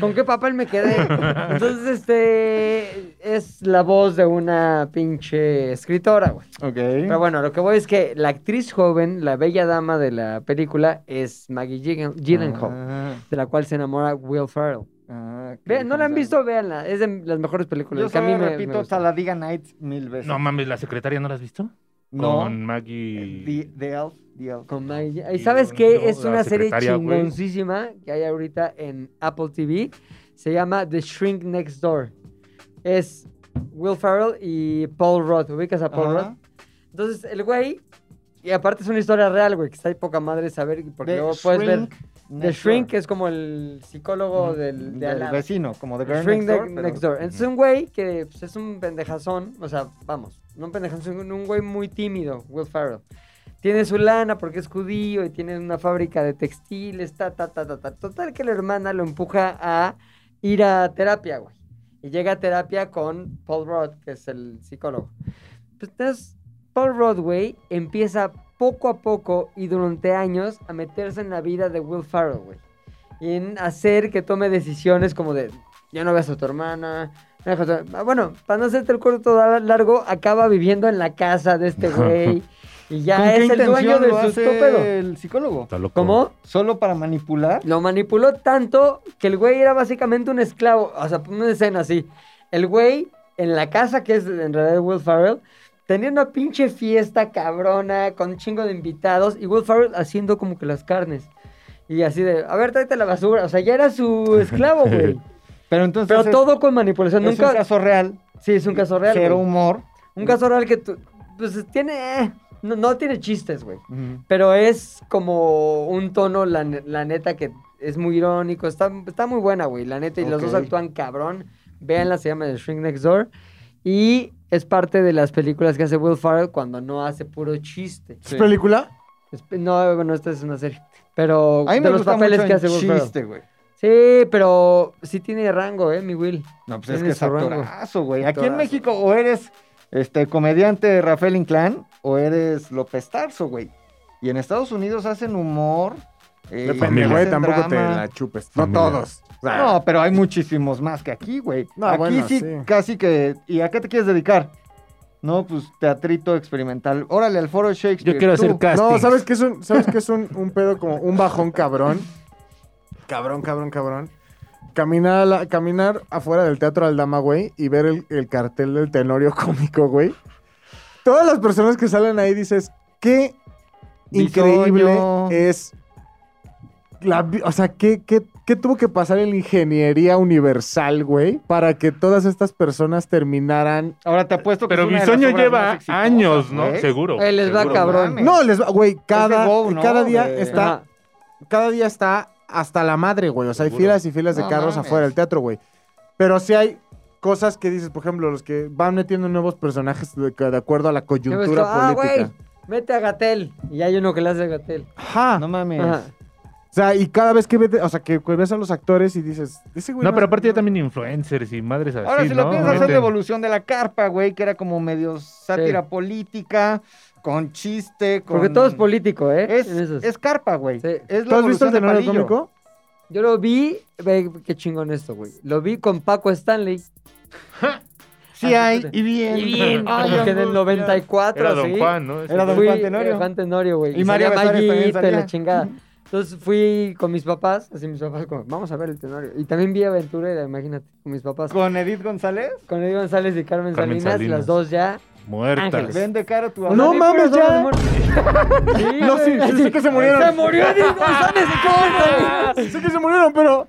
[SPEAKER 1] ¿Con qué papel me quedé? Entonces, este es la voz de una pinche escritora, güey. Pero
[SPEAKER 2] Ok.
[SPEAKER 1] bueno, lo que voy es que la actriz joven, la bella dama de la película, es Maggie Gyllen- Gyllenhaal,
[SPEAKER 2] Ah,
[SPEAKER 1] de la cual se enamora Will Ferrell.
[SPEAKER 2] ah,
[SPEAKER 1] Ve-
[SPEAKER 2] Kerry
[SPEAKER 1] ¿No la han
[SPEAKER 2] Holmes.
[SPEAKER 1] visto? Véanla. Es de las mejores películas.
[SPEAKER 2] Yo
[SPEAKER 1] que a mí
[SPEAKER 2] solo
[SPEAKER 1] me- me
[SPEAKER 2] repito
[SPEAKER 1] gustan.
[SPEAKER 2] Taladiga Nights mil veces.
[SPEAKER 4] No mames, ¿la secretaria no la has visto?
[SPEAKER 2] No.
[SPEAKER 4] Con Maggie.
[SPEAKER 2] The, the Elf, The Elf.
[SPEAKER 1] Con Maggie Gyllenhaal. ¿Y
[SPEAKER 4] Sí,
[SPEAKER 1] sabes
[SPEAKER 4] no,
[SPEAKER 1] qué?
[SPEAKER 4] no,
[SPEAKER 1] Es
[SPEAKER 4] la
[SPEAKER 1] una serie
[SPEAKER 4] secretaria, güey.
[SPEAKER 1] chingoncísima que hay ahorita en Apple TV. Se llama The Shrink Next Door. Es Will Ferrell y Paul Rudd. ¿Ubicas a Paul
[SPEAKER 2] Ajá.
[SPEAKER 1] Rudd? Entonces, el güey... Y aparte es una historia real, güey, que está ahí poca madre saber, porque
[SPEAKER 2] The
[SPEAKER 1] luego puedes ver...
[SPEAKER 2] Shrink
[SPEAKER 1] The Shrink es como el psicólogo del, de al
[SPEAKER 2] Mm, del
[SPEAKER 1] lado.
[SPEAKER 2] vecino, como de
[SPEAKER 1] The
[SPEAKER 2] Girl
[SPEAKER 1] Shrink
[SPEAKER 2] Next
[SPEAKER 1] de-
[SPEAKER 2] Door. pero-
[SPEAKER 1] Next Door. Entonces, un güey que pues, es un pendejazón, o sea, vamos, no un pendejazón, un- un güey muy tímido, Will Ferrell. Tiene su lana porque es judío y tiene una fábrica de textiles, ta, ta, ta, ta, ta. Total que la hermana lo empuja a ir a terapia, güey. Y llega a terapia con Paul Rudd, que es el psicólogo. Pues, Entonces, Paul Rudd, güey, empieza poco a poco y durante años a meterse en la vida de Will Ferrell, güey. Y en hacer que tome decisiones como de, ya no ves a tu hermana. no veas a tu- Ah, Bueno, para no hacerte el corto da- largo, acaba viviendo en la casa de este güey. Y
[SPEAKER 2] ¿Con
[SPEAKER 1] ya
[SPEAKER 2] qué
[SPEAKER 1] es el dueño
[SPEAKER 2] intención
[SPEAKER 1] de
[SPEAKER 2] lo
[SPEAKER 1] su
[SPEAKER 2] hace
[SPEAKER 1] pedo.
[SPEAKER 2] el psicólogo?
[SPEAKER 4] Está loco.
[SPEAKER 1] ¿Cómo?
[SPEAKER 2] ¿Solo para manipular?
[SPEAKER 1] Lo manipuló tanto que el güey era básicamente un esclavo. O sea, una escena así. El güey en la casa, que es en realidad de Will Ferrell, tenía una pinche fiesta cabrona con un chingo de invitados y Will Ferrell haciendo como que las carnes. Y así de, a ver, tráete la basura. O sea, ya era su esclavo, güey.
[SPEAKER 2] Pero entonces
[SPEAKER 1] Pero
[SPEAKER 2] es-
[SPEAKER 1] todo con manipulación.
[SPEAKER 2] es
[SPEAKER 1] Nunca...
[SPEAKER 2] un caso real,
[SPEAKER 1] Sí, es un caso real.
[SPEAKER 2] cero
[SPEAKER 1] güey.
[SPEAKER 2] humor.
[SPEAKER 1] Un caso real que tú- pues tiene... eh, no, no tiene chistes, güey. Pero es como un tono, la, ne- la neta, que es muy irónico. Está, está muy buena, güey, la neta. Y los dos
[SPEAKER 2] Ok.
[SPEAKER 1] actúan cabrón. Véanla, se llama The Shrink Next Door. Y es parte de las películas que hace Will Ferrell cuando no hace puro chiste.
[SPEAKER 5] ¿Es película?
[SPEAKER 1] Es pe- no, bueno, esta es una serie. Pero
[SPEAKER 2] A mí me
[SPEAKER 1] de los
[SPEAKER 2] gusta
[SPEAKER 1] papeles
[SPEAKER 2] mucho
[SPEAKER 1] que
[SPEAKER 2] en
[SPEAKER 1] hace Will Ferrell.
[SPEAKER 2] chiste, güey.
[SPEAKER 1] Sí, pero sí tiene rango, ¿eh, mi Will?
[SPEAKER 2] No, pues es
[SPEAKER 1] Tiene
[SPEAKER 2] que es
[SPEAKER 1] su rango.
[SPEAKER 2] actorazo, güey. Aquí en
[SPEAKER 1] Actorazo.
[SPEAKER 2] México o eres este comediante Rafael Inclán o eres López Tarso, güey. Y en Estados Unidos hacen humor. eh,
[SPEAKER 5] Depende,
[SPEAKER 2] hacen
[SPEAKER 5] güey, tampoco te
[SPEAKER 2] drama.
[SPEAKER 5] la chupes. No
[SPEAKER 4] Familia.
[SPEAKER 5] todos. O sea,
[SPEAKER 2] No, pero hay muchísimos más que aquí, güey.
[SPEAKER 5] No,
[SPEAKER 2] aquí
[SPEAKER 5] bueno,
[SPEAKER 2] sí,
[SPEAKER 5] sí.
[SPEAKER 2] casi que... ¿Y a qué te quieres dedicar? No, pues teatrito experimental. Órale, al foro Shakespeare.
[SPEAKER 4] Yo quiero
[SPEAKER 2] tú.
[SPEAKER 4] hacer casting.
[SPEAKER 5] No, ¿sabes qué es un, ¿sabes qué es un, un pedo como un bajón cabrón? Cabrón, cabrón, cabrón. Caminar, a la- caminar afuera del Teatro Aldama, güey, y ver el, el cartel del Tenorio Cómico, güey. Todas las personas que salen ahí dices, qué increíble
[SPEAKER 2] Bisoño.
[SPEAKER 5] es... La, vi- o sea, ¿qué, qué, qué tuvo que pasar en la ingeniería universal, güey? Para que todas estas personas terminaran
[SPEAKER 2] Ahora te apuesto que
[SPEAKER 4] Pero
[SPEAKER 2] es una de las
[SPEAKER 4] Bisoño
[SPEAKER 2] obras más
[SPEAKER 4] lleva
[SPEAKER 2] exitosas, ¿eh?
[SPEAKER 4] años, ¿no?
[SPEAKER 2] güey.
[SPEAKER 4] Seguro.
[SPEAKER 1] Él les va
[SPEAKER 4] seguro.
[SPEAKER 1] cabrón.
[SPEAKER 2] mames.
[SPEAKER 5] No, les va, güey, cada,
[SPEAKER 2] Go, ¿no?
[SPEAKER 5] cada día
[SPEAKER 2] De-
[SPEAKER 5] está.
[SPEAKER 1] Ajá.
[SPEAKER 5] Cada día está hasta la madre, güey. O sea, hay
[SPEAKER 4] Seguro.
[SPEAKER 5] filas y filas de
[SPEAKER 2] No
[SPEAKER 5] carros
[SPEAKER 2] mames.
[SPEAKER 5] afuera del teatro, güey. Pero sí hay cosas que dices, por ejemplo, los que van metiendo nuevos personajes de, de acuerdo a la
[SPEAKER 1] Yo he
[SPEAKER 5] coyuntura
[SPEAKER 1] visto, ah, güey,
[SPEAKER 5] política.
[SPEAKER 1] mete a Gatel. Y hay uno que le hace a Gatel.
[SPEAKER 5] Ajá.
[SPEAKER 2] No mames.
[SPEAKER 5] O sea, y cada vez que vete, o sea, que que ves a los actores y dices, ese güey
[SPEAKER 4] No, pero
[SPEAKER 5] es-
[SPEAKER 4] aparte ya también influencers y madres así,
[SPEAKER 2] Ahora, si
[SPEAKER 4] ¿no?
[SPEAKER 2] lo piensas, es
[SPEAKER 4] Meten-
[SPEAKER 2] la evolución de la carpa, güey, que era como medio sátira política, con chiste, con...
[SPEAKER 1] Porque todo es político, ¿eh?
[SPEAKER 2] Es,
[SPEAKER 1] En esos.
[SPEAKER 2] es carpa, güey.
[SPEAKER 1] Sí.
[SPEAKER 2] Es la
[SPEAKER 5] ¿Tú has visto
[SPEAKER 2] evolución
[SPEAKER 5] el
[SPEAKER 2] de
[SPEAKER 5] tenorio
[SPEAKER 2] Palillo.
[SPEAKER 5] cómico?
[SPEAKER 1] Yo lo vi, ve qué chingón esto, güey. Lo vi con Paco Stanley.
[SPEAKER 2] Sí hay, y bien.
[SPEAKER 1] Y bien,
[SPEAKER 2] Ay,
[SPEAKER 1] como que en el
[SPEAKER 2] angustia.
[SPEAKER 1] 94,
[SPEAKER 4] Era Don
[SPEAKER 1] sí.
[SPEAKER 4] Juan, ¿no? Este,
[SPEAKER 2] Era Don
[SPEAKER 1] Fui-
[SPEAKER 2] Juan Tenorio.
[SPEAKER 1] eh, Juan Tenorio, güey.
[SPEAKER 2] Y Mario
[SPEAKER 1] salía
[SPEAKER 2] Besares también
[SPEAKER 1] Mayito y
[SPEAKER 2] salía.
[SPEAKER 1] la chingada. Entonces fui con mis papás, así mis papás como, vamos a ver el Tenorio. Y también vi Aventurera, imagínate, con mis papás.
[SPEAKER 2] Con Edith González.
[SPEAKER 1] Con Eddie González y Carmen,
[SPEAKER 4] Carmen
[SPEAKER 1] Salinas,
[SPEAKER 4] Salinas.
[SPEAKER 1] las dos ya.
[SPEAKER 4] Muertas.
[SPEAKER 1] Ángeles.
[SPEAKER 2] Vende caro tu
[SPEAKER 5] No
[SPEAKER 2] amor.
[SPEAKER 5] mames, ya.
[SPEAKER 1] no, sí,
[SPEAKER 5] sí que se murieron.
[SPEAKER 1] ¡Se murió Eddie González! ¿Cómo?
[SPEAKER 5] Sé que se murieron, pero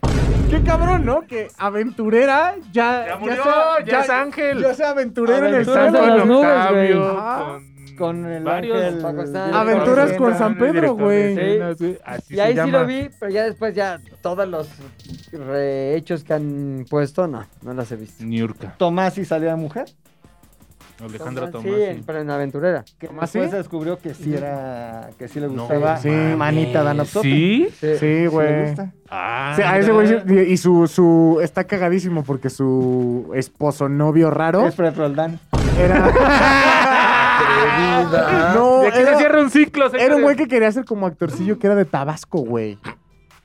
[SPEAKER 5] qué cabrón, ¿no? Que aventurera ya.
[SPEAKER 4] Ya murió, ya es Ángel.
[SPEAKER 5] Ya sea aventurera en el
[SPEAKER 1] Aventuras
[SPEAKER 5] cielo.
[SPEAKER 1] de las nubes,
[SPEAKER 4] Octavio,
[SPEAKER 1] güey.
[SPEAKER 5] Ah,
[SPEAKER 4] con,
[SPEAKER 2] Con el
[SPEAKER 4] varios
[SPEAKER 2] ángel.
[SPEAKER 1] Paco Stanley.
[SPEAKER 5] Aventuras con San
[SPEAKER 4] directores,
[SPEAKER 5] Pedro, güey.
[SPEAKER 4] directores, Así
[SPEAKER 1] Y
[SPEAKER 4] se
[SPEAKER 1] ahí sí
[SPEAKER 4] llama.
[SPEAKER 1] lo vi, pero ya después ya todos los rehechos que han puesto, no, no las he visto.
[SPEAKER 4] Niurka,
[SPEAKER 2] Tomás y salía mujer.
[SPEAKER 4] Alejandra
[SPEAKER 1] Tomás,
[SPEAKER 4] Tomás.
[SPEAKER 1] Sí, en- pero en Aventurera.
[SPEAKER 2] Que
[SPEAKER 5] ¿Tomás
[SPEAKER 2] después
[SPEAKER 5] sí?
[SPEAKER 2] se descubrió que sí era, que sí le
[SPEAKER 4] No,
[SPEAKER 2] gustaba
[SPEAKER 5] sí.
[SPEAKER 2] Manita Danapsote.
[SPEAKER 4] ¿Sí?
[SPEAKER 1] Sí.
[SPEAKER 5] Sí,
[SPEAKER 2] le
[SPEAKER 5] güey.
[SPEAKER 2] gusta.
[SPEAKER 4] Ah,
[SPEAKER 5] Sí, a ese güey sí- y su, su está cagadísimo porque su esposo novio raro
[SPEAKER 2] Es Fred Roldán.
[SPEAKER 5] era no
[SPEAKER 4] De aquí se
[SPEAKER 5] era,
[SPEAKER 4] cierra un ciclo.
[SPEAKER 5] era un güey que quería ser como actorcillo que era de Tabasco güey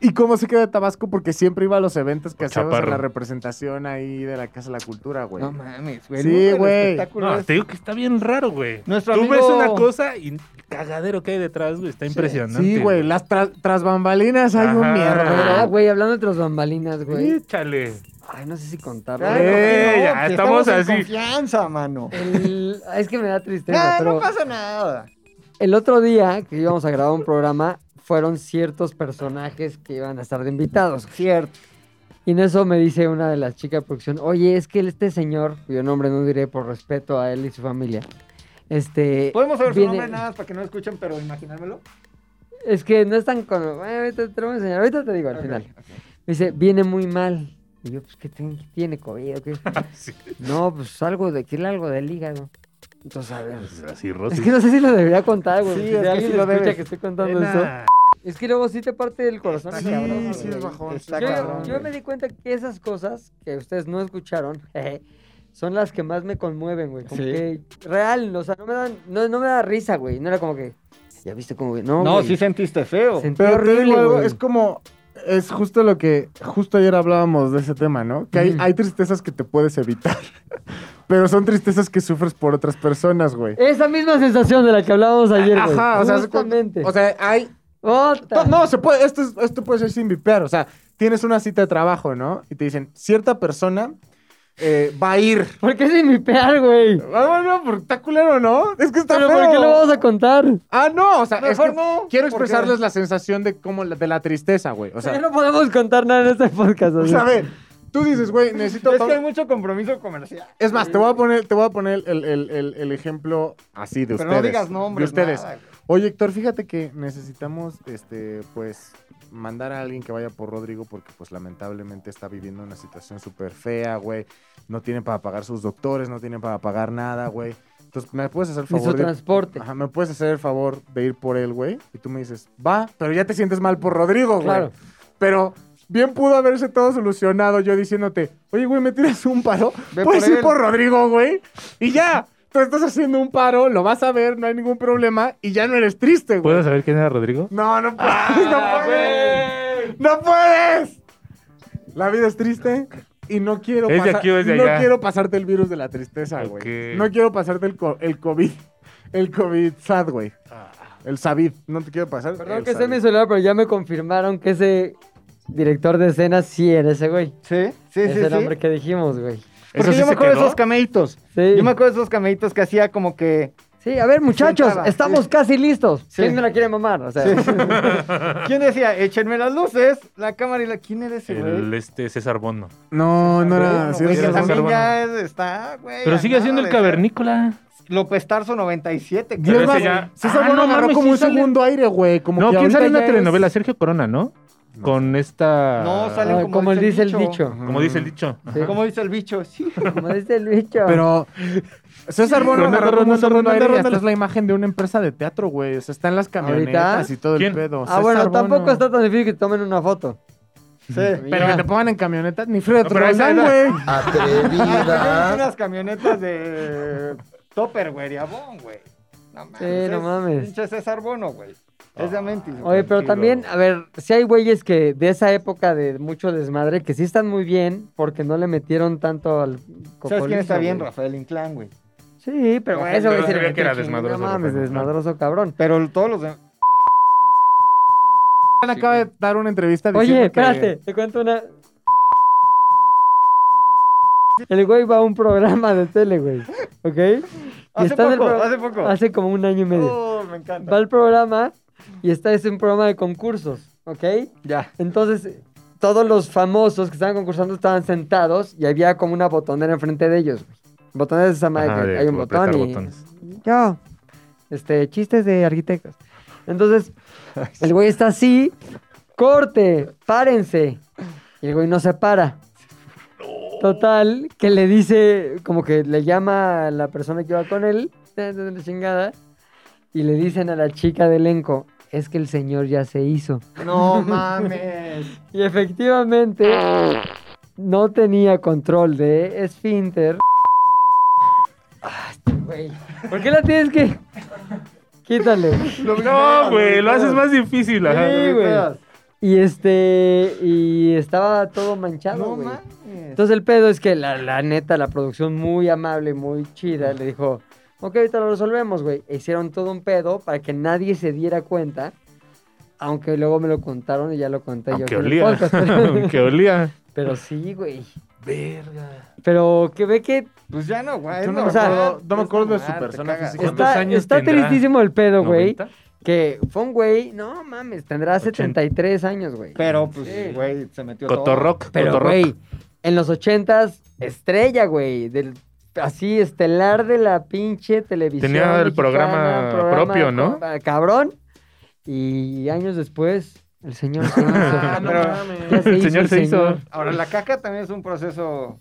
[SPEAKER 5] y cómo se queda de Tabasco porque siempre iba a los eventos que hacíamos en
[SPEAKER 4] Chaparro.
[SPEAKER 5] la representación ahí de la casa de la cultura güey
[SPEAKER 2] No mames, güey.
[SPEAKER 5] Sí,
[SPEAKER 2] El mundo del
[SPEAKER 5] güey.
[SPEAKER 2] espectáculo
[SPEAKER 4] No,
[SPEAKER 2] es-
[SPEAKER 4] te digo que está bien raro, güey.
[SPEAKER 2] Nuestro
[SPEAKER 4] Tú
[SPEAKER 2] amigo-
[SPEAKER 4] ves una cosa y el cagadero que hay detrás, güey. Está impresionante.
[SPEAKER 5] Sí, güey, las tra- tras bambalinas hay un
[SPEAKER 4] Ajá.
[SPEAKER 1] Ah,
[SPEAKER 5] mierda.
[SPEAKER 1] güey, hablando de los bambalinas, güey.
[SPEAKER 4] Sí, chale.
[SPEAKER 1] Ay, no sé si
[SPEAKER 2] Ay,
[SPEAKER 1] contarlo.
[SPEAKER 4] Eh.
[SPEAKER 2] no,
[SPEAKER 4] ya,
[SPEAKER 2] que
[SPEAKER 4] estamos
[SPEAKER 2] en
[SPEAKER 4] así.
[SPEAKER 2] confianza, mano.
[SPEAKER 1] El- ah, Es que me da
[SPEAKER 2] Ah,
[SPEAKER 1] tristeza,
[SPEAKER 2] no
[SPEAKER 1] pero
[SPEAKER 2] pasa nada.
[SPEAKER 1] el otro día que íbamos a grabar un programa, fueron ciertos personajes que iban a estar de invitados.
[SPEAKER 2] Cierto.
[SPEAKER 1] Y en eso me dice una de las chicas de producción, oye, es que este señor, cuyo nombre no diré por respeto a él y su familia, este...
[SPEAKER 2] Podemos saber su
[SPEAKER 1] viene-
[SPEAKER 2] nombre nada más para que no lo escuchen, pero imaginármelo.
[SPEAKER 1] Es que no es tan con... Bueno, ahorita te lo voy a enseñar, ahorita te digo al final. Me dice, viene muy mal. Y yo, pues, ¿qué ten- tiene COVID? o qué?
[SPEAKER 2] Ah,
[SPEAKER 4] Sí.
[SPEAKER 1] No, pues algo de que algo del hígado. Entonces, a ver.
[SPEAKER 4] Pues Así,
[SPEAKER 1] Es
[SPEAKER 4] Rosy.
[SPEAKER 1] que no sé si lo debería contar, güey.
[SPEAKER 2] Sí,
[SPEAKER 1] si
[SPEAKER 2] es que
[SPEAKER 1] alguien
[SPEAKER 2] sí lo
[SPEAKER 1] escucha
[SPEAKER 2] debes.
[SPEAKER 1] que estoy contando eso.
[SPEAKER 4] Nena.
[SPEAKER 1] Es que luego sí te parte el corazón.
[SPEAKER 2] Está
[SPEAKER 1] Sí,
[SPEAKER 2] cabrón,
[SPEAKER 5] sí,
[SPEAKER 2] güey.
[SPEAKER 5] es bajón.
[SPEAKER 2] Está
[SPEAKER 1] yo,
[SPEAKER 2] cabrón,
[SPEAKER 1] yo
[SPEAKER 2] güey.
[SPEAKER 1] me di cuenta que esas cosas que ustedes no escucharon jeje, son las que más me conmueven, güey. Como
[SPEAKER 2] Sí.
[SPEAKER 1] que real, o sea, no me, dan, no, no me da risa, güey. No era como que, ya viste cómo... No,
[SPEAKER 2] No,
[SPEAKER 1] güey.
[SPEAKER 2] sí sentiste feo.
[SPEAKER 1] Sentí
[SPEAKER 5] Pero te
[SPEAKER 1] horrible,
[SPEAKER 5] digo algo,
[SPEAKER 1] güey.
[SPEAKER 5] es como. Es justo lo que. Justo ayer hablábamos de ese tema, ¿no? Que hay,
[SPEAKER 1] Ujú.
[SPEAKER 5] hay tristezas que te puedes evitar. pero son tristezas que sufres por otras personas, güey.
[SPEAKER 1] Esa misma sensación de la que hablábamos ayer, güey.
[SPEAKER 5] Ajá, o sea, es-
[SPEAKER 1] Justamente.
[SPEAKER 5] O sea, hay.
[SPEAKER 1] Otra.
[SPEAKER 5] No, no, se puede. Esto, es- esto puede ser sin vipear. O sea, tienes una cita de trabajo, ¿no? Y te dicen, cierta persona eh, va a ir.
[SPEAKER 1] ¿Por qué sin mi pear, güey?
[SPEAKER 5] Ah, no, porque está culero, ¿no? Es que está
[SPEAKER 1] ¿Pero
[SPEAKER 5] feo.
[SPEAKER 1] por qué lo vamos a contar?
[SPEAKER 5] Ah, no, o sea, es
[SPEAKER 2] Mejor
[SPEAKER 5] que
[SPEAKER 2] no,
[SPEAKER 5] quiero
[SPEAKER 2] porque-
[SPEAKER 5] expresarles la sensación de como la- de la tristeza, güey. O
[SPEAKER 1] ya
[SPEAKER 5] sea,
[SPEAKER 1] no podemos contar nada en este podcast.
[SPEAKER 5] o
[SPEAKER 1] así.
[SPEAKER 5] sea, a ver, tú dices, güey, necesito...
[SPEAKER 2] Es que
[SPEAKER 5] pa-
[SPEAKER 2] hay mucho compromiso comercial.
[SPEAKER 5] Es más, te voy a poner, te voy a poner el, el- el- el ejemplo así de
[SPEAKER 2] Pero
[SPEAKER 5] ustedes.
[SPEAKER 2] no digas nombres.
[SPEAKER 5] De ustedes.
[SPEAKER 2] nada, güey.
[SPEAKER 5] Oye, Héctor, fíjate que necesitamos, este, pues, mandar a alguien que vaya por Rodrigo porque, pues, lamentablemente está viviendo una situación súper fea, güey. No tiene para pagar sus doctores, no tiene para pagar nada, güey. Entonces, ¿me puedes hacer el
[SPEAKER 1] Ni
[SPEAKER 5] favor?
[SPEAKER 1] su
[SPEAKER 5] de-
[SPEAKER 1] transporte.
[SPEAKER 5] Ajá, ¿me puedes hacer el favor de ir por él, güey? Y tú me dices, va, pero ya te sientes mal por Rodrigo, güey.
[SPEAKER 1] Claro.
[SPEAKER 5] Pero bien pudo haberse todo solucionado yo diciéndote, oye, güey, ¿me tiras un paro?
[SPEAKER 2] Ve
[SPEAKER 5] Puedes
[SPEAKER 2] por
[SPEAKER 5] ir
[SPEAKER 2] él.
[SPEAKER 5] por Rodrigo, güey. Y ya, tú estás haciendo un paro, lo vas a ver, no hay ningún problema y ya no eres triste, güey.
[SPEAKER 4] ¿Puedo saber quién era Rodrigo?
[SPEAKER 5] No, no puedes,
[SPEAKER 4] Ah,
[SPEAKER 5] no puedes. ¡No puedes! La vida es triste y no quiero,
[SPEAKER 4] ¿Es de
[SPEAKER 5] pasar-
[SPEAKER 4] aquí o es de
[SPEAKER 5] no
[SPEAKER 4] allá?
[SPEAKER 5] quiero pasarte el virus de la tristeza, güey.
[SPEAKER 4] Ok.
[SPEAKER 5] No quiero pasarte el, co- el COVID, el COVID sad, güey.
[SPEAKER 4] Ah.
[SPEAKER 5] El Savid, no te quiero pasar.
[SPEAKER 1] Perdón
[SPEAKER 5] el
[SPEAKER 1] que esté en mi
[SPEAKER 5] Savid.
[SPEAKER 1] celular, pero ya me confirmaron que ese director de escena sí era ese güey.
[SPEAKER 2] Sí, sí, sí.
[SPEAKER 1] ese
[SPEAKER 2] sí.
[SPEAKER 1] nombre que dijimos, güey.
[SPEAKER 2] Porque
[SPEAKER 4] sí
[SPEAKER 2] yo me
[SPEAKER 4] se
[SPEAKER 2] acuerdo de
[SPEAKER 4] quedó?
[SPEAKER 2] esos cameitos.
[SPEAKER 1] Sí.
[SPEAKER 2] Yo me acuerdo de esos cameitos que hacía como que.
[SPEAKER 1] Sí, a ver, muchachos,
[SPEAKER 2] entraba,
[SPEAKER 1] estamos
[SPEAKER 2] sí.
[SPEAKER 1] casi listos.
[SPEAKER 2] Sí.
[SPEAKER 1] ¿Quién me la quiere mamar? O sea,
[SPEAKER 2] ¿Quién decía? Échenme las luces, la cámara y la. ¿Quién era ese, güey?
[SPEAKER 4] El este César Bono.
[SPEAKER 5] No, no era.
[SPEAKER 2] Bueno,
[SPEAKER 4] pues,
[SPEAKER 5] sí
[SPEAKER 2] güey,
[SPEAKER 5] era
[SPEAKER 2] que
[SPEAKER 5] César
[SPEAKER 2] también
[SPEAKER 5] Bono.
[SPEAKER 2] ya es- está, güey.
[SPEAKER 4] Pero
[SPEAKER 2] a
[SPEAKER 4] sigue
[SPEAKER 2] nada
[SPEAKER 4] haciendo el
[SPEAKER 2] de ser
[SPEAKER 4] cavernícola.
[SPEAKER 2] López Tarso 97.
[SPEAKER 4] Pero
[SPEAKER 5] Dios
[SPEAKER 4] ese
[SPEAKER 5] más,
[SPEAKER 4] ya-
[SPEAKER 5] César
[SPEAKER 4] Ah,
[SPEAKER 5] Bono
[SPEAKER 4] no
[SPEAKER 5] agarró
[SPEAKER 4] mames,
[SPEAKER 5] como
[SPEAKER 4] sí
[SPEAKER 5] un
[SPEAKER 4] sale-
[SPEAKER 5] segundo aire, güey. Como
[SPEAKER 4] No,
[SPEAKER 5] que
[SPEAKER 4] ¿quién
[SPEAKER 5] ahorita
[SPEAKER 4] sale en una
[SPEAKER 5] ya es-
[SPEAKER 4] telenovela? Sergio Corona, ¿no? Con esta.
[SPEAKER 2] No, sale
[SPEAKER 1] ah,
[SPEAKER 2] como
[SPEAKER 1] como él dice el dicho.
[SPEAKER 4] Como dice el dicho.
[SPEAKER 1] Sí.
[SPEAKER 2] ¿Cómo dice el bicho? Sí.
[SPEAKER 1] Como dice el dicho.
[SPEAKER 5] Pero César Bono
[SPEAKER 4] Ronaldo,
[SPEAKER 5] agarró como un
[SPEAKER 4] Ronaldo,
[SPEAKER 5] segundo
[SPEAKER 4] Ronaldo,
[SPEAKER 5] aire y
[SPEAKER 4] Ronaldo.
[SPEAKER 5] hasta es la imagen de una empresa de teatro, güey. O sea, está en las camionetas y todo
[SPEAKER 4] ¿Quién?
[SPEAKER 5] el pedo.
[SPEAKER 1] ah,
[SPEAKER 5] César
[SPEAKER 1] bueno,
[SPEAKER 5] Bono.
[SPEAKER 1] tampoco está tan difícil que tomen una foto.
[SPEAKER 2] Sí.
[SPEAKER 5] Pero que te pongan en camionetas, ni Fred
[SPEAKER 4] No, pero esa
[SPEAKER 5] Roldán,
[SPEAKER 4] era-
[SPEAKER 5] güey.
[SPEAKER 2] Ah,
[SPEAKER 10] Atrevida.
[SPEAKER 2] unas camionetas de Topper, güey, de Avon, güey. No mames.
[SPEAKER 1] Sí, no
[SPEAKER 2] es
[SPEAKER 1] mames.
[SPEAKER 2] Pinche César Bono, güey. Es de Amentis. güey.
[SPEAKER 1] Oye, pero también, a ver, si hay güeyes que de esa época de mucho desmadre que sí están muy bien porque no le metieron tanto al
[SPEAKER 2] ¿Sabes quién
[SPEAKER 1] cocolizo,
[SPEAKER 2] está bien?
[SPEAKER 1] güey.
[SPEAKER 2] Rafael Inclán, güey.
[SPEAKER 1] Sí, pero
[SPEAKER 2] Rafael,
[SPEAKER 1] eso
[SPEAKER 4] pero
[SPEAKER 1] güey, se
[SPEAKER 4] se
[SPEAKER 1] le
[SPEAKER 4] veía que era
[SPEAKER 1] metió chingo,
[SPEAKER 4] desmadroso,
[SPEAKER 1] No mames,
[SPEAKER 4] Rafael.
[SPEAKER 1] desmadroso cabrón.
[SPEAKER 2] Pero todos los demás.
[SPEAKER 5] Acaba de dar una entrevista diciendo
[SPEAKER 1] Oye,
[SPEAKER 5] que-
[SPEAKER 1] espérate, te cuento una. El güey va a un programa de tele, güey. ¿Ok? Y
[SPEAKER 2] Hace
[SPEAKER 1] está en el
[SPEAKER 2] poco,
[SPEAKER 1] pro-
[SPEAKER 2] hace poco.
[SPEAKER 1] Hace como un año y medio.
[SPEAKER 2] Oh, me
[SPEAKER 1] Va
[SPEAKER 2] encanta.
[SPEAKER 1] al programa y está es un programa de concursos, ¿ok?
[SPEAKER 2] Ya.
[SPEAKER 1] Entonces, todos los famosos que estaban concursando estaban sentados y había como una botonera enfrente de ellos. güey. Botonera es esa madre
[SPEAKER 4] Ajá,
[SPEAKER 1] que
[SPEAKER 4] de
[SPEAKER 1] hay un
[SPEAKER 4] apretar
[SPEAKER 1] botón y...
[SPEAKER 4] botones.
[SPEAKER 1] Yo, este, chistes de arquitectos. Entonces, el güey está así, corte, párense. Y el güey no se para. Total, que le dice, como que le llama a la persona que va con él, ta, ta, ta, chingada, y le dicen a la chica de elenco, es que el señor ya se hizo.
[SPEAKER 2] No mames.
[SPEAKER 1] Y efectivamente no tenía control de esfínter. Ah, este güey. ¿Por qué la tienes que...? Quítale.
[SPEAKER 4] No, güey, lo haces más difícil. ajá.
[SPEAKER 1] Sí, güey. Y este... Y estaba todo manchado,
[SPEAKER 2] No
[SPEAKER 1] güey.
[SPEAKER 2] mames.
[SPEAKER 1] Entonces el pedo es que la, la neta, la producción muy amable, muy chida, le dijo, ok, ahorita lo resolvemos, güey. E Hicieron todo un pedo para que nadie se diera cuenta, aunque luego me lo contaron y ya lo conté
[SPEAKER 4] Aunque
[SPEAKER 1] yo. aquí en el
[SPEAKER 4] olía.
[SPEAKER 1] podcast, pero-
[SPEAKER 4] Aunque olía.
[SPEAKER 1] Pero sí, güey. Verga. Pero que ve que
[SPEAKER 2] Pues ya no, güey.
[SPEAKER 5] Yo no
[SPEAKER 2] es
[SPEAKER 5] me
[SPEAKER 2] normal,
[SPEAKER 5] acuerdo- no me
[SPEAKER 2] es
[SPEAKER 5] acuerdo de
[SPEAKER 2] normal,
[SPEAKER 5] su
[SPEAKER 2] te
[SPEAKER 5] persona
[SPEAKER 2] cagas.
[SPEAKER 5] física.
[SPEAKER 4] ¿Cuántos
[SPEAKER 1] está,
[SPEAKER 4] años
[SPEAKER 1] está
[SPEAKER 4] tendrá?
[SPEAKER 1] tristísimo el pedo, güey.
[SPEAKER 4] ¿Noventa?
[SPEAKER 1] Que fue un güey, no mames, tendrá
[SPEAKER 4] 80.
[SPEAKER 1] 73 años, güey.
[SPEAKER 2] Pero pues, güey, se metió todo.
[SPEAKER 4] Cotorrock.
[SPEAKER 1] Pero,
[SPEAKER 4] Cotorrock.
[SPEAKER 1] güey, en los 80s, estrella, güey. del- Así, estelar de la pinche televisión.
[SPEAKER 4] Tenía el
[SPEAKER 1] mexicana,
[SPEAKER 4] programa propio, ¿no?
[SPEAKER 1] co- ah, Cabrón. Y años después, el señor se hizo.
[SPEAKER 4] Ah, no
[SPEAKER 2] Pero-
[SPEAKER 4] mames.
[SPEAKER 1] Ya se
[SPEAKER 4] el
[SPEAKER 1] hizo
[SPEAKER 4] señor
[SPEAKER 1] el
[SPEAKER 4] se hizo.
[SPEAKER 1] señor.
[SPEAKER 2] Ahora, la caca también es un proceso.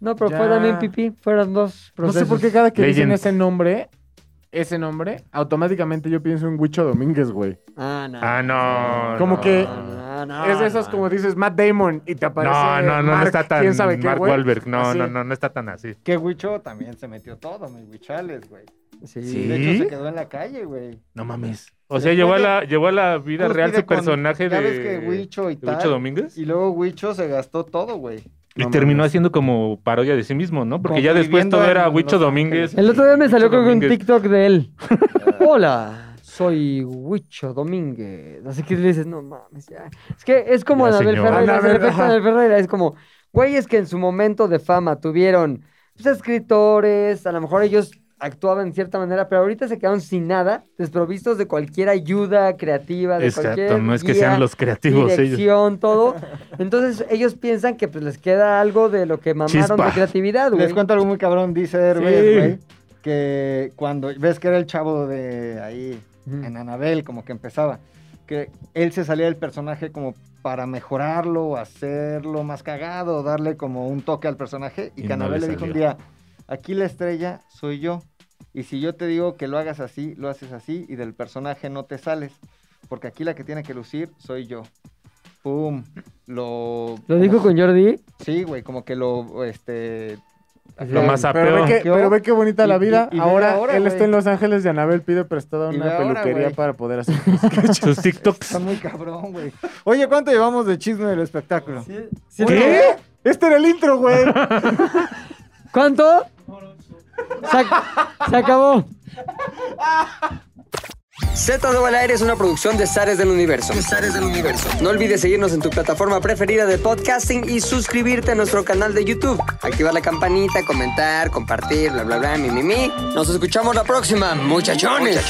[SPEAKER 1] No, pero fue
[SPEAKER 5] Ya.
[SPEAKER 1] también pipí. Fueron dos
[SPEAKER 5] No
[SPEAKER 1] procesos.
[SPEAKER 5] sé por qué cada que dicen
[SPEAKER 4] Legend.
[SPEAKER 5] ese nombre, ese nombre, automáticamente yo pienso en Huicho Domínguez, güey.
[SPEAKER 1] Ah, no.
[SPEAKER 4] Ah, no.
[SPEAKER 5] Como
[SPEAKER 4] no.
[SPEAKER 5] que-
[SPEAKER 1] No, no,
[SPEAKER 5] es de esos
[SPEAKER 1] no.
[SPEAKER 5] como dices Matt Damon y te aparece
[SPEAKER 4] Ah, No, no, no, no
[SPEAKER 5] Mark,
[SPEAKER 4] está tan.
[SPEAKER 5] ¿Quién sabe qué,
[SPEAKER 4] Mark
[SPEAKER 5] güey?
[SPEAKER 4] Wahlberg. No,
[SPEAKER 5] Así.
[SPEAKER 4] no, no, no está tan así.
[SPEAKER 2] Que Huicho también se metió todo, mi Huichales, güey.
[SPEAKER 1] Sí.
[SPEAKER 4] Sí.
[SPEAKER 2] De hecho, se quedó en la calle, güey.
[SPEAKER 4] No mames. O sea,
[SPEAKER 2] Después
[SPEAKER 4] llevó a
[SPEAKER 2] de-
[SPEAKER 4] la, llevó a la vida real
[SPEAKER 2] Cúspide
[SPEAKER 4] su
[SPEAKER 2] con-
[SPEAKER 4] personaje
[SPEAKER 2] Ya
[SPEAKER 4] de.
[SPEAKER 2] ves que Huicho y
[SPEAKER 4] de
[SPEAKER 2] tal.
[SPEAKER 4] Huicho Domínguez.
[SPEAKER 2] Y luego Huicho se gastó todo, güey.
[SPEAKER 4] Y
[SPEAKER 5] No
[SPEAKER 4] terminó
[SPEAKER 5] mames.
[SPEAKER 4] haciendo como parodia de sí mismo, ¿no? Porque ya después
[SPEAKER 2] Conviviendo
[SPEAKER 4] todo
[SPEAKER 2] en
[SPEAKER 4] era
[SPEAKER 2] Los
[SPEAKER 4] Huicho
[SPEAKER 2] Ángeles.
[SPEAKER 4] Domínguez.
[SPEAKER 1] El otro día me
[SPEAKER 4] Huicho
[SPEAKER 1] salió creo que un
[SPEAKER 4] Domínguez.
[SPEAKER 1] TikTok de él. Hola, soy Huicho Domínguez. Así que le dices, no mames, ya. Es que es como
[SPEAKER 4] Ya,
[SPEAKER 1] Anabel
[SPEAKER 4] señor.
[SPEAKER 1] Ferreira.
[SPEAKER 5] Anabel,
[SPEAKER 1] El efecto
[SPEAKER 5] ajá.
[SPEAKER 1] Anabel Ferreira es como, güeyes que en su momento de fama tuvieron pues, escritores, a lo mejor ellos actuaban en cierta manera, pero ahorita se quedaron sin nada, desprovistos de cualquier ayuda creativa, de
[SPEAKER 4] Exacto,
[SPEAKER 1] cualquier
[SPEAKER 4] no es que
[SPEAKER 1] guía,
[SPEAKER 4] sean los creativos ellos.
[SPEAKER 1] dirección, todo. Entonces ellos piensan que pues les queda algo de lo que mamaron
[SPEAKER 4] Chispa.
[SPEAKER 1] de creatividad, güey.
[SPEAKER 2] Les cuento algo muy cabrón, dice Herbes,
[SPEAKER 4] Sí.
[SPEAKER 2] güey. Que cuando ves que era el chavo de ahí,
[SPEAKER 1] Ujú.
[SPEAKER 2] en Anabel, como que empezaba. Que él se salía del personaje como para mejorarlo, hacerlo más cagado, darle como un toque al personaje. Y,
[SPEAKER 4] Y
[SPEAKER 2] que
[SPEAKER 4] no
[SPEAKER 2] Anabel
[SPEAKER 4] le
[SPEAKER 2] le dijo un
[SPEAKER 4] salió.
[SPEAKER 2] día: Aquí la estrella soy yo. Y si yo te digo que lo hagas así, lo haces así. Y del personaje no te sales. Porque aquí la que tiene que lucir soy yo. ¡Pum! Lo.
[SPEAKER 1] Lo dijo con Jordi.
[SPEAKER 2] Sí, güey, como que lo. Este.
[SPEAKER 4] Lo más
[SPEAKER 5] Pero ve,
[SPEAKER 4] apeo.
[SPEAKER 5] que, pero ve qué bonita la
[SPEAKER 2] Y-
[SPEAKER 5] vida.
[SPEAKER 2] y- y ve
[SPEAKER 5] ahora,
[SPEAKER 2] ahora,
[SPEAKER 5] él está
[SPEAKER 2] güey.
[SPEAKER 5] en Los Ángeles y Anabel pide prestada
[SPEAKER 2] Y
[SPEAKER 5] una
[SPEAKER 2] ve ahora,
[SPEAKER 5] peluquería
[SPEAKER 2] güey.
[SPEAKER 5] para poder hacer.
[SPEAKER 4] Sus TikToks.
[SPEAKER 2] Está muy cabrón, güey. Oye, ¿cuánto llevamos de chisme del espectáculo?
[SPEAKER 4] ¿Qué?
[SPEAKER 5] este era el intro, güey.
[SPEAKER 1] ¿Cuánto? Se, ac- se acabó.
[SPEAKER 3] Z2 al aire es una producción de Zares del Universo. del Universo. No olvides seguirnos en tu plataforma preferida de podcasting y suscribirte a nuestro canal de YouTube. Activar la campanita, comentar, compartir, bla, bla, bla, mi, mi, mi. Nos escuchamos la próxima, muchachones.